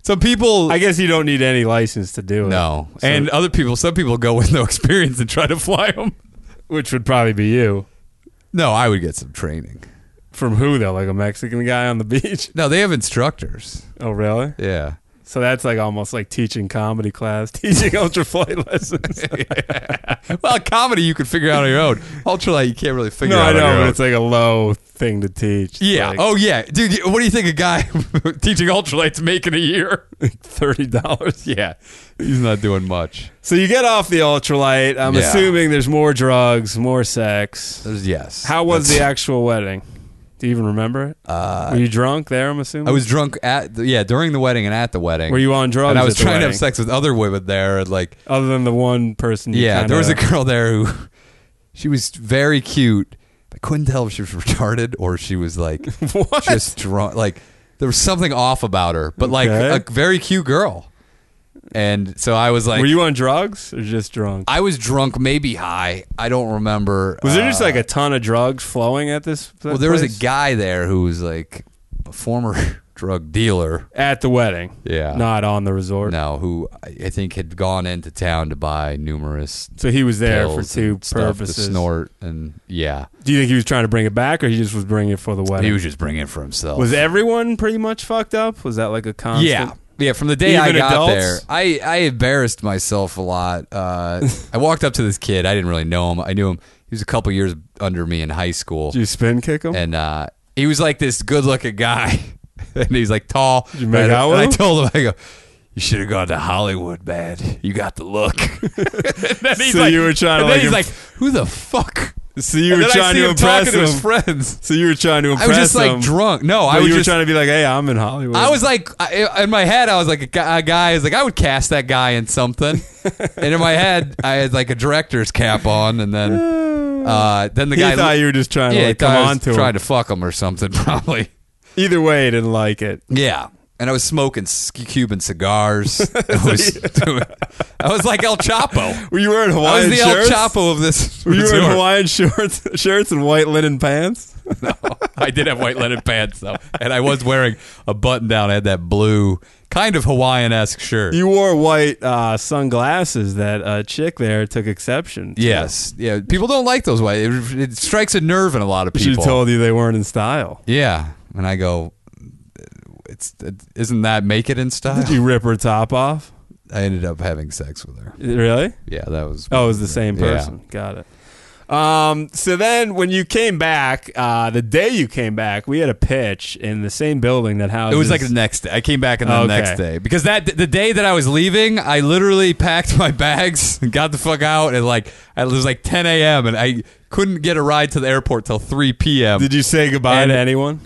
[SPEAKER 3] some people
[SPEAKER 4] I guess you don't need any license to do it.
[SPEAKER 3] no
[SPEAKER 4] So-
[SPEAKER 3] and other people some people go with no experience and try to fly them
[SPEAKER 4] uh, which would probably be you.
[SPEAKER 3] No, I would get some training.
[SPEAKER 4] From who though? Like a Mexican guy on the beach?
[SPEAKER 3] No, they have instructors.
[SPEAKER 4] Oh, really?
[SPEAKER 3] Yeah.
[SPEAKER 4] So that's like almost like teaching comedy class, teaching ultra flight lessons.
[SPEAKER 3] Well, comedy you can figure out on your own. Ultralight you can't really figure
[SPEAKER 4] no, I
[SPEAKER 3] out
[SPEAKER 4] know,
[SPEAKER 3] on your
[SPEAKER 4] but
[SPEAKER 3] own.
[SPEAKER 4] it's like a low thing to teach.
[SPEAKER 3] yeah.
[SPEAKER 4] Like
[SPEAKER 3] oh yeah, dude. you- What do you think a guy teaching ultralights making a year?
[SPEAKER 4] thirty dollars.
[SPEAKER 3] yeah, he's not doing much.
[SPEAKER 4] So you get off the ultralight. I'm
[SPEAKER 3] Yeah.
[SPEAKER 4] assuming there's more drugs, more sex.
[SPEAKER 3] There's yes.
[SPEAKER 4] How was the
[SPEAKER 3] That's-
[SPEAKER 4] actual wedding? Do you even remember it? Uh, Were you drunk there? I'm assuming.
[SPEAKER 3] I was drunk at the, yeah during the wedding and at the wedding.
[SPEAKER 4] Were you on drugs?
[SPEAKER 3] And I was
[SPEAKER 4] at the
[SPEAKER 3] trying to have
[SPEAKER 4] wedding?
[SPEAKER 3] sex with other women there and like
[SPEAKER 4] Other than the one person. You
[SPEAKER 3] yeah,
[SPEAKER 4] kinda-
[SPEAKER 3] there was a girl there who she was very cute. but I couldn't tell if she was retarded or she was like
[SPEAKER 4] What?
[SPEAKER 3] just drunk. Like there was something off about her, but like
[SPEAKER 4] Okay.
[SPEAKER 3] a very cute girl. And so I was like,
[SPEAKER 4] Were you on drugs or just drunk?
[SPEAKER 3] I was drunk, maybe high. I don't remember.
[SPEAKER 4] Was there
[SPEAKER 3] Uh,
[SPEAKER 4] just like a ton of drugs flowing at this?
[SPEAKER 3] well, there was a
[SPEAKER 4] place?
[SPEAKER 3] guy there who was like a former drug dealer.
[SPEAKER 4] at the wedding.
[SPEAKER 3] Yeah.
[SPEAKER 4] Not on the resort.
[SPEAKER 3] No, who I I think had gone into town to buy numerous
[SPEAKER 4] So he was there for
[SPEAKER 3] pills
[SPEAKER 4] two
[SPEAKER 3] and stuff
[SPEAKER 4] purposes.
[SPEAKER 3] to snort and yeah.
[SPEAKER 4] Do you think he was trying to bring it back, or he just was bringing it for the wedding?
[SPEAKER 3] He was just bringing it for himself.
[SPEAKER 4] Was everyone pretty much fucked up? Was that like a constant?
[SPEAKER 3] Yeah. Yeah, from the day I
[SPEAKER 4] Even
[SPEAKER 3] got
[SPEAKER 4] adults?
[SPEAKER 3] there, I, I embarrassed myself a lot. Uh, I walked up to this kid. I didn't really know him. I knew him. He was a couple years under me in high school.
[SPEAKER 4] Did you spin kick him?
[SPEAKER 3] And uh, he was like this good looking guy. and he's like tall.
[SPEAKER 4] you make
[SPEAKER 3] and,
[SPEAKER 4] out with
[SPEAKER 3] and I
[SPEAKER 4] him?
[SPEAKER 3] told him, I go, You should have gone to Hollywood, man. You got the look. and then he's
[SPEAKER 4] So
[SPEAKER 3] like,
[SPEAKER 4] you were trying to,
[SPEAKER 3] and then
[SPEAKER 4] like,
[SPEAKER 3] he's
[SPEAKER 4] imp-
[SPEAKER 3] like, Who the fuck?
[SPEAKER 4] so you
[SPEAKER 3] And
[SPEAKER 4] were
[SPEAKER 3] then I
[SPEAKER 4] trying
[SPEAKER 3] see
[SPEAKER 4] to
[SPEAKER 3] him talking
[SPEAKER 4] impress
[SPEAKER 3] to
[SPEAKER 4] him.
[SPEAKER 3] his friends.
[SPEAKER 4] So you were trying to impress
[SPEAKER 3] I was just like
[SPEAKER 4] him,
[SPEAKER 3] drunk. No, I
[SPEAKER 4] but
[SPEAKER 3] was
[SPEAKER 4] you were
[SPEAKER 3] just
[SPEAKER 4] trying to be like, "Hey, I'm in Hollywood."
[SPEAKER 3] I was like, I, in my head, I was like a guy, a guy is like, I would cast that guy in something. and in my head, I had like a director's cap on, and then, uh, then the
[SPEAKER 4] He
[SPEAKER 3] guy
[SPEAKER 4] thought you were just trying
[SPEAKER 3] yeah,
[SPEAKER 4] to
[SPEAKER 3] he
[SPEAKER 4] like
[SPEAKER 3] thought
[SPEAKER 4] come
[SPEAKER 3] I was
[SPEAKER 4] on to
[SPEAKER 3] trying
[SPEAKER 4] him.
[SPEAKER 3] to fuck him or something, probably.
[SPEAKER 4] Either way, he didn't like it.
[SPEAKER 3] Yeah. and I was smoking s- Cuban cigars. I was, doing, I was like El Chapo.
[SPEAKER 5] Were you wearing
[SPEAKER 3] I was
[SPEAKER 5] Hawaiian
[SPEAKER 3] the
[SPEAKER 5] shirts?
[SPEAKER 3] El Chapo of this.
[SPEAKER 5] Were you wearing
[SPEAKER 3] resort.
[SPEAKER 5] Hawaiian shorts, shirts and white linen pants?
[SPEAKER 3] I did have white linen pants though, and I was wearing a button down. I had that blue, kind of Hawaiian esque shirt.
[SPEAKER 5] You wore white uh, sunglasses that uh, chick there took exception to.
[SPEAKER 3] yes, yeah. People don't like those white. It, it strikes a nerve in a lot of
[SPEAKER 5] She
[SPEAKER 3] people.
[SPEAKER 5] told you they weren't in style.
[SPEAKER 3] yeah, and I go, it's it, isn't that make it in
[SPEAKER 5] Did
[SPEAKER 3] style?
[SPEAKER 5] you rip her top off?
[SPEAKER 3] I ended up having sex with her.
[SPEAKER 5] Really?
[SPEAKER 3] Yeah, that was.
[SPEAKER 5] Oh, it was the same
[SPEAKER 3] Yeah.
[SPEAKER 5] person. Got it.
[SPEAKER 4] Um, so then when you came back, uh, the day you came back, we had a pitch in the same building that houses.
[SPEAKER 3] It was like the next day. I came back and the
[SPEAKER 4] Okay.
[SPEAKER 3] next day because that the day that I was leaving, I literally packed my bags and got the fuck out. And like it was like 10 a.m. and I couldn't get a ride to the airport till 3 p.m.
[SPEAKER 5] Did you say goodbye
[SPEAKER 3] And-
[SPEAKER 5] to anyone?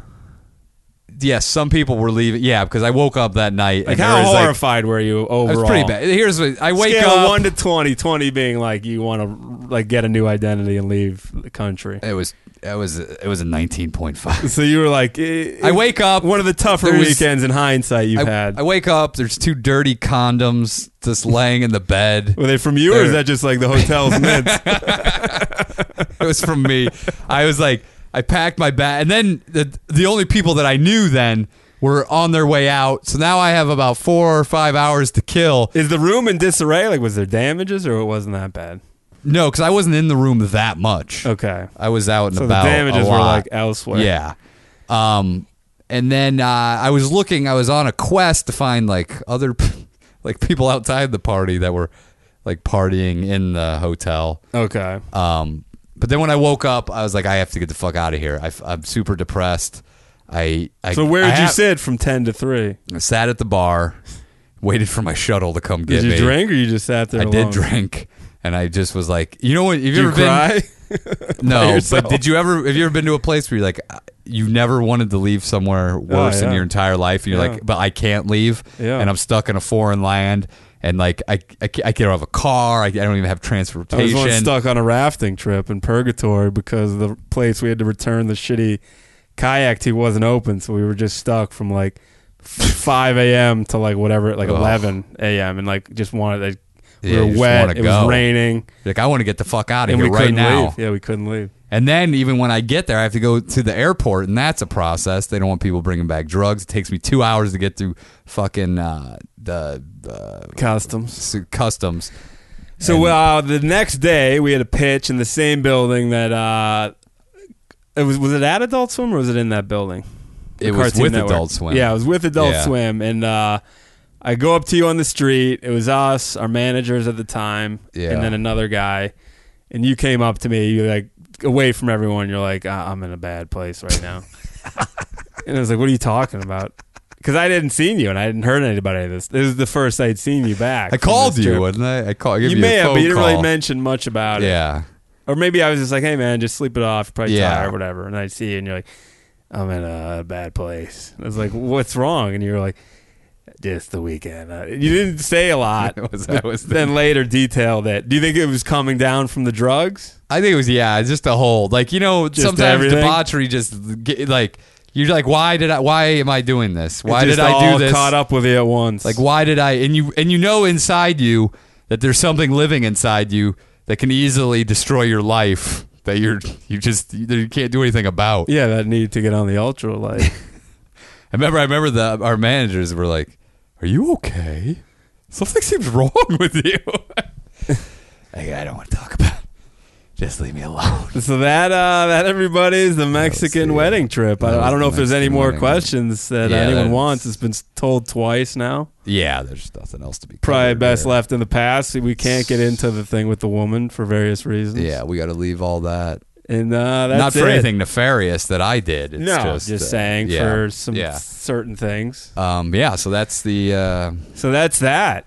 [SPEAKER 3] yes, some people were leaving. Yeah, because I woke up that night. and
[SPEAKER 4] Like
[SPEAKER 3] there
[SPEAKER 4] how
[SPEAKER 3] was, like-
[SPEAKER 4] horrified were you overall?
[SPEAKER 3] I was pretty bad. Here's what I wake
[SPEAKER 4] Scale
[SPEAKER 3] up.
[SPEAKER 4] one to 20, 20 being like you want to like get a new identity and leave the country.
[SPEAKER 3] it was it was it was a 19.5.
[SPEAKER 5] So you were like, eh,
[SPEAKER 3] I wake up.
[SPEAKER 5] One of the tougher
[SPEAKER 3] There's-
[SPEAKER 5] weekends in hindsight you've
[SPEAKER 3] I,
[SPEAKER 5] had.
[SPEAKER 3] I wake up. There's two dirty condoms just laying in the bed.
[SPEAKER 5] were they from you, or is
[SPEAKER 3] They're-
[SPEAKER 5] that just like the hotel's mint?
[SPEAKER 3] it was from me. I was like, I packed my bag, and then the the only people that I knew then were on their way out. So now I have about four or five hours to kill.
[SPEAKER 5] Is the room in disarray? Like, was there damages, or it wasn't that bad?
[SPEAKER 3] No, because I wasn't in the room that much.
[SPEAKER 5] Okay.
[SPEAKER 3] I was out and
[SPEAKER 5] So the
[SPEAKER 3] about.
[SPEAKER 5] damages
[SPEAKER 3] a
[SPEAKER 5] were
[SPEAKER 3] lot.
[SPEAKER 5] like elsewhere.
[SPEAKER 3] Yeah. Um, and then uh, I was looking. I was on a quest to find like other p- like people outside the party that were like partying in the hotel.
[SPEAKER 5] Okay.
[SPEAKER 3] Um, but then when I woke up, I was like, I have to get the fuck out of here. I, am super depressed. I, I
[SPEAKER 5] So where
[SPEAKER 3] I
[SPEAKER 5] did you
[SPEAKER 3] have-
[SPEAKER 5] sit from ten to three?
[SPEAKER 3] I sat at the bar, waited for my shuttle to come get
[SPEAKER 5] Did you
[SPEAKER 3] me.
[SPEAKER 5] drink, or you just sat there?
[SPEAKER 3] I did
[SPEAKER 5] alone?
[SPEAKER 3] drink, and I just was like, you know what? Have you,
[SPEAKER 5] Did you
[SPEAKER 3] ever been?
[SPEAKER 5] cry?
[SPEAKER 3] No,
[SPEAKER 5] yourself?
[SPEAKER 3] but did you ever? Have you ever been to a place where you're like, uh, you never wanted to leave somewhere worse in
[SPEAKER 5] Oh, yeah.
[SPEAKER 3] your entire life, and you're
[SPEAKER 5] Yeah.
[SPEAKER 3] like, but I can't leave,
[SPEAKER 5] Yeah.
[SPEAKER 3] and I'm stuck in a foreign land, and like I, I, ca- I can't have a car, I, I don't even have
[SPEAKER 5] I was
[SPEAKER 3] transportation.
[SPEAKER 5] once stuck on a rafting trip in purgatory because the place we had to return the shitty kayak to wasn't open, so we were just stuck from like f- five a.m. to like whatever, like
[SPEAKER 3] Ugh.
[SPEAKER 5] eleven a.m. and like just wanted like we
[SPEAKER 3] Yeah, you
[SPEAKER 5] were
[SPEAKER 3] just
[SPEAKER 5] wet,
[SPEAKER 3] wanna
[SPEAKER 5] it
[SPEAKER 3] go.
[SPEAKER 5] was raining,
[SPEAKER 3] like I want to get the fuck out of
[SPEAKER 5] and
[SPEAKER 3] here
[SPEAKER 5] we
[SPEAKER 3] right
[SPEAKER 5] couldn't
[SPEAKER 3] now.
[SPEAKER 5] leave. Yeah, we couldn't leave.
[SPEAKER 3] And then even when I get there, I have to go to the airport, and that's a process. They don't want people bringing back drugs. It takes me two hours to get through fucking uh, the uh,
[SPEAKER 5] Customs.
[SPEAKER 3] s- customs.
[SPEAKER 4] So uh, the next day we had a pitch in the same building that uh, it was was it at Adult Swim or was it in that building? The
[SPEAKER 3] It was
[SPEAKER 4] Cartoon
[SPEAKER 3] with
[SPEAKER 4] Network.
[SPEAKER 3] Adult Swim.
[SPEAKER 4] Yeah, it was with Adult
[SPEAKER 3] Yeah.
[SPEAKER 4] Swim, and uh, I go up to you on the street. It was us, our managers at the time,
[SPEAKER 3] Yeah.
[SPEAKER 4] and then another guy, and you came up to me. You like away from everyone. You're like, "Ah, I'm in a bad place right now, and I was like, What are you talking about? Because I didn't seen you and I hadn't heard anything about any of this. This is the first I'd seen you back.
[SPEAKER 3] I
[SPEAKER 4] from
[SPEAKER 3] called
[SPEAKER 4] this
[SPEAKER 3] you,
[SPEAKER 4] trip.
[SPEAKER 3] wasn't I? I called. I gave
[SPEAKER 4] You
[SPEAKER 3] you, a
[SPEAKER 4] may have,
[SPEAKER 3] phone
[SPEAKER 4] but you didn't
[SPEAKER 3] call.
[SPEAKER 4] really mention much about it.
[SPEAKER 3] Yeah,
[SPEAKER 4] Or maybe I was just like, hey, man, just sleep it off. You're probably
[SPEAKER 3] Yeah.
[SPEAKER 4] tired or whatever. And I see you and you're like, I'm in a bad place. I was like, what's wrong? And you were like, just the weekend. Uh, You didn't say a lot.
[SPEAKER 3] It was- that was the-
[SPEAKER 4] then later detail that. Do you think it was coming down from the drugs?
[SPEAKER 3] I think it was yeah, it's just a whole like you know sometimes
[SPEAKER 4] everything?
[SPEAKER 3] debauchery just get, like you're like why did I why am I doing this why
[SPEAKER 4] It
[SPEAKER 3] did
[SPEAKER 4] just
[SPEAKER 3] I
[SPEAKER 4] all
[SPEAKER 3] do this
[SPEAKER 4] Caught up with you at once.
[SPEAKER 3] Like, why did I? And you and you know inside you that there's something living inside you that can easily destroy your life. That you're you just that you can't do anything about.
[SPEAKER 4] yeah, that need to get on the ultralight.
[SPEAKER 3] I remember. I remember the our managers were like, "Are you okay? Something seems wrong with you." like, I don't want to talk about. It. Just leave me alone.
[SPEAKER 4] so that uh, that everybody's the Mexican
[SPEAKER 3] the-
[SPEAKER 4] wedding trip.
[SPEAKER 3] that
[SPEAKER 4] I,
[SPEAKER 3] was
[SPEAKER 4] I don't
[SPEAKER 3] the
[SPEAKER 4] know if there's any
[SPEAKER 3] Mexican
[SPEAKER 4] more
[SPEAKER 3] wedding.
[SPEAKER 4] questions that
[SPEAKER 3] Yeah,
[SPEAKER 4] anyone
[SPEAKER 3] that's-
[SPEAKER 4] wants. It's been s- told twice now.
[SPEAKER 3] Yeah, there's nothing else to be.
[SPEAKER 4] probably
[SPEAKER 3] covered
[SPEAKER 4] best
[SPEAKER 3] there.
[SPEAKER 4] left in the past. We can't get into the thing with the woman for various reasons.
[SPEAKER 3] Yeah, we got to leave all that.
[SPEAKER 4] and uh, that's
[SPEAKER 3] Not for
[SPEAKER 4] it.
[SPEAKER 3] anything nefarious that I did. It's
[SPEAKER 4] No,
[SPEAKER 3] just,
[SPEAKER 4] just,
[SPEAKER 3] uh,
[SPEAKER 4] saying
[SPEAKER 3] yeah,
[SPEAKER 4] for some
[SPEAKER 3] Yeah,
[SPEAKER 4] certain things.
[SPEAKER 3] um, yeah. So that's the. Uh,
[SPEAKER 4] So that's that.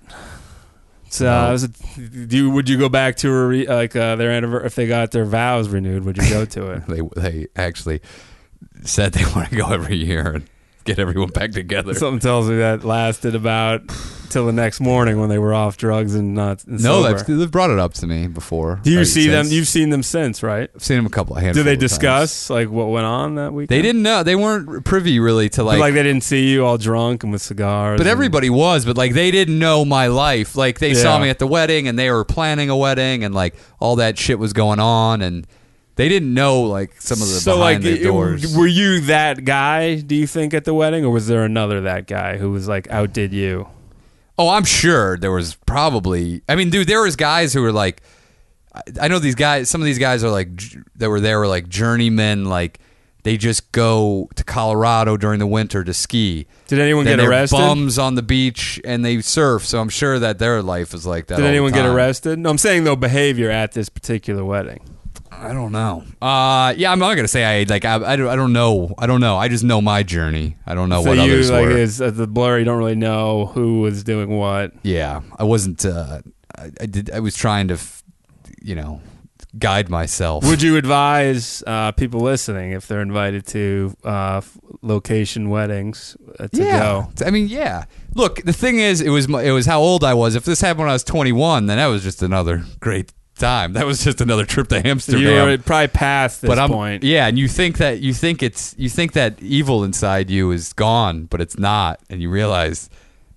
[SPEAKER 4] So
[SPEAKER 3] No.
[SPEAKER 4] uh, was it- do you, would you go back to a re, like uh, their anniversary if they got their vows renewed? Would you go to it?
[SPEAKER 3] they they actually said they want to go every year and get everyone back together.
[SPEAKER 4] Something tells me that lasted about till the next morning when they were off drugs and not and
[SPEAKER 3] no,
[SPEAKER 4] sober.
[SPEAKER 3] they've, they've brought it up to me before.
[SPEAKER 4] Do you
[SPEAKER 3] Or
[SPEAKER 4] see them?
[SPEAKER 3] since.
[SPEAKER 4] You've seen them since, right?
[SPEAKER 3] I've seen them a couple. A
[SPEAKER 4] Do
[SPEAKER 3] handful
[SPEAKER 4] they
[SPEAKER 3] of times.
[SPEAKER 4] discuss like what went on that week?
[SPEAKER 3] They didn't know. They weren't privy really to
[SPEAKER 4] like,
[SPEAKER 3] like.
[SPEAKER 4] they didn't see you all drunk and with cigars.
[SPEAKER 3] but
[SPEAKER 4] and-
[SPEAKER 3] everybody was. But like they didn't know my life. Like they saw
[SPEAKER 4] Yeah.
[SPEAKER 3] me at the wedding and they were planning a wedding and like all that shit was going on and they didn't know like some of the
[SPEAKER 4] so like
[SPEAKER 3] behind the
[SPEAKER 4] it-
[SPEAKER 3] doors.
[SPEAKER 4] were you that guy? Do you think at the wedding, or was there another that guy who was like outdid you?
[SPEAKER 3] Oh, I'm sure there was probably. I mean, dude, there was guys who were like, I- I know these guys. Some of these guys are like j- that were there were like journeymen. Like they just go to Colorado during the winter to ski.
[SPEAKER 4] Did anyone
[SPEAKER 3] Then
[SPEAKER 4] get
[SPEAKER 3] they're
[SPEAKER 4] arrested?
[SPEAKER 3] Bums on the beach and they surf. So I'm sure that their life is like that.
[SPEAKER 4] Did
[SPEAKER 3] all the
[SPEAKER 4] anyone get
[SPEAKER 3] time.
[SPEAKER 4] arrested? No, I'm saying though behavior at this particular wedding.
[SPEAKER 3] I don't know. Uh, yeah, I'm not gonna say I like. I, I, don't, I don't know. I don't know. I just know my journey. I don't know
[SPEAKER 4] so
[SPEAKER 3] what
[SPEAKER 4] you
[SPEAKER 3] others
[SPEAKER 4] like
[SPEAKER 3] were.
[SPEAKER 4] is at the blur. You don't really know who was doing what.
[SPEAKER 3] yeah, I wasn't. Uh, I, I did. I was trying to, f- you know, guide myself.
[SPEAKER 4] Would you advise uh, people listening if they're invited to uh, f- location weddings uh, to
[SPEAKER 3] yeah.
[SPEAKER 4] go?
[SPEAKER 3] I mean, yeah. Look, the thing is, it was my, it was how old I was. If this happened when I was 21, then that was just another great time. That was just another trip to
[SPEAKER 4] You
[SPEAKER 3] Amsterdam.
[SPEAKER 4] were probably past this
[SPEAKER 3] but I'm
[SPEAKER 4] point.
[SPEAKER 3] yeah, and you think that you think it's you think that evil inside you is gone, but it's not, and you realize,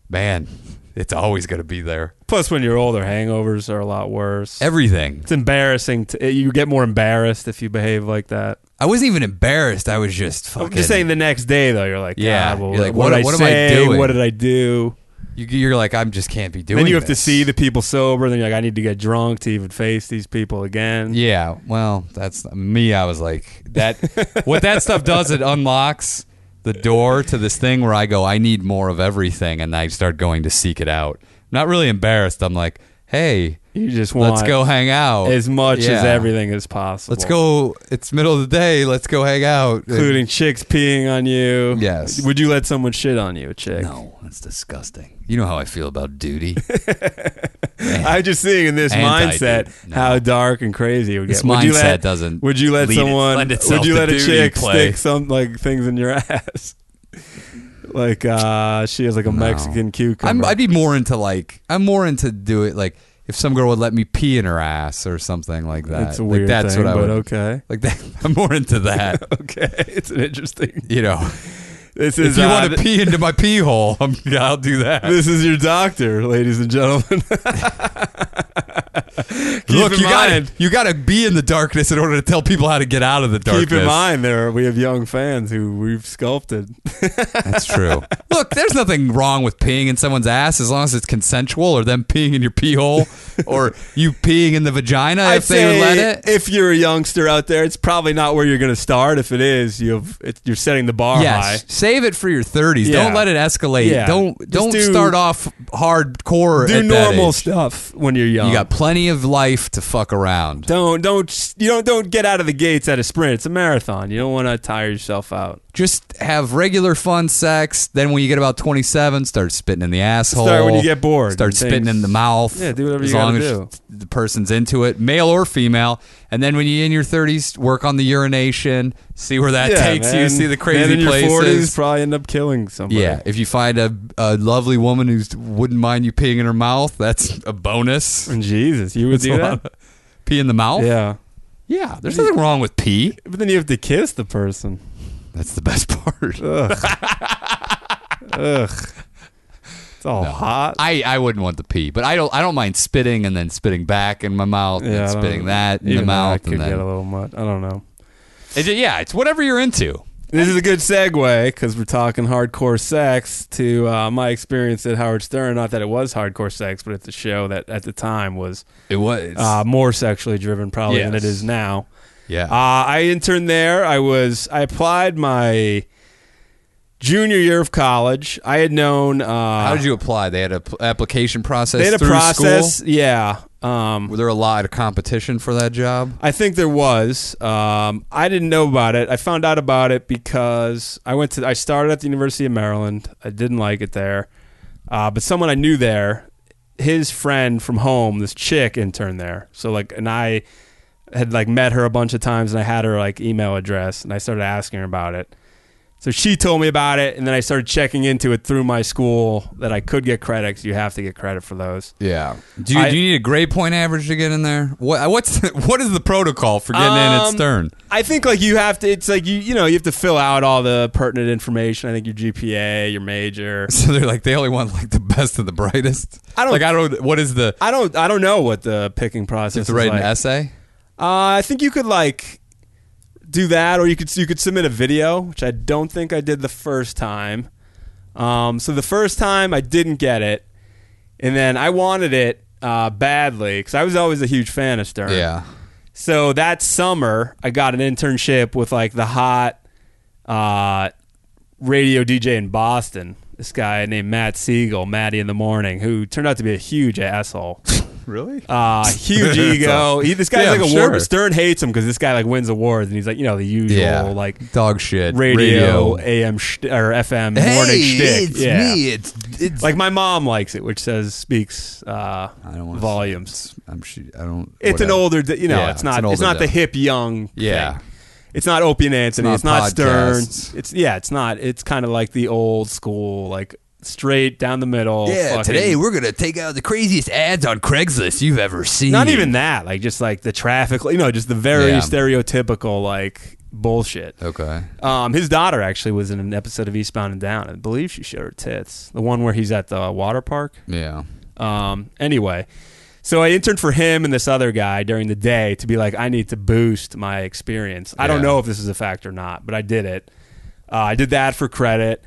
[SPEAKER 3] man, it's always going to be there.
[SPEAKER 4] Plus, when you're older, hangovers are a lot worse.
[SPEAKER 3] Everything.
[SPEAKER 4] it's embarrassing. To, you get more embarrassed if you behave like that.
[SPEAKER 3] I wasn't even embarrassed. I was just fucking.
[SPEAKER 4] I'm just saying the next day, though, you're like,
[SPEAKER 3] Yeah,
[SPEAKER 4] God, well,
[SPEAKER 3] you're like,
[SPEAKER 4] what,
[SPEAKER 3] what-
[SPEAKER 4] did I
[SPEAKER 3] what am I
[SPEAKER 4] say?
[SPEAKER 3] doing?
[SPEAKER 4] What did I do?
[SPEAKER 3] you, you're like, I just can't be doing.
[SPEAKER 4] then you have to
[SPEAKER 3] this.
[SPEAKER 4] see the people sober. Then you're like, I need to get drunk to even face these people again.
[SPEAKER 3] Yeah, well, that's me. I was like that. what that stuff does, it unlocks the door to this thing where I go, I need more of everything, and I start going to seek it out. I'm not really embarrassed. I'm like, hey,
[SPEAKER 4] You just want
[SPEAKER 3] let's go hang out
[SPEAKER 4] as much as
[SPEAKER 3] Yeah.
[SPEAKER 4] everything as possible.
[SPEAKER 3] Let's go. It's middle of the day. Let's go hang out.
[SPEAKER 4] including chicks peeing on you.
[SPEAKER 3] Yes.
[SPEAKER 4] Would you let someone shit on you, a chick?
[SPEAKER 3] no, that's disgusting. You know how I feel about duty.
[SPEAKER 4] I'm just seeing in this
[SPEAKER 3] Anti-dude.
[SPEAKER 4] mindset
[SPEAKER 3] No.
[SPEAKER 4] how dark and crazy it would
[SPEAKER 3] This
[SPEAKER 4] get. Would you let-
[SPEAKER 3] mindset doesn't
[SPEAKER 4] Would you let
[SPEAKER 3] lead-
[SPEAKER 4] someone?
[SPEAKER 3] lend
[SPEAKER 4] would
[SPEAKER 3] itself
[SPEAKER 4] you
[SPEAKER 3] to
[SPEAKER 4] let a
[SPEAKER 3] duty
[SPEAKER 4] chick
[SPEAKER 3] play.
[SPEAKER 4] stick some like things in your ass? like uh she has like a Mexican cucumber.
[SPEAKER 3] I'm, I'd be more into like I'm more into do it like if some girl would let me pee in her ass or something like that.
[SPEAKER 4] it's a
[SPEAKER 3] Like,
[SPEAKER 4] weird
[SPEAKER 3] that's
[SPEAKER 4] thing,
[SPEAKER 3] what I
[SPEAKER 4] but
[SPEAKER 3] would.
[SPEAKER 4] okay.
[SPEAKER 3] Like that, I'm more into that.
[SPEAKER 4] Okay, it's an interesting.
[SPEAKER 3] You know, if
[SPEAKER 4] This is
[SPEAKER 3] you
[SPEAKER 4] uh,
[SPEAKER 3] want to pee into my pee hole, I'm, I'll do that.
[SPEAKER 4] This is your doctor, ladies and gentlemen. Keep
[SPEAKER 3] Look,
[SPEAKER 4] in
[SPEAKER 3] you
[SPEAKER 4] mind-
[SPEAKER 3] got you got to be in the darkness in order to tell people how to get out of the darkness.
[SPEAKER 4] Keep in mind, there we have young fans who we've sculpted.
[SPEAKER 3] That's true. Look, there's nothing wrong with peeing in someone's ass as long as it's consensual, or them peeing in your pee hole, or you peeing in the vagina
[SPEAKER 4] I'd
[SPEAKER 3] if they would
[SPEAKER 4] say
[SPEAKER 3] let it.
[SPEAKER 4] if you're a youngster out there, it's probably not where you're going to start. If it is, you've it, you're setting the bar
[SPEAKER 3] Yes,
[SPEAKER 4] high.
[SPEAKER 3] save it for your 30s.
[SPEAKER 4] Yeah.
[SPEAKER 3] Don't let it escalate.
[SPEAKER 4] Yeah.
[SPEAKER 3] Don't
[SPEAKER 4] Just
[SPEAKER 3] don't
[SPEAKER 4] do-
[SPEAKER 3] start off hardcore.
[SPEAKER 4] Do
[SPEAKER 3] at that
[SPEAKER 4] normal
[SPEAKER 3] age.
[SPEAKER 4] stuff when you're young.
[SPEAKER 3] You got plenty of life to fuck around.
[SPEAKER 4] don't don't you don't don't get out of the gates at a sprint. It's a marathon. You don't want to tire yourself out.
[SPEAKER 3] Just have regular fun sex. Then when you get about 27, start spitting in the asshole.
[SPEAKER 4] Start when you get bored.
[SPEAKER 3] Start
[SPEAKER 4] Things-
[SPEAKER 3] spitting in the mouth.
[SPEAKER 4] Yeah, do whatever
[SPEAKER 3] as
[SPEAKER 4] you gotta
[SPEAKER 3] long as
[SPEAKER 4] do.
[SPEAKER 3] the person's into it, male or female. And then when you're in your 30s, work on the urination. See where that
[SPEAKER 4] Yeah,
[SPEAKER 3] takes you.
[SPEAKER 4] man.
[SPEAKER 3] See the
[SPEAKER 4] Then
[SPEAKER 3] crazy
[SPEAKER 4] in your
[SPEAKER 3] places.
[SPEAKER 4] 40s, probably end up killing somebody.
[SPEAKER 3] Yeah, if you find a, a lovely woman who wouldn't mind you peeing in her mouth, that's a bonus.
[SPEAKER 4] Jesus, you would
[SPEAKER 3] That's a
[SPEAKER 4] do
[SPEAKER 3] lot Oh.
[SPEAKER 4] that.
[SPEAKER 3] of- Pee in the mouth?
[SPEAKER 4] Yeah,
[SPEAKER 3] Yeah, there's nothing wrong with pee.
[SPEAKER 4] but then you have to kiss the person.
[SPEAKER 3] That's the best part.
[SPEAKER 4] Ugh, it's all
[SPEAKER 3] No.
[SPEAKER 4] hot.
[SPEAKER 3] I, I wouldn't want the pee, but I don't I don't mind spitting and then spitting back in my mouth
[SPEAKER 4] I
[SPEAKER 3] and
[SPEAKER 4] don't
[SPEAKER 3] spitting
[SPEAKER 4] know.
[SPEAKER 3] that in
[SPEAKER 4] Even
[SPEAKER 3] the
[SPEAKER 4] that
[SPEAKER 3] mouth
[SPEAKER 4] could
[SPEAKER 3] and
[SPEAKER 4] get
[SPEAKER 3] then
[SPEAKER 4] a little much. I don't know.
[SPEAKER 3] It's- yeah, it's whatever you're into.
[SPEAKER 4] This is a good segue because we're talking hardcore sex to uh, my experience at Howard Stern. Not that it was hardcore sex, but it's a show that at the time was
[SPEAKER 3] It was
[SPEAKER 4] uh, more sexually driven probably than
[SPEAKER 3] Yes.
[SPEAKER 4] it is now.
[SPEAKER 3] yeah.
[SPEAKER 4] Uh, I interned there. I was I applied my junior year of college. I had known. Uh,
[SPEAKER 3] How did you apply? They had a pl- application process.
[SPEAKER 4] They had a
[SPEAKER 3] through
[SPEAKER 4] process.
[SPEAKER 3] School?
[SPEAKER 4] Yeah. Um,
[SPEAKER 3] Were there a lot of competition for that job?
[SPEAKER 4] I think there was. Um, I didn't know about it. I found out about it because I went to. I started at the University of Maryland. I didn't like it there, uh, but someone I knew there, his friend from home, this chick interned there. So like, and I had like met her a bunch of times, and I had her like email address, and I started asking her about it. So she told me about it, and then I started checking into it through my school that I could get credit 'cause you have to get credit for those.
[SPEAKER 3] Yeah. Do you,
[SPEAKER 4] I-
[SPEAKER 3] do you need a grade point average to get in there? What what's the, what is the protocol for getting in at
[SPEAKER 4] Um,
[SPEAKER 3] Stern?
[SPEAKER 4] I think like you have to. It's like you you know you have to fill out all the pertinent information. I think your GPA, your major.
[SPEAKER 3] So they're like they only want like the best of the brightest.
[SPEAKER 4] I don't-
[SPEAKER 3] like. I don't. What is the
[SPEAKER 4] I don't I don't know what the picking process
[SPEAKER 3] to
[SPEAKER 4] is
[SPEAKER 3] write
[SPEAKER 4] like.
[SPEAKER 3] an essay?
[SPEAKER 4] Uh, I think you could like do that, or you could you could submit a video, which I don't think I did the first time. Um, so the first time I didn't get it, and then I wanted it uh, badly because I was always a huge fan of Stern.
[SPEAKER 3] Yeah.
[SPEAKER 4] So that summer, I got an internship with like the hot uh, radio DJ in Boston. This guy named Matt Siegel, Matty in the Morning, who turned out to be a huge asshole.
[SPEAKER 3] Really?
[SPEAKER 4] Uh, huge
[SPEAKER 3] That's
[SPEAKER 4] ego.
[SPEAKER 3] a-
[SPEAKER 4] He, this guy's
[SPEAKER 3] Yeah,
[SPEAKER 4] like
[SPEAKER 3] I'm
[SPEAKER 4] a war.
[SPEAKER 3] sure.
[SPEAKER 4] Stern hates him because this guy like wins awards, and he's like you know the usual
[SPEAKER 3] Yeah.
[SPEAKER 4] like
[SPEAKER 3] Dog shit.
[SPEAKER 4] radio, AM sh- or FM
[SPEAKER 3] Hey,
[SPEAKER 4] morning shtick.
[SPEAKER 3] it's
[SPEAKER 4] yeah.
[SPEAKER 3] me. It's it's.
[SPEAKER 4] Like my mom likes it, which says speaks uh,
[SPEAKER 3] I don't wanna-
[SPEAKER 4] volumes.
[SPEAKER 3] I'm. She, I don't.
[SPEAKER 4] It's an
[SPEAKER 3] whatever.
[SPEAKER 4] older, d- you know,
[SPEAKER 3] Yeah,
[SPEAKER 4] it's
[SPEAKER 3] it's
[SPEAKER 4] not,
[SPEAKER 3] an older
[SPEAKER 4] it's, not the
[SPEAKER 3] day.
[SPEAKER 4] hip young.
[SPEAKER 3] Yeah.
[SPEAKER 4] thing. It's not Opie and Anthony.
[SPEAKER 3] not
[SPEAKER 4] It's not,
[SPEAKER 3] podcasts.
[SPEAKER 4] Stern. It's yeah. It's not. It's kind of like the old school, like straight down the middle.
[SPEAKER 3] Yeah,
[SPEAKER 4] fucking-
[SPEAKER 3] today we're gonna take out the craziest ads on Craigslist you've ever seen.
[SPEAKER 4] not even that like just like the traffic you know just the very
[SPEAKER 3] Yeah.
[SPEAKER 4] stereotypical like bullshit
[SPEAKER 3] Okay.
[SPEAKER 4] um his daughter actually was in an episode of eastbound and down i believe she showed her tits the one where he's at the water park
[SPEAKER 3] Yeah.
[SPEAKER 4] um anyway so i interned for him and this other guy during the day to be like i need to boost my experience i don't
[SPEAKER 3] Yeah.
[SPEAKER 4] know if this is a fact or not but i did it uh, i did that for credit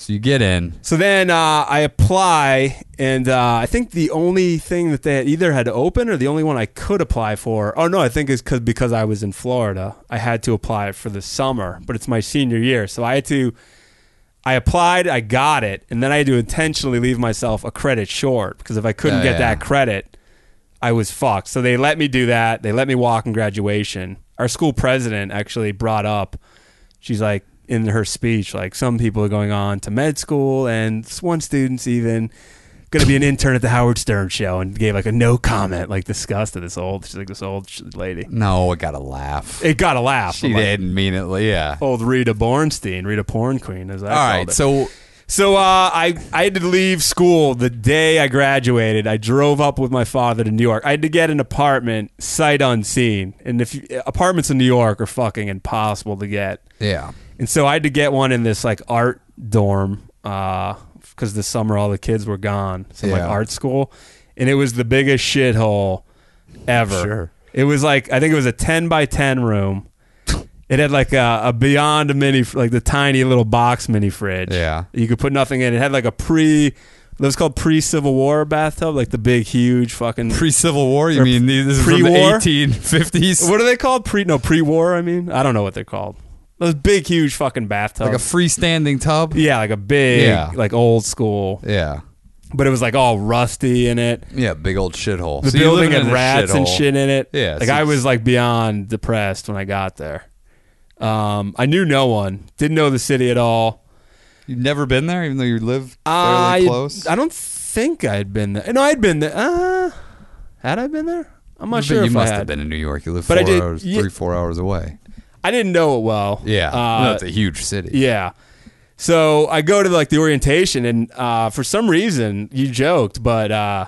[SPEAKER 3] So you get in.
[SPEAKER 4] so then uh, I apply, and uh, I think the only thing that they had either had to open or the only one I could apply for. Oh no, I think it's because because I was in Florida, I had to apply for the summer, but it's my senior year, so I had to. I applied, I got it, and then I had to intentionally leave myself a credit short because if I couldn't
[SPEAKER 3] Yeah,
[SPEAKER 4] get
[SPEAKER 3] yeah.
[SPEAKER 4] that credit, I was fucked. So they let me do that. They let me walk in graduation. Our school president actually brought up, she's like in her speech, like some people are going on to med school, and this one student's even going to be an intern at the Howard Stern show, and gave like a no comment, like disgust to this old, she's like this old sh- lady.
[SPEAKER 3] No, I gotta laugh.
[SPEAKER 4] It got a laugh.
[SPEAKER 3] she
[SPEAKER 4] I'm like,
[SPEAKER 3] didn't mean it. Yeah.
[SPEAKER 4] Old Rita Bornstein, Rita Porn Queen, as I
[SPEAKER 3] All
[SPEAKER 4] called
[SPEAKER 3] right.
[SPEAKER 4] it.
[SPEAKER 3] So
[SPEAKER 4] So uh, I I had to leave school the day I graduated. I drove up with my father to New York. I had to get an apartment sight unseen, and if you, apartments in New York are fucking impossible to get,
[SPEAKER 3] yeah.
[SPEAKER 4] and so I had to get one in this like art dorm because this summer all the kids were gone, so like
[SPEAKER 3] Yeah.
[SPEAKER 4] art school, and it was the biggest shithole ever.
[SPEAKER 3] Sure.
[SPEAKER 4] It was like I think it was a ten by ten room. It had like a, a beyond a mini, like the tiny little box mini fridge.
[SPEAKER 3] Yeah.
[SPEAKER 4] you could put nothing in. It had like a pre, it was called pre Civil War bathtub, like the big huge fucking.
[SPEAKER 3] Pre Civil War? You
[SPEAKER 4] Or
[SPEAKER 3] mean these this is from the
[SPEAKER 4] pre-war?
[SPEAKER 3] 1850s?
[SPEAKER 4] what are they called? Pre no pre war. I mean, I don't know what they're called. Those big huge fucking bathtubs.
[SPEAKER 3] Like a freestanding tub?
[SPEAKER 4] Yeah, like a big,
[SPEAKER 3] Yeah.
[SPEAKER 4] like old school,
[SPEAKER 3] Yeah.
[SPEAKER 4] but it was like all rusty in it.
[SPEAKER 3] Yeah, big old shithole.
[SPEAKER 4] The
[SPEAKER 3] So you're
[SPEAKER 4] building
[SPEAKER 3] living
[SPEAKER 4] had
[SPEAKER 3] in a
[SPEAKER 4] rats and
[SPEAKER 3] shithole.
[SPEAKER 4] shit in it.
[SPEAKER 3] Yeah,
[SPEAKER 4] like
[SPEAKER 3] so
[SPEAKER 4] I
[SPEAKER 3] it's-
[SPEAKER 4] was like beyond depressed when I got there. Um, I knew no one, didn't know the city at all.
[SPEAKER 3] You've never been there, even though you live
[SPEAKER 4] I
[SPEAKER 3] fairly close?
[SPEAKER 4] I don't think I had been there. No, I'd been there. Uh, had I been there? I'm not
[SPEAKER 3] But
[SPEAKER 4] sure.
[SPEAKER 3] you
[SPEAKER 4] if
[SPEAKER 3] must
[SPEAKER 4] I
[SPEAKER 3] have
[SPEAKER 4] had.
[SPEAKER 3] been in New York. You live
[SPEAKER 4] But
[SPEAKER 3] four
[SPEAKER 4] I did-
[SPEAKER 3] hours,
[SPEAKER 4] yeah.
[SPEAKER 3] three, four hours away.
[SPEAKER 4] I didn't know it well.
[SPEAKER 3] Yeah.
[SPEAKER 4] Uh,
[SPEAKER 3] no, it's a huge city.
[SPEAKER 4] Yeah. So I go to like the orientation, and uh, for some reason, you joked, but uh,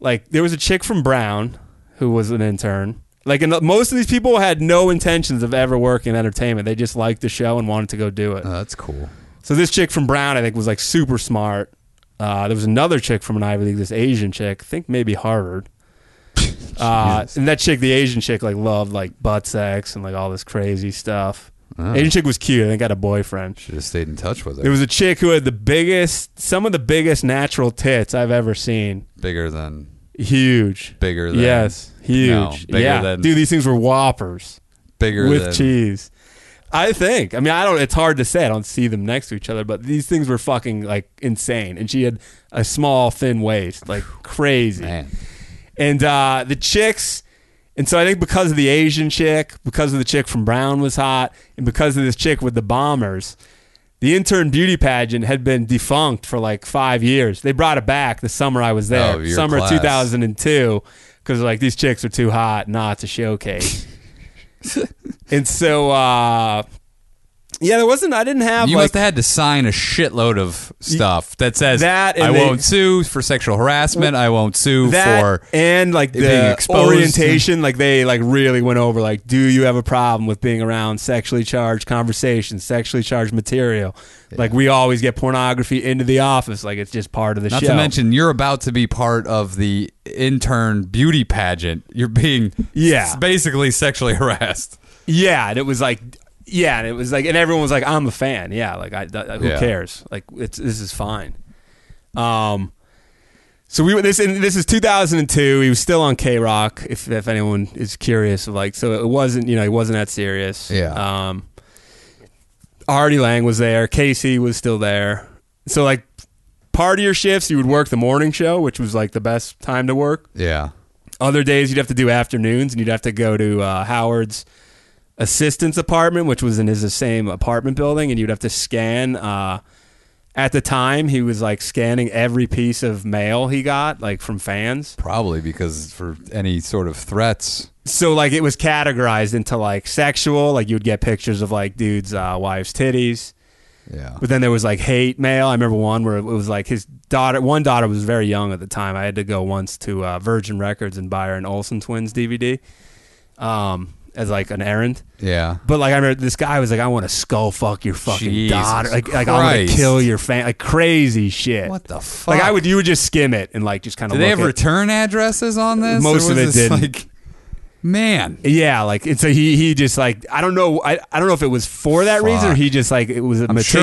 [SPEAKER 4] like there was a chick from Brown who was an intern. Like, and most of these people had no intentions of ever working in entertainment. They just liked the show and wanted to go do it.
[SPEAKER 3] Oh, that's cool.
[SPEAKER 4] So this chick from Brown, I think, was like super smart. Uh, there was another chick from an Ivy League, this Asian chick, I think maybe Harvard. uh, and that chick, the Asian chick, like loved like butt sex and like all this crazy stuff.
[SPEAKER 3] Oh.
[SPEAKER 4] Asian chick was cute. I think had a boyfriend.
[SPEAKER 3] Should have stayed in touch with her.
[SPEAKER 4] There was a chick who had the biggest, some of the biggest natural tits I've ever seen.
[SPEAKER 3] bigger than
[SPEAKER 4] Huge.
[SPEAKER 3] Bigger than-
[SPEAKER 4] yes, huge.
[SPEAKER 3] No, bigger
[SPEAKER 4] yeah,
[SPEAKER 3] than-
[SPEAKER 4] dude, these things were whoppers
[SPEAKER 3] bigger
[SPEAKER 4] with
[SPEAKER 3] than
[SPEAKER 4] cheese. I think. I mean, I don't. It's hard to say. I don't see them next to each other, but these things were fucking like insane. And she had a small, thin waist, like crazy.
[SPEAKER 3] Man.
[SPEAKER 4] And uh, the chicks, and so I think because of the Asian chick, because of the chick from Brown was hot, and because of this chick with the bombers, the intern beauty pageant had been defunct for like five years. They brought it back the summer I was there,
[SPEAKER 3] Oh, your
[SPEAKER 4] summer
[SPEAKER 3] class.
[SPEAKER 4] 2002, because like these chicks are too hot not to showcase. and so uh, Yeah, there wasn't. I didn't have.
[SPEAKER 3] You
[SPEAKER 4] like,
[SPEAKER 3] must have had to sign a shitload of stuff that says
[SPEAKER 4] that and
[SPEAKER 3] I
[SPEAKER 4] they-
[SPEAKER 3] won't sue for sexual harassment. I won't sue
[SPEAKER 4] that
[SPEAKER 3] for
[SPEAKER 4] and like
[SPEAKER 3] it being
[SPEAKER 4] the
[SPEAKER 3] exposed.
[SPEAKER 4] orientation like they like really went over like do you have a problem with being around sexually charged conversations sexually charged material like we always get pornography into the office like it's just part of the
[SPEAKER 3] Not
[SPEAKER 4] show
[SPEAKER 3] to mention, you're about to be part of the intern beauty pageant. You're being
[SPEAKER 4] Yeah.
[SPEAKER 3] s- basically sexually harassed.
[SPEAKER 4] yeah and it was like yeah and it was like and everyone was like i'm a fan yeah like i th- who
[SPEAKER 3] Yeah.
[SPEAKER 4] cares like it's this is fine um so we were this and this is 2002 he was still on k-rock if if anyone is curious of like so it wasn't you know he wasn't that serious
[SPEAKER 3] Yeah.
[SPEAKER 4] um Artie Lang was there. Casey was still there. So like part of your shifts, you would work the morning show, which was like the best time to work.
[SPEAKER 3] Yeah,
[SPEAKER 4] Other days, you'd have to do afternoons, and you'd have to go to uh, Howard's assistant's apartment, which was in his same apartment building, and you'd have to scan. Uh, at the time, he was like scanning every piece of mail he got, like from fans.
[SPEAKER 3] probably because for any sort of threats.
[SPEAKER 4] So like it was categorized into like sexual, like you'd get pictures of like dudes' uh, wives' titties.
[SPEAKER 3] Yeah,
[SPEAKER 4] But then there was like hate mail. I remember one where it was like his daughter. One daughter was very young at the time. I had to go once to uh, Virgin Records and buy her an Olsen Twins DVD um, as like an errand.
[SPEAKER 3] yeah.
[SPEAKER 4] But like I remember this guy was like, "I want to skull fuck your fucking
[SPEAKER 3] Jesus
[SPEAKER 4] daughter. Like, like I want
[SPEAKER 3] Christ.
[SPEAKER 4] to kill your fan. Like crazy shit.
[SPEAKER 3] What the fuck?
[SPEAKER 4] Like I would, you would just skim it and like just kind of.
[SPEAKER 3] Did they have return addresses on this?
[SPEAKER 4] Most
[SPEAKER 3] Or
[SPEAKER 4] of
[SPEAKER 3] was
[SPEAKER 4] it
[SPEAKER 3] this
[SPEAKER 4] didn't.
[SPEAKER 3] Like, man,
[SPEAKER 4] Yeah, like and so he he just like I don't know I, I don't know if it was for that reason or
[SPEAKER 3] Fuck.
[SPEAKER 4] he just like it was
[SPEAKER 3] I'm sure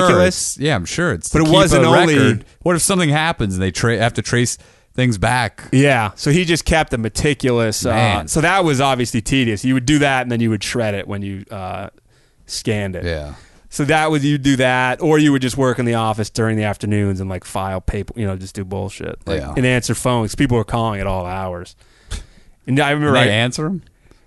[SPEAKER 3] it's-
[SPEAKER 4] meticulous.
[SPEAKER 3] yeah, I'm sure it's.
[SPEAKER 4] But
[SPEAKER 3] to
[SPEAKER 4] it
[SPEAKER 3] keep
[SPEAKER 4] wasn't
[SPEAKER 3] a
[SPEAKER 4] only-
[SPEAKER 3] record. What if something happens and they tra- have to trace things back?
[SPEAKER 4] Yeah, so he just kept a meticulous. Uh,
[SPEAKER 3] Man.
[SPEAKER 4] so that was obviously tedious. You would do that, and then you would shred it when you uh, scanned it.
[SPEAKER 3] Yeah.
[SPEAKER 4] So that was you do that, or you would just work in the office during the afternoons and like file paper, you know, just do bullshit, like,
[SPEAKER 3] Yeah.
[SPEAKER 4] and answer phones. People were calling at all hours. And I remember,
[SPEAKER 3] Right.
[SPEAKER 4] I-
[SPEAKER 3] They answer them.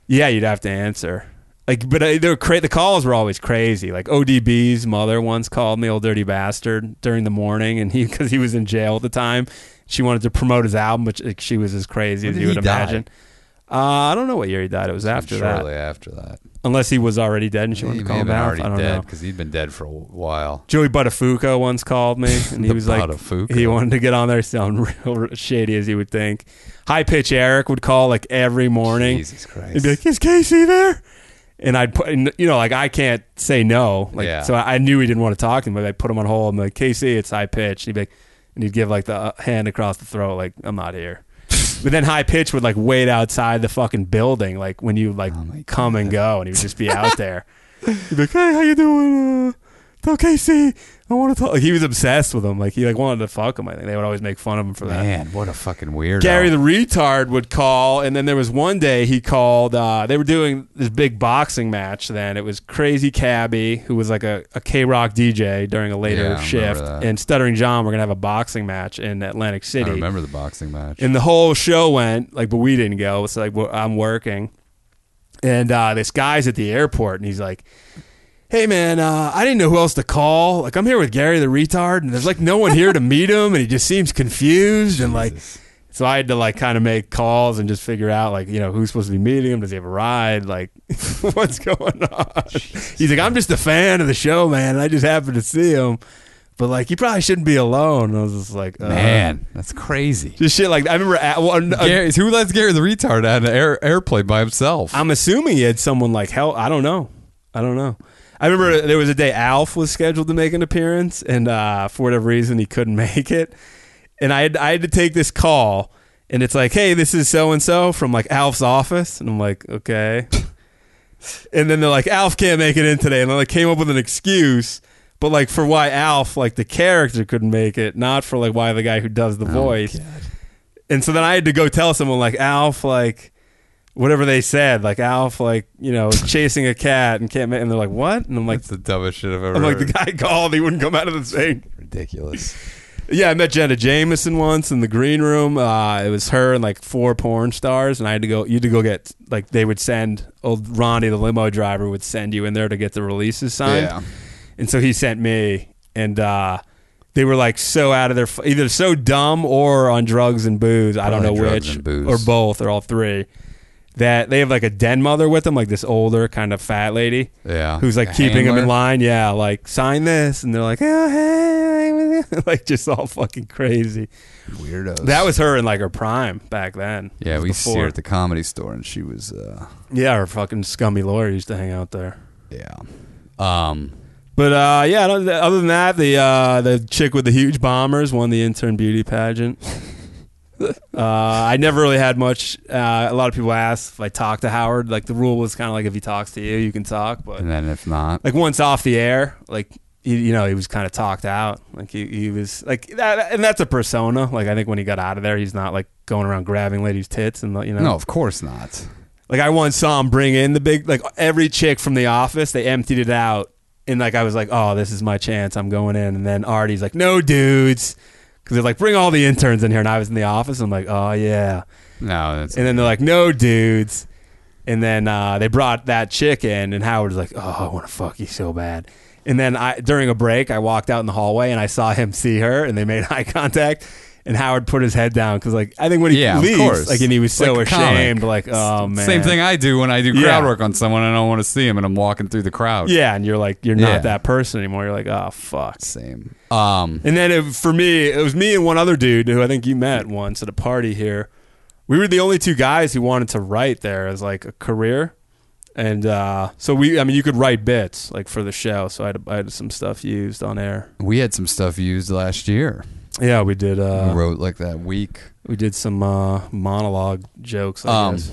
[SPEAKER 4] yeah, you'd have to answer. Like, but uh, they were cra- the calls were always crazy. Like ODB's mother once called me old dirty bastard during the morning, and he because he was in jail at the time, she wanted to promote his album, which like, she was as crazy
[SPEAKER 3] When
[SPEAKER 4] as
[SPEAKER 3] did
[SPEAKER 4] you
[SPEAKER 3] he
[SPEAKER 4] would
[SPEAKER 3] die?
[SPEAKER 4] imagine. Uh, I don't know what year he died. It was after
[SPEAKER 3] Shortly
[SPEAKER 4] that,
[SPEAKER 3] after that,
[SPEAKER 4] unless he was already dead and she wanted
[SPEAKER 3] he
[SPEAKER 4] to
[SPEAKER 3] may
[SPEAKER 4] call
[SPEAKER 3] have
[SPEAKER 4] him
[SPEAKER 3] been
[SPEAKER 4] out.
[SPEAKER 3] already
[SPEAKER 4] I don't
[SPEAKER 3] dead
[SPEAKER 4] know.
[SPEAKER 3] because he'd been dead for a while.
[SPEAKER 4] Joey Buttafuoco once called me, and he
[SPEAKER 3] The
[SPEAKER 4] was like,
[SPEAKER 3] Buttafuoco.
[SPEAKER 4] he wanted to get on there, sound real shady as you would think. High pitch Eric would call like every morning.
[SPEAKER 3] Jesus Christ.
[SPEAKER 4] He'd be like, "Is Casey there?" And I'd put, and, you know, like I can't say no. Like,
[SPEAKER 3] Yeah.
[SPEAKER 4] so I, I knew he didn't want to talk to me. But I put him on hold. I'm like, "Casey, it's high pitch." And he'd be like, and he'd give like the uh, hand across the throat, like, "I'm not here." but then high pitch would like wait outside the fucking building, like when you
[SPEAKER 3] Oh
[SPEAKER 4] like come and go, and he would just be out there. He'd be like, "Hey, how you doing?" Uh, tell Casey, I want to talk. Like, he was obsessed with him. Like he like wanted to fuck him. I think they would always make fun of him for that.
[SPEAKER 3] Man, what a fucking weirdo.
[SPEAKER 4] Gary the retard would call, and then there was one day he called. Uh, they were doing this big boxing match. Then it was Crazy Cabby, who was like a, a K Rock DJ during a later
[SPEAKER 3] Yeah, I remember
[SPEAKER 4] shift,
[SPEAKER 3] that.
[SPEAKER 4] and Stuttering John. We're gonna have a boxing match in Atlantic
[SPEAKER 3] I
[SPEAKER 4] City,
[SPEAKER 3] remember the boxing match.
[SPEAKER 4] and the whole show went like, but we didn't go. It's like well, I'm working, and uh, this guy's at the airport, and he's like. Hey man, uh, I didn't know who else to call. Like I'm here with Gary the retard, and there's like no one here to meet him, and he just seems confused and like so I had to like kind of make calls and just figure out like you know who's supposed to be meeting him. Does he have a ride? Like what's going on? He's like, I'm just a fan of the show, man. and I just happened to see him, but like you probably shouldn't be alone. And I was just like, uh,
[SPEAKER 3] Man, that's crazy.
[SPEAKER 4] just shit. Like I remember at one. uh,
[SPEAKER 3] Gary, who lets Gary the retard out of an air, airplane by himself?
[SPEAKER 4] I'm assuming he had someone like hell. I don't know. I don't know. I remember there was a day Alf was scheduled to make an appearance, and uh, for whatever reason he couldn't make it. And I had I had to take this call, and it's like, hey, this is so and so from like Alf's office, and I'm like, okay. and then they're like, Alf can't make it in today, and I like came up with an excuse, but like for why Alf, like the character, couldn't make it, not for like why the guy who does the voice. And so then I had to go tell someone like Alf, like whatever they said, like Alf, like you know, chasing a cat and can't. Ma-, and they're like, what? And I'm like,
[SPEAKER 3] that's the dumbest shit I've ever
[SPEAKER 4] I'm like the
[SPEAKER 3] heard.
[SPEAKER 4] guy called. He wouldn't come out of the thing.
[SPEAKER 3] Ridiculous.
[SPEAKER 4] Yeah, I met Jenna Jameson once in the green room. Uh, it was her and like four porn stars, and I had to go. You had to go get like they would send old Ronnie, the limo driver, would send you in there to get the releases signed.
[SPEAKER 3] Yeah.
[SPEAKER 4] And so he sent me, and uh, they were like so out of their f- either so dumb or on drugs and booze. I don't know
[SPEAKER 3] Probably drugs
[SPEAKER 4] which,
[SPEAKER 3] and booze.
[SPEAKER 4] or both, or all three. that they have like a den mother with them, like this older kind of fat lady.
[SPEAKER 3] Yeah.
[SPEAKER 4] Who's like
[SPEAKER 3] A
[SPEAKER 4] keeping them in
[SPEAKER 3] handler?
[SPEAKER 4] line. Yeah. Like sign this. And they're like, oh, hey, like just all fucking crazy.
[SPEAKER 3] Weirdos.
[SPEAKER 4] That was her in like her prime back then. It
[SPEAKER 3] yeah.
[SPEAKER 4] was
[SPEAKER 3] We see
[SPEAKER 4] before-
[SPEAKER 3] her at the comedy store, and she was. uh
[SPEAKER 4] Yeah. Her fucking scummy lawyer used to hang out there.
[SPEAKER 3] Yeah. Um.
[SPEAKER 4] But uh, yeah, I don't- other than that, the uh, the chick with the huge bombers won the intern beauty pageant. uh, I never really had much. Uh, a lot of people asked if I talked to Howard. Like the rule was kind of like if he talks to you, you can talk. But
[SPEAKER 3] And then if not,
[SPEAKER 4] like once off the air, like he, you know, he was kind of talked out. Like he, he was like that, and that's a persona. Like I think when he got out of there, he's not like going around grabbing ladies' tits and you know.
[SPEAKER 3] no, of course not.
[SPEAKER 4] Like I once saw him bring in the big like every chick from the office, they emptied it out. And like I was like, "Oh, this is my chance. I'm going in." And then Artie's like, "No, dudes." Cuz they're like, "Bring all the interns in here." And I was in the office. I'm like, "Oh, yeah."
[SPEAKER 3] No, that's
[SPEAKER 4] And then they're like, "No, dudes." And then uh, they brought that chick in and Howard's like, "Oh, I want to fuck you so bad." And then I during a break, I walked out in the hallway and I saw him see her and they made eye contact. And Howard put his head down because, like, I think when he
[SPEAKER 3] Yeah, of
[SPEAKER 4] leaves,
[SPEAKER 3] course.
[SPEAKER 4] like, and he was
[SPEAKER 3] Like
[SPEAKER 4] so
[SPEAKER 3] a comic.
[SPEAKER 4] ashamed, like, oh man,
[SPEAKER 3] same thing I do when I do crowd
[SPEAKER 4] Yeah.
[SPEAKER 3] work on someone. I don't want to see him, and I'm walking through the crowd.
[SPEAKER 4] Yeah, and you're like, you're not
[SPEAKER 3] Yeah.
[SPEAKER 4] that person anymore. You're like, oh fuck.
[SPEAKER 3] Same. Um.
[SPEAKER 4] And then it, for me, it was me and one other dude who I think you met once at a party here. We were the only two guys who wanted to write there as like a career, and uh, so we. I mean, you could write bits like for the show. So I had, I had some stuff used on air.
[SPEAKER 3] We had some stuff used last year.
[SPEAKER 4] Yeah, we did.
[SPEAKER 3] We
[SPEAKER 4] Uh,
[SPEAKER 3] wrote like that week.
[SPEAKER 4] we did some uh, monologue jokes. I
[SPEAKER 3] Um,
[SPEAKER 4] guess.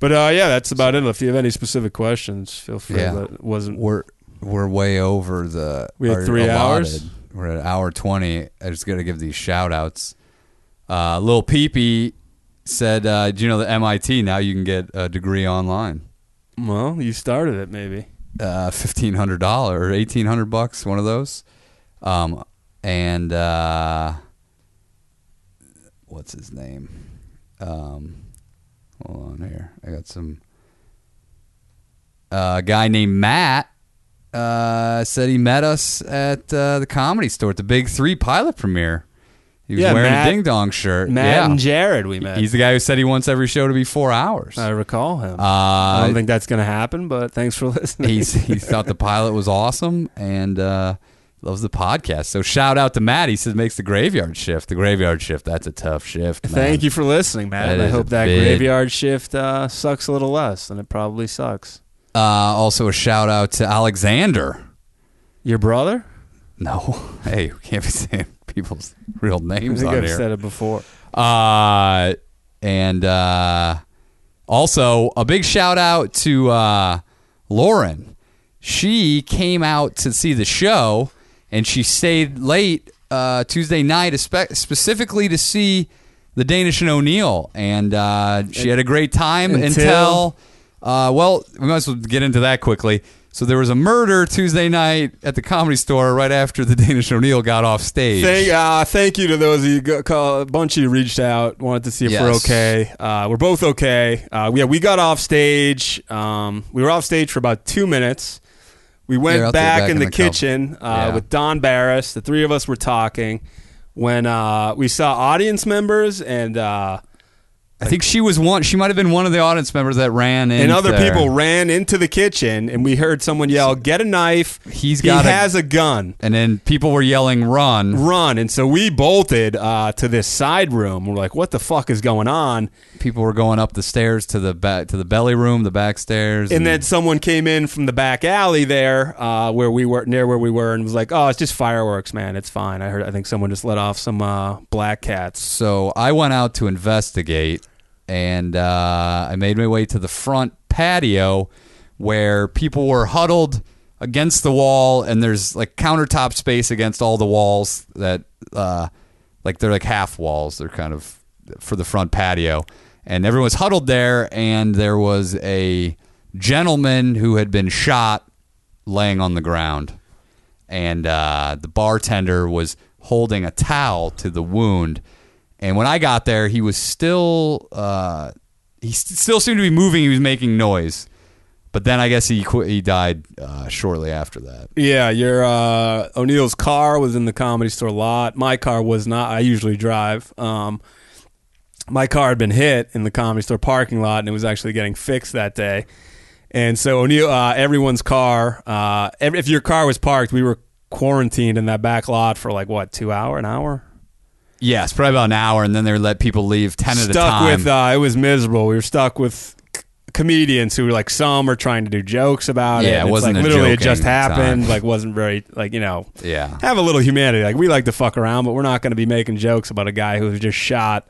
[SPEAKER 4] But uh, yeah, that's about it. If you have any specific questions, feel free.
[SPEAKER 3] Yeah.
[SPEAKER 4] That wasn't
[SPEAKER 3] We're we're way over the.
[SPEAKER 4] We had
[SPEAKER 3] our
[SPEAKER 4] three hours?
[SPEAKER 3] We're at hour twenty. I just got to give these shout outs. Uh, Lil Peepy said, uh, "Do you know that MIT now you can get a degree online?
[SPEAKER 4] well. You started it, maybe.
[SPEAKER 3] Uh, Fifteen hundred dollar or eighteen hundred bucks, one of those." Um, and uh, what's his name? Um, hold on here. I got some. uh, a guy named Matt uh, said he met us at uh, the comedy store at the Big Three pilot premiere. He was
[SPEAKER 4] Yeah,
[SPEAKER 3] wearing
[SPEAKER 4] Matt-
[SPEAKER 3] a ding dong shirt.
[SPEAKER 4] Matt
[SPEAKER 3] yeah. E-,
[SPEAKER 4] and Jared we met.
[SPEAKER 3] He's the guy who said he wants every show to be four hours.
[SPEAKER 4] I recall him. I
[SPEAKER 3] Uh,
[SPEAKER 4] don't think that's going to happen, but thanks for listening.
[SPEAKER 3] he's, he thought the pilot was awesome and uh, loves the podcast. So shout out to Matt. He says makes the graveyard shift. The graveyard shift. That's a tough shift. man.
[SPEAKER 4] Thank you for listening,
[SPEAKER 3] That
[SPEAKER 4] Matt. I
[SPEAKER 3] is
[SPEAKER 4] hope
[SPEAKER 3] a
[SPEAKER 4] that
[SPEAKER 3] big-
[SPEAKER 4] graveyard shift uh, sucks a little less than it probably sucks.
[SPEAKER 3] Uh, also a shout out to Alexander.
[SPEAKER 4] Your brother?
[SPEAKER 3] No, hey, we can't be saying people's real
[SPEAKER 4] I
[SPEAKER 3] names
[SPEAKER 4] think
[SPEAKER 3] on
[SPEAKER 4] I've
[SPEAKER 3] here.
[SPEAKER 4] said it before.
[SPEAKER 3] Uh, and uh, also a big shout out to uh, Lauren. She came out to see the show, and she stayed late uh, Tuesday night, espe- specifically to see the Danish and O'Neill, and uh, she had a great time
[SPEAKER 4] Until-
[SPEAKER 3] until. uh, well, we might as well get into that quickly. So there was a murder Tuesday night at the comedy store right after the Danish O'Neill got off stage.
[SPEAKER 4] Thank, uh, thank you to those of you go, call, a bunch of you reached out, wanted to see if we're
[SPEAKER 3] Yes.
[SPEAKER 4] okay. Uh, we're both okay. Uh, yeah, we got off stage. Um, we were off stage for about two minutes. We
[SPEAKER 3] Yeah,
[SPEAKER 4] went
[SPEAKER 3] out there
[SPEAKER 4] back,
[SPEAKER 3] back
[SPEAKER 4] in,
[SPEAKER 3] in
[SPEAKER 4] the,
[SPEAKER 3] the cupboard.
[SPEAKER 4] kitchen uh,
[SPEAKER 3] Yeah.
[SPEAKER 4] with Don Barris. The three of us were talking when uh, we saw audience members and uh,
[SPEAKER 3] I think she was one. She might have been one of the audience members that ran in.
[SPEAKER 4] and other
[SPEAKER 3] there.
[SPEAKER 4] people ran into the kitchen, and we heard someone yell, "Get a knife!
[SPEAKER 3] He's
[SPEAKER 4] he
[SPEAKER 3] got a-
[SPEAKER 4] has a gun."
[SPEAKER 3] And then people were yelling, "Run!"
[SPEAKER 4] Run! And so we bolted uh, to this side room. We're like, "What the fuck is going on?"
[SPEAKER 3] People were going up the stairs to the back to the belly room, the back stairs,
[SPEAKER 4] And then someone came in from the back alley there, uh, where we were near where we were, and was like, "Oh, it's just fireworks, man. It's fine." I heard. I think someone just let off some uh, black cats.
[SPEAKER 3] so I went out to investigate, and uh, I made my way to the front patio where people were huddled against the wall, and there's like countertop space against all the walls that, uh, like they're like half walls. They're kind of for the front patio, and everyone's huddled there, and there was a gentleman who had been shot laying on the ground and uh, the bartender was holding a towel to the wound. And when I got there, he was still uh, he st- still seemed to be moving. He was making noise, but then I guess he qu- he died uh, shortly after that.
[SPEAKER 4] Yeah, your uh, O'Neill's car was in the comedy store lot. My car was not. I usually drive. Um, my car had been hit in the comedy store parking lot, and it was actually getting fixed that day. And so O'Neill, uh, everyone's car, uh, ev- if your car was parked, we were quarantined in that back lot for like what two hour, an hour.
[SPEAKER 3] Yes, probably about an hour, and then they let people leave ten at a
[SPEAKER 4] stuck
[SPEAKER 3] time.
[SPEAKER 4] with uh, it was miserable. We were stuck with c- comedians who were like some are trying to do jokes about it.
[SPEAKER 3] Yeah, it
[SPEAKER 4] and it's,
[SPEAKER 3] wasn't
[SPEAKER 4] like
[SPEAKER 3] a
[SPEAKER 4] literally it just
[SPEAKER 3] joking
[SPEAKER 4] happened.
[SPEAKER 3] time.
[SPEAKER 4] Like wasn't very like you know
[SPEAKER 3] yeah,
[SPEAKER 4] have a little humanity. Like we like to fuck around, but we're not going to be making jokes about a guy who was just shot.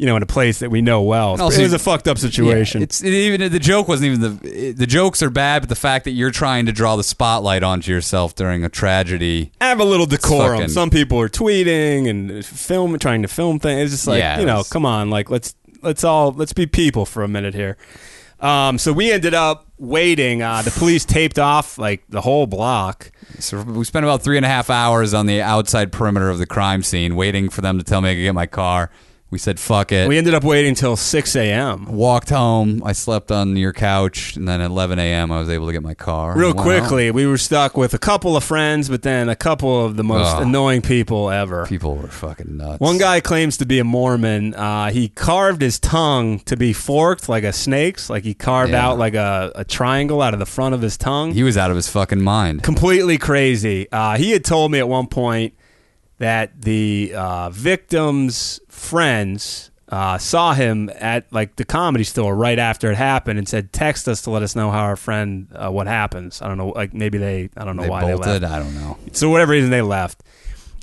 [SPEAKER 4] You know, in a place that we know well.
[SPEAKER 3] also-
[SPEAKER 4] it was a fucked up situation.
[SPEAKER 3] Yeah, it's it, even the joke wasn't even the the jokes are bad, but the fact that you're trying to draw the spotlight onto yourself during a tragedy.
[SPEAKER 4] have a little decorum.
[SPEAKER 3] fucking-
[SPEAKER 4] Some people are tweeting and film, trying to film things. It's just like
[SPEAKER 3] Yeah,
[SPEAKER 4] you know,
[SPEAKER 3] it's-
[SPEAKER 4] come on, like let's let's all let's be people for a minute here. Um, so we ended up waiting. Uh, the police taped off like the whole block.
[SPEAKER 3] So we spent about three and a half hours on the outside perimeter of the crime scene, waiting for them to tell me I could get my car. We said fuck it.
[SPEAKER 4] We ended up waiting till six a.m.
[SPEAKER 3] Walked home. I slept on your couch, and then at 11 a.m. I was able to get my car.
[SPEAKER 4] Real
[SPEAKER 3] Wow.
[SPEAKER 4] quickly, we were stuck with a couple of friends, but then a couple of the most
[SPEAKER 3] Ugh.
[SPEAKER 4] annoying people ever.
[SPEAKER 3] people were fucking nuts.
[SPEAKER 4] One guy claims to be a Mormon. Uh, he carved his tongue to be forked like a snake's. Like he carved
[SPEAKER 3] Yeah.
[SPEAKER 4] out like a, a triangle out of the front of his tongue.
[SPEAKER 3] he was out of his fucking mind.
[SPEAKER 4] completely crazy. Uh, he had told me at one point that the uh, victim's friends uh, saw him at like the comedy store right after it happened and said, "Text us to let us know how our friend uh, what happens." I don't know, like maybe they I don't know
[SPEAKER 3] They
[SPEAKER 4] why they
[SPEAKER 3] bolted.
[SPEAKER 4] left.
[SPEAKER 3] I don't know.
[SPEAKER 4] So whatever reason they left.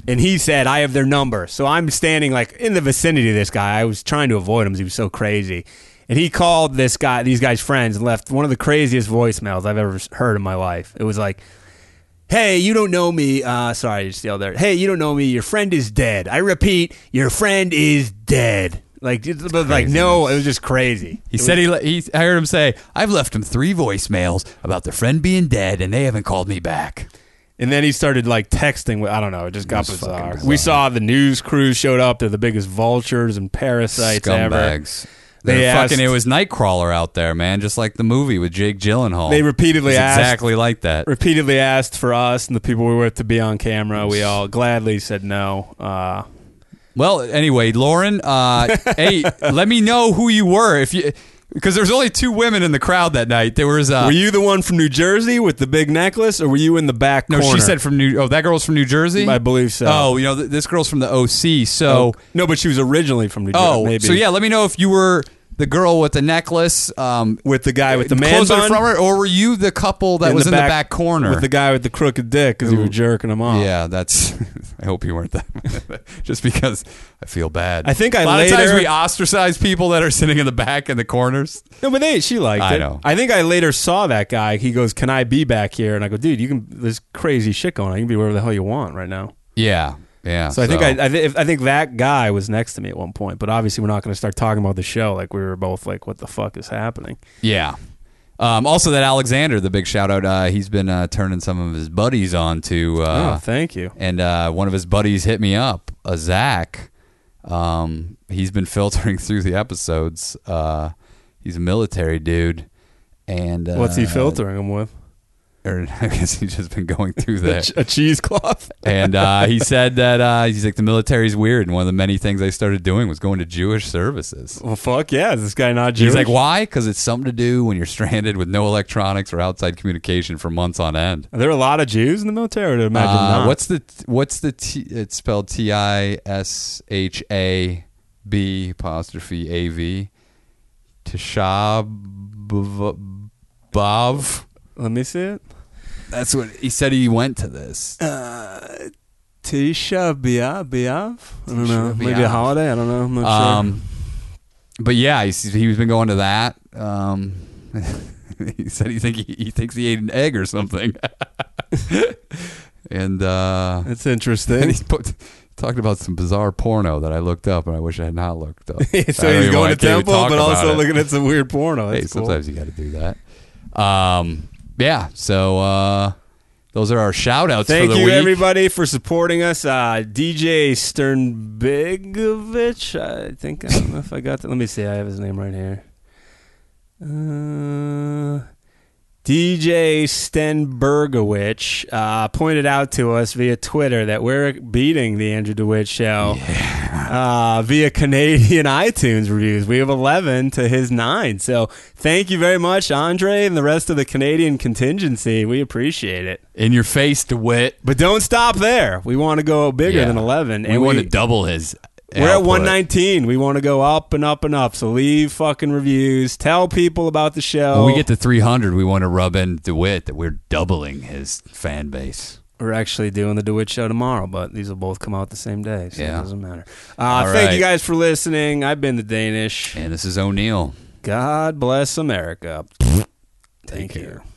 [SPEAKER 4] And he said, I have their number. So I'm standing like in the vicinity of this guy. I was trying to avoid him 'cause he was so crazy. And he called this guy, these guys' friends, and left one of the craziest voicemails I've ever heard in my life. It was like, Hey, you don't know me. Uh, sorry, I just yelled there. Hey, you don't know me. Your friend is dead. I repeat, your friend is dead. Like, just, but like no, it was just crazy.
[SPEAKER 3] He said he, le- he. I heard him say, "I've left him three voicemails about their friend being dead, and they haven't called me back."
[SPEAKER 4] And then he started like texting. with- I don't know. It just got
[SPEAKER 3] was
[SPEAKER 4] bizarre.
[SPEAKER 3] fucking
[SPEAKER 4] We
[SPEAKER 3] bizarre.
[SPEAKER 4] saw the news crews showed up. They're the biggest vultures and parasites ever.
[SPEAKER 3] Scumbags. They
[SPEAKER 4] They
[SPEAKER 3] fucking.
[SPEAKER 4] asked-
[SPEAKER 3] It was Nightcrawler out there, man. Just like the movie with Jake Gyllenhaal.
[SPEAKER 4] They repeatedly
[SPEAKER 3] It's
[SPEAKER 4] asked-
[SPEAKER 3] exactly like that.
[SPEAKER 4] Repeatedly asked for us and the people we were with to be on camera. We all gladly said no. Uh,
[SPEAKER 3] Well, anyway, Lauren, uh, hey, let me know who you were if you, because there's only two women in the crowd that night. There was uh,
[SPEAKER 4] were you the one from New Jersey with the big necklace, or were you in the back
[SPEAKER 3] no,
[SPEAKER 4] corner?
[SPEAKER 3] she said from New. Oh, that girl's from New Jersey.
[SPEAKER 4] I believe so.
[SPEAKER 3] Oh, you know, th- this girl's from the OC. So,
[SPEAKER 4] no, but she was originally from New Jersey.
[SPEAKER 3] oh,
[SPEAKER 4] maybe.
[SPEAKER 3] so yeah, let me know if you were the girl with the necklace. Um,
[SPEAKER 4] with the guy with the man
[SPEAKER 3] closer
[SPEAKER 4] bun
[SPEAKER 3] from her, or were you the couple that
[SPEAKER 4] in
[SPEAKER 3] was in the back corner
[SPEAKER 4] with the guy with the crooked dick because you were jerking him off.
[SPEAKER 3] Yeah, that's. I hope you weren't that. just because I feel bad.
[SPEAKER 4] I think I
[SPEAKER 3] a lot of
[SPEAKER 4] later-
[SPEAKER 3] times we ostracize people that are sitting in the back in the corners.
[SPEAKER 4] No, but they she liked
[SPEAKER 3] I
[SPEAKER 4] it.
[SPEAKER 3] know.
[SPEAKER 4] I think I later saw that guy. He goes, "Can I be back here?" And I go, "Dude, you can. There's crazy shit going on. You can be wherever the hell you want right now."
[SPEAKER 3] Yeah, yeah.
[SPEAKER 4] So, I think I I, th- I think that guy was next to me at one point. But obviously, we're not going to start talking about the show. Like we were both like, "What the fuck is happening?"
[SPEAKER 3] Yeah. Um, also, that Alexander, the big shout out. Uh, he's been uh, turning some of his buddies on to. Uh,
[SPEAKER 4] oh, thank you.
[SPEAKER 3] and uh, one of his buddies hit me up, a Zach. Um, he's been filtering through the episodes. Uh, he's a military dude, and uh,
[SPEAKER 4] What's he filtering him with?
[SPEAKER 3] Or I guess he's just been going through
[SPEAKER 4] A,
[SPEAKER 3] that.
[SPEAKER 4] ch- a cheesecloth.
[SPEAKER 3] and uh, he said that uh, he's like the military's weird, and one of the many things I started doing was going to Jewish services.
[SPEAKER 4] well, fuck yeah. Is this guy not Jewish?
[SPEAKER 3] He's like, why? Because it's something to do when you're stranded with no electronics or outside communication for months on end.
[SPEAKER 4] Are there a lot of Jews in the military? I would imagine
[SPEAKER 3] Uh,
[SPEAKER 4] not.
[SPEAKER 3] what's the what's the t- it's spelled T I S H A B apostrophe A V Tishabav.
[SPEAKER 4] Let me see it.
[SPEAKER 3] That's what he said. He went to this.
[SPEAKER 4] Tisha B'Av. B'Av? I don't know.
[SPEAKER 3] Tisha
[SPEAKER 4] Maybe a
[SPEAKER 3] B'Av.
[SPEAKER 4] holiday. I don't know. I'm not sure.
[SPEAKER 3] Um, but yeah, he's, he's been going to that. Um, he said he think he, he thinks he ate an egg or something. and uh,
[SPEAKER 4] That's
[SPEAKER 3] and
[SPEAKER 4] interesting.
[SPEAKER 3] he put, talked about some bizarre porno that I looked up and I wish I had not looked up. I
[SPEAKER 4] so
[SPEAKER 3] don't
[SPEAKER 4] he's
[SPEAKER 3] even know why I
[SPEAKER 4] going to
[SPEAKER 3] can't even
[SPEAKER 4] temple,
[SPEAKER 3] talk
[SPEAKER 4] but
[SPEAKER 3] about
[SPEAKER 4] also
[SPEAKER 3] it.
[SPEAKER 4] looking at some weird porno.
[SPEAKER 3] Hey,
[SPEAKER 4] That's cool.
[SPEAKER 3] sometimes you got to do that. Um, yeah. So uh, those are our shout outs for
[SPEAKER 4] Thank
[SPEAKER 3] the
[SPEAKER 4] you,
[SPEAKER 3] week.
[SPEAKER 4] everybody, for supporting us. Uh, DJ Sternbegovich, I think. I don't know if I got that. Let me see. I have his name right here. Uh, DJ Stenbergowicz uh, pointed out to us via Twitter that we're beating the Andrew DeWitt show uh, via Canadian iTunes reviews. We have 11 to his 9. So thank you very much, Andre, and the rest of the Canadian contingency. We appreciate it.
[SPEAKER 3] In your face, DeWitt.
[SPEAKER 4] But don't stop there. We want to go bigger than 11.
[SPEAKER 3] We want to double his.
[SPEAKER 4] We're at
[SPEAKER 3] output.
[SPEAKER 4] 119. We want to go up and up and up. So leave fucking reviews. Tell people about the show.
[SPEAKER 3] When we get to 300, we want to rub in DeWitt that we're doubling his fan base.
[SPEAKER 4] We're actually doing the DeWitt show tomorrow, but these will both come out the same day, so
[SPEAKER 3] Yeah.
[SPEAKER 4] it doesn't matter. Uh,
[SPEAKER 3] All
[SPEAKER 4] thank you
[SPEAKER 3] right.
[SPEAKER 4] guys for listening. I've been the Danish.
[SPEAKER 3] And this is O'Neill.
[SPEAKER 4] God bless America. Thank you.